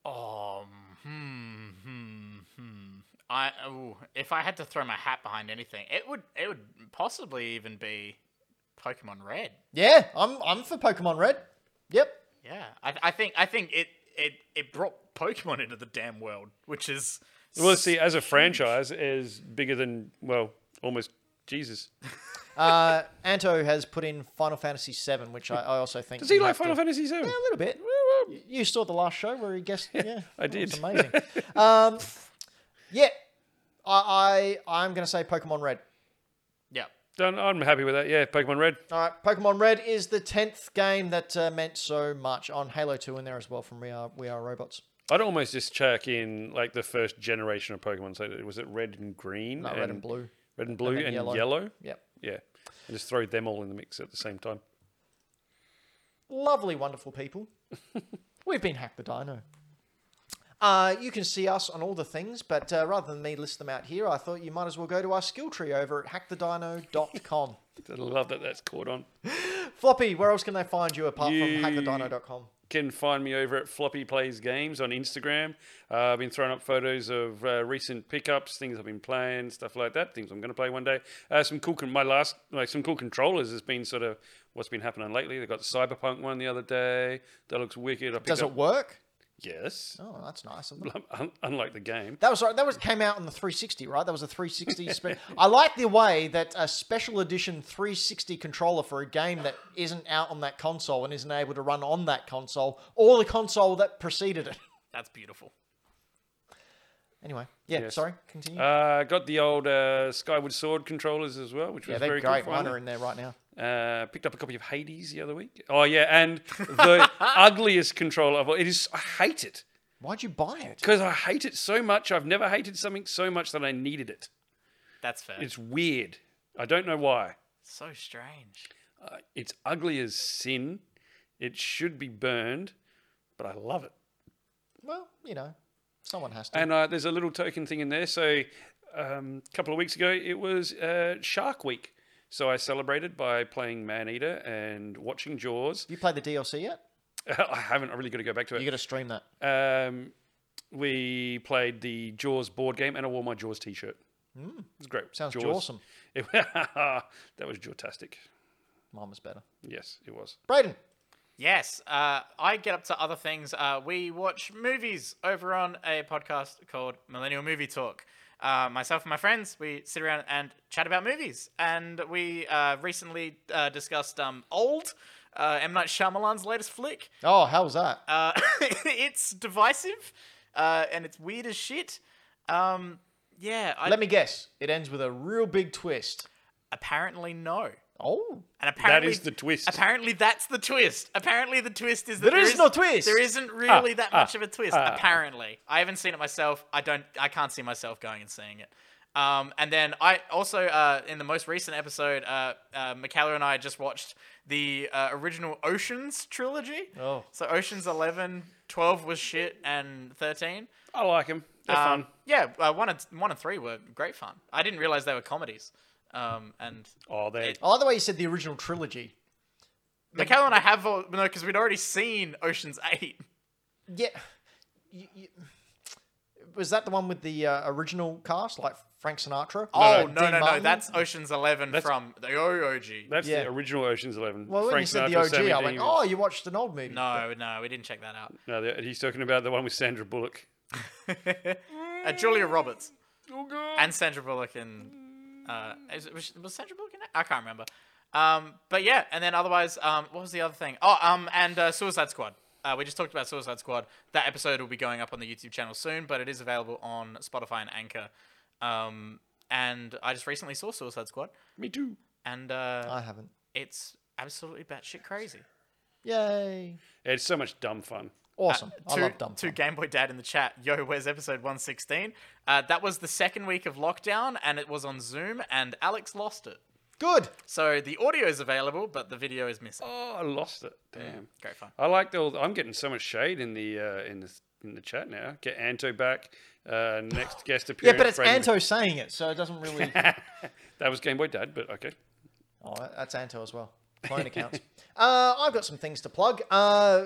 Speaker 1: Um, hmm, hmm, hmm. I ooh, if I had to throw my hat behind anything, it would it would possibly even be Pokemon Red.
Speaker 3: Yeah, I'm I'm for Pokemon Red. Yep,
Speaker 1: Yeah, I, I think I think it it it brought Pokemon into the damn world, which is
Speaker 2: Well, see, as a franchise, is bigger than, well, almost Jesus.
Speaker 3: Uh, Anto has put in Final Fantasy VII, which I, I also think.
Speaker 2: Does he like Final Fantasy 7?
Speaker 3: A little bit. You saw the last show where he guessed. Yeah,
Speaker 2: I
Speaker 3: It's
Speaker 2: did.
Speaker 3: amazing. um, yeah, I, I I'm gonna say Pokemon Red.
Speaker 1: yeah.
Speaker 2: Done. I'm happy with that. Yeah, Pokemon Red.
Speaker 3: All right, Pokemon Red is the tenth game that uh, meant so much on Halo Two in there as well from We Are We Are Robots.
Speaker 2: I'd almost just check in like the first generation of Pokemon. So it- was it red and green?
Speaker 3: No, Red and Blue.
Speaker 2: Red and blue
Speaker 3: then
Speaker 2: and
Speaker 3: yellow.
Speaker 2: yellow.
Speaker 3: Yep.
Speaker 2: Yeah. And just throw them all in the mix at the same time.
Speaker 3: lovely, wonderful people. We've been Hack the Dino. Uh, you can see us on all the things, but uh, rather than me list them out here, I thought you might as well go to our skill tree over at hackthedino.com.
Speaker 2: I love that that's caught on.
Speaker 3: Floppy, where else can they find you apart
Speaker 2: You-
Speaker 3: from hackthedino.com?
Speaker 2: can find me over at Floppy Plays Games on Instagram. Uh, I've been throwing up photos of uh, recent pickups, things I've been playing, stuff like that, things I'm going to play one day. Uh, some cool, con- my last, like some cool controllers has been sort of what's been happening lately. They got the Cyberpunk one the other day. That looks wicked. I picked
Speaker 3: Does
Speaker 2: up,
Speaker 3: it work?
Speaker 2: Yes.
Speaker 3: Oh, that's nice. of them.
Speaker 2: Un- Unlike the game.
Speaker 3: That was right. That was came out on the 360, right? That was a 360. Spe- I like the way that a special edition 360 controller for a game that isn't out on that console and isn't able to run on that console or the console that preceded it.
Speaker 1: That's beautiful.
Speaker 3: Anyway, yeah.
Speaker 2: Yes.
Speaker 3: Sorry, continue.
Speaker 2: Uh, got the old uh, Skyward Sword controllers as well, which
Speaker 3: yeah,
Speaker 2: was
Speaker 3: they're
Speaker 2: very
Speaker 3: great.
Speaker 2: cool.
Speaker 3: Mine
Speaker 2: finding.
Speaker 3: are in there right now.
Speaker 2: Uh, picked up a copy of Hades the other week. Oh yeah, and the ugliest controller of all. It is. I hate it.
Speaker 3: Why'd you buy it?
Speaker 2: Because I hate it so much. I've never hated something so much that I needed it.
Speaker 1: That's fair.
Speaker 2: It's weird. I don't know why.
Speaker 1: so strange.
Speaker 2: Uh, it's ugly as sin. It should be burned, but I love it.
Speaker 3: Well, you know, someone has to.
Speaker 2: And uh, there's a little token thing in there. So um, a couple of weeks ago, it was uh, Shark Week. So I celebrated by playing Man Eater and watching Jaws.
Speaker 3: you played the DLC yet?
Speaker 2: I haven't. I really got to go back to
Speaker 3: You
Speaker 2: it.
Speaker 3: got to stream that.
Speaker 1: Uh,
Speaker 2: Um, we played the Jaws board game, and I wore my Jaws T-shirt. Mm. It's great.
Speaker 3: Hmm. Sounds
Speaker 2: Jaws.
Speaker 3: awesome.
Speaker 2: It, that was jawtastic.
Speaker 3: Mine was better.
Speaker 2: Yes, it was.
Speaker 3: Brayden,
Speaker 1: Yes, uh, I get up to other things. Uh, we watch movies over on a podcast called Millennial Movie Talk. Uh, myself and my friends, we sit around and chat about movies. And we uh, recently uh, discussed um, Old, uh, M. Night Shyamalan's latest flick.
Speaker 3: oh, how was that?
Speaker 1: Uh, it's divisive uh, and it's weird as shit. Um, yeah, I,
Speaker 3: Let me guess. It ends with a real big twist.
Speaker 1: apparently no.
Speaker 3: Oh,
Speaker 1: And apparently
Speaker 2: is the twist.
Speaker 1: Apparently that's the twist. Apparently the twist is that
Speaker 3: There is no twist.
Speaker 1: There isn't really that
Speaker 2: ah,
Speaker 1: much of a twist. apparently, I haven't seen it myself. I don't. I can't see myself going and seeing it. Um, and then I also uh, in the most recent episode, uh, uh, Michaela and I just watched the uh, original Oceans trilogy.
Speaker 3: Oh.
Speaker 1: So Oceans 11, 12 was shit, and 13.
Speaker 2: I like them. They're
Speaker 1: Um,
Speaker 2: fun.
Speaker 1: yeah, uh, one and one and three were great fun. I didn't realize they were comedies. Um, and
Speaker 2: Oh, they.
Speaker 1: it-
Speaker 3: I like the way you said the original trilogy.
Speaker 1: Michaela and I have all, no, because we'd already seen Ocean's Eight.
Speaker 3: Yeah. You, you, was that the one with the uh, original cast, like Frank Sinatra?
Speaker 1: Oh
Speaker 3: Uh,
Speaker 1: no
Speaker 3: Dean
Speaker 1: no no!
Speaker 3: Martin?
Speaker 1: That's Ocean's Eleven
Speaker 2: That's-
Speaker 1: from the oh, OOG.
Speaker 2: that's
Speaker 3: yeah.
Speaker 2: the original Ocean's Eleven.
Speaker 3: well. When
Speaker 2: Frank
Speaker 3: you said
Speaker 2: Sinatra,
Speaker 3: the OG,
Speaker 2: Sammy
Speaker 3: I went,
Speaker 2: Dean.
Speaker 3: "Oh, you watched an old movie."
Speaker 1: No no, we didn't check that out.
Speaker 2: No, the- he's talking about the one with Sandra Bullock.
Speaker 1: Uh, Julia Roberts
Speaker 2: Oh god.
Speaker 1: and Sandra Bullock and uh, is it- was, was Sandra Bullock in it? I can't remember. Um, but yeah, and then otherwise, um, what was the other thing? Oh, um, and uh, Suicide Squad. Uh, we just talked about Suicide Squad. That episode will be going up on the YouTube channel soon, but it is available on Spotify and Anchor. Um, and I just recently saw Suicide Squad,
Speaker 2: Me too.
Speaker 1: and uh,
Speaker 3: I haven't.
Speaker 1: it's absolutely batshit crazy.
Speaker 3: Yay!
Speaker 2: It's so much dumb fun.
Speaker 3: Awesome.
Speaker 1: Uh, to,
Speaker 3: I love dumb
Speaker 1: to
Speaker 3: fun.
Speaker 1: Game Boy Dad in the chat, yo, where's episode 116? Uh, that was the second week of lockdown, and it was on Zoom, and Alex lost it.
Speaker 3: Good.
Speaker 1: So the audio is available, but the video is missing.
Speaker 2: Oh, I lost it. Damn.
Speaker 1: Great fun.
Speaker 2: I like the. Old, I'm getting so much shade in the uh, in the in the chat now. Get Anto back. Uh, next guest
Speaker 3: Yeah,
Speaker 2: appearance.
Speaker 3: but it's
Speaker 2: Brayden-
Speaker 3: Anto saying it, so it doesn't really.
Speaker 2: That was Game Boy Dad, but okay.
Speaker 3: Oh, that- that's Anto as well. Clone accounts. Uh, I've got some things to plug. Uh,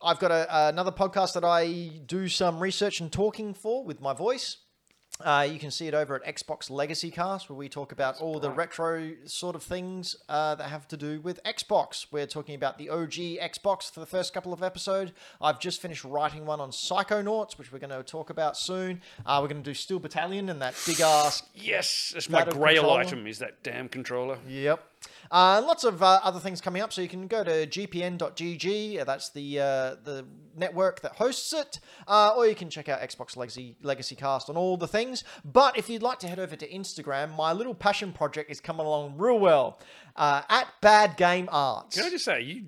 Speaker 3: I've got a, another podcast that I do some research and talking for with my voice. Uh, you can see it over at Xbox Legacy Cast, where we talk about all the retro sort of things uh, that have to do with Xbox. We're talking about the OG Xbox for the first couple of episodes. I've just finished writing one on Psychonauts, which we're going to talk about soon. Uh, we're going to do Steel Battalion and that big ass
Speaker 2: Yes, it's my
Speaker 3: That a
Speaker 2: grail
Speaker 3: controller?
Speaker 2: item. Is that damn controller?
Speaker 3: Yep. Uh, and lots of uh, other things coming up, so you can go to gpn.gg. uh, That's the uh, the network that hosts it, uh, or you can check out Xbox Legacy Legacy Cast on all the things. But if you'd like to head over to Instagram, my little passion project is coming along real well uh, at Bad Game Arts.
Speaker 2: Can I just say, you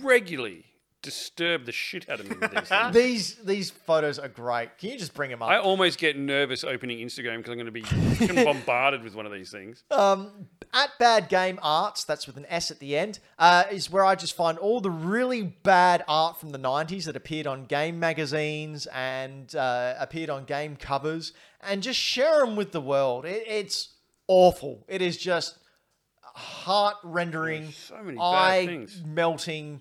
Speaker 2: regularly disturb the shit out of me with these things.
Speaker 3: These these photos are great. Can you just bring them
Speaker 2: I
Speaker 3: up?
Speaker 2: almost get nervous opening Instagram because I'm going to be fucking bombarded with one of these things.
Speaker 3: At Bad Game Arts, that's with an S at the end, uh, is where I just find all the really bad art from the 90s that appeared on game magazines and uh, appeared on game covers and just share them with the world. It, it's awful. It is just heart rendering,
Speaker 2: so many bad
Speaker 3: eye
Speaker 2: things.
Speaker 3: melting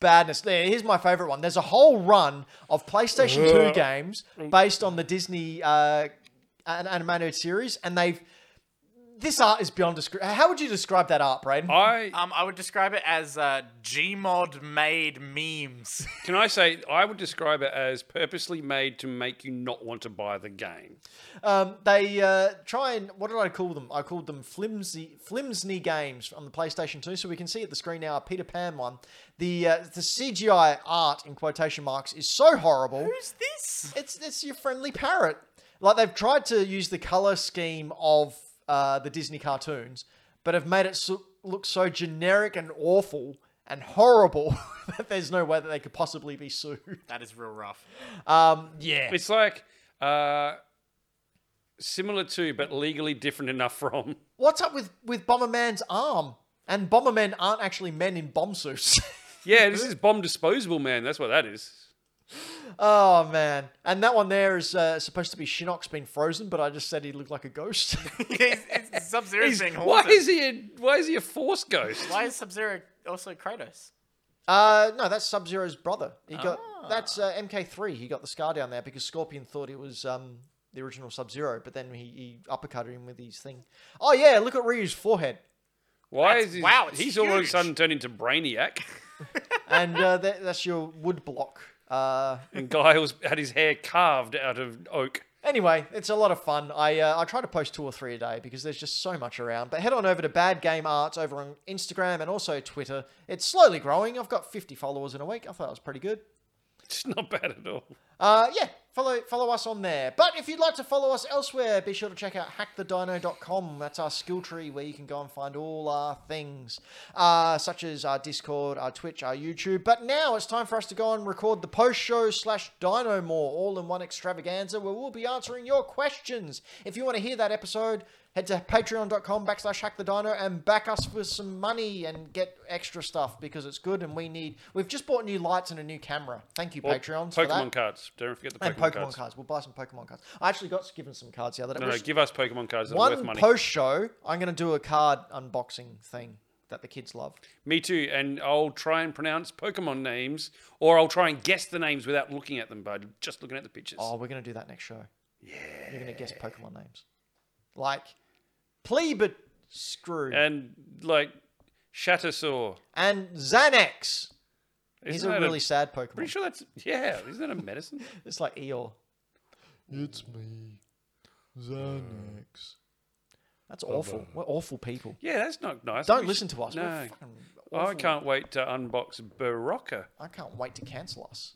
Speaker 3: badness. There, here's my favorite one. There's a whole run of PlayStation 2 games
Speaker 2: Mm.
Speaker 3: based on the Disney uh, an- animated series, and they've this art is beyond description. How would you describe that art, Braden?
Speaker 2: I
Speaker 1: Um, I would describe it as uh, Gmod made memes.
Speaker 2: can I say I would describe it as purposely made to make you not want to buy the game.
Speaker 3: Um, they uh, try and what did I call them? I called them flimsy flimsy games on the PlayStation 2. So we can see at the screen now a Peter Pan one. The uh, the CGI art in quotation marks is so horrible.
Speaker 1: Who's this?
Speaker 3: It's it's your friendly parrot. Like they've tried to use the color scheme of uh, the Disney cartoons, but have made it so, look so generic and awful and horrible that there's no way that they could possibly be sued.
Speaker 1: That is real rough.
Speaker 3: Um, Yeah.
Speaker 2: It's like uh, similar to, but legally different enough from.
Speaker 3: What's up with with Bomberman's arm? And Bombermen aren't actually men in bomb suits.
Speaker 2: Yeah, this is bomb disposable man. That's what that is.
Speaker 3: oh man! And that one there is uh, supposed to be Shinnok's been frozen, but I just said he looked like a ghost.
Speaker 1: He's- it's Sub-Zero being
Speaker 2: Why
Speaker 1: haunted.
Speaker 2: is he a Why is he a force ghost?
Speaker 1: Why is Sub-Zero also Kratos?
Speaker 3: Uh, no, that's Sub Zero's brother. He got that's uh, MK3. He got the scar down there because Scorpion thought it was um the original Sub Zero, but then he, he uppercutted him with his thing. Oh yeah, look at Ryu's forehead,
Speaker 2: Why
Speaker 1: That's-
Speaker 2: is he,
Speaker 1: wow, it's
Speaker 2: He's all of a
Speaker 1: huge.
Speaker 2: sudden turned into Brainiac,
Speaker 3: and uh, that, that's your wood block. Uh,
Speaker 2: and Guy was had his hair carved out of oak.
Speaker 3: anyway, it's a lot of fun. I uh, I try to post two or three a day because there's just so much around. But head on over to Bad Game Arts over on Instagram and also Twitter. It's slowly growing. I've got 50 followers in a week. I thought that was pretty good.
Speaker 2: It's not bad at all.
Speaker 3: Uh, yeah, follow follow us on there. But if you'd like to follow us elsewhere, be sure to check out hackthedino.com. That's our skill tree where you can go and find all our things, uh, such as our Discord, our Twitch, our YouTube. But now it's time for us to go and record the post show slash Dino More all in one extravaganza where we'll be answering your questions. If you want to hear that episode, head to patreon.com backslash hack the dino and back us for some money and get extra stuff because it's good and we need we've just bought new lights and a new camera thank you patreons for that.
Speaker 2: Pokemon cards. Don't forget the Pokemon,
Speaker 3: And Pokemon cards.
Speaker 2: cards.
Speaker 3: We'll buy some Pokemon cards. I actually got given some cards the other day.
Speaker 2: No, no, give us Pokemon cards that are worth
Speaker 3: One
Speaker 2: money.
Speaker 3: post show, I'm going to do a card unboxing thing that the kids love.
Speaker 2: Me too. And I'll try and pronounce Pokemon names, or I'll try and guess the names without looking at them, bud. Just looking at the pictures.
Speaker 3: Oh, we're going to do that next show. Yeah. You're going to guess Pokemon names. Like Plebat Screw
Speaker 2: And like Shattersaur.
Speaker 3: and Xanax. He's
Speaker 2: Isn't
Speaker 3: a
Speaker 2: that
Speaker 3: really sad Pokemon.
Speaker 2: Pretty sure that's yeah. Isn't that a medicine?
Speaker 3: It's like Eeyore.
Speaker 4: It's me, Xanax.
Speaker 3: That's awful. We're awful people.
Speaker 2: yeah, that's not nice.
Speaker 3: Don't
Speaker 2: We
Speaker 3: listen
Speaker 2: should-
Speaker 3: to us. We're
Speaker 2: No,
Speaker 3: fucking
Speaker 2: I
Speaker 3: awful.
Speaker 2: can't wait to unbox Barocca.
Speaker 3: I can't wait to cancel us.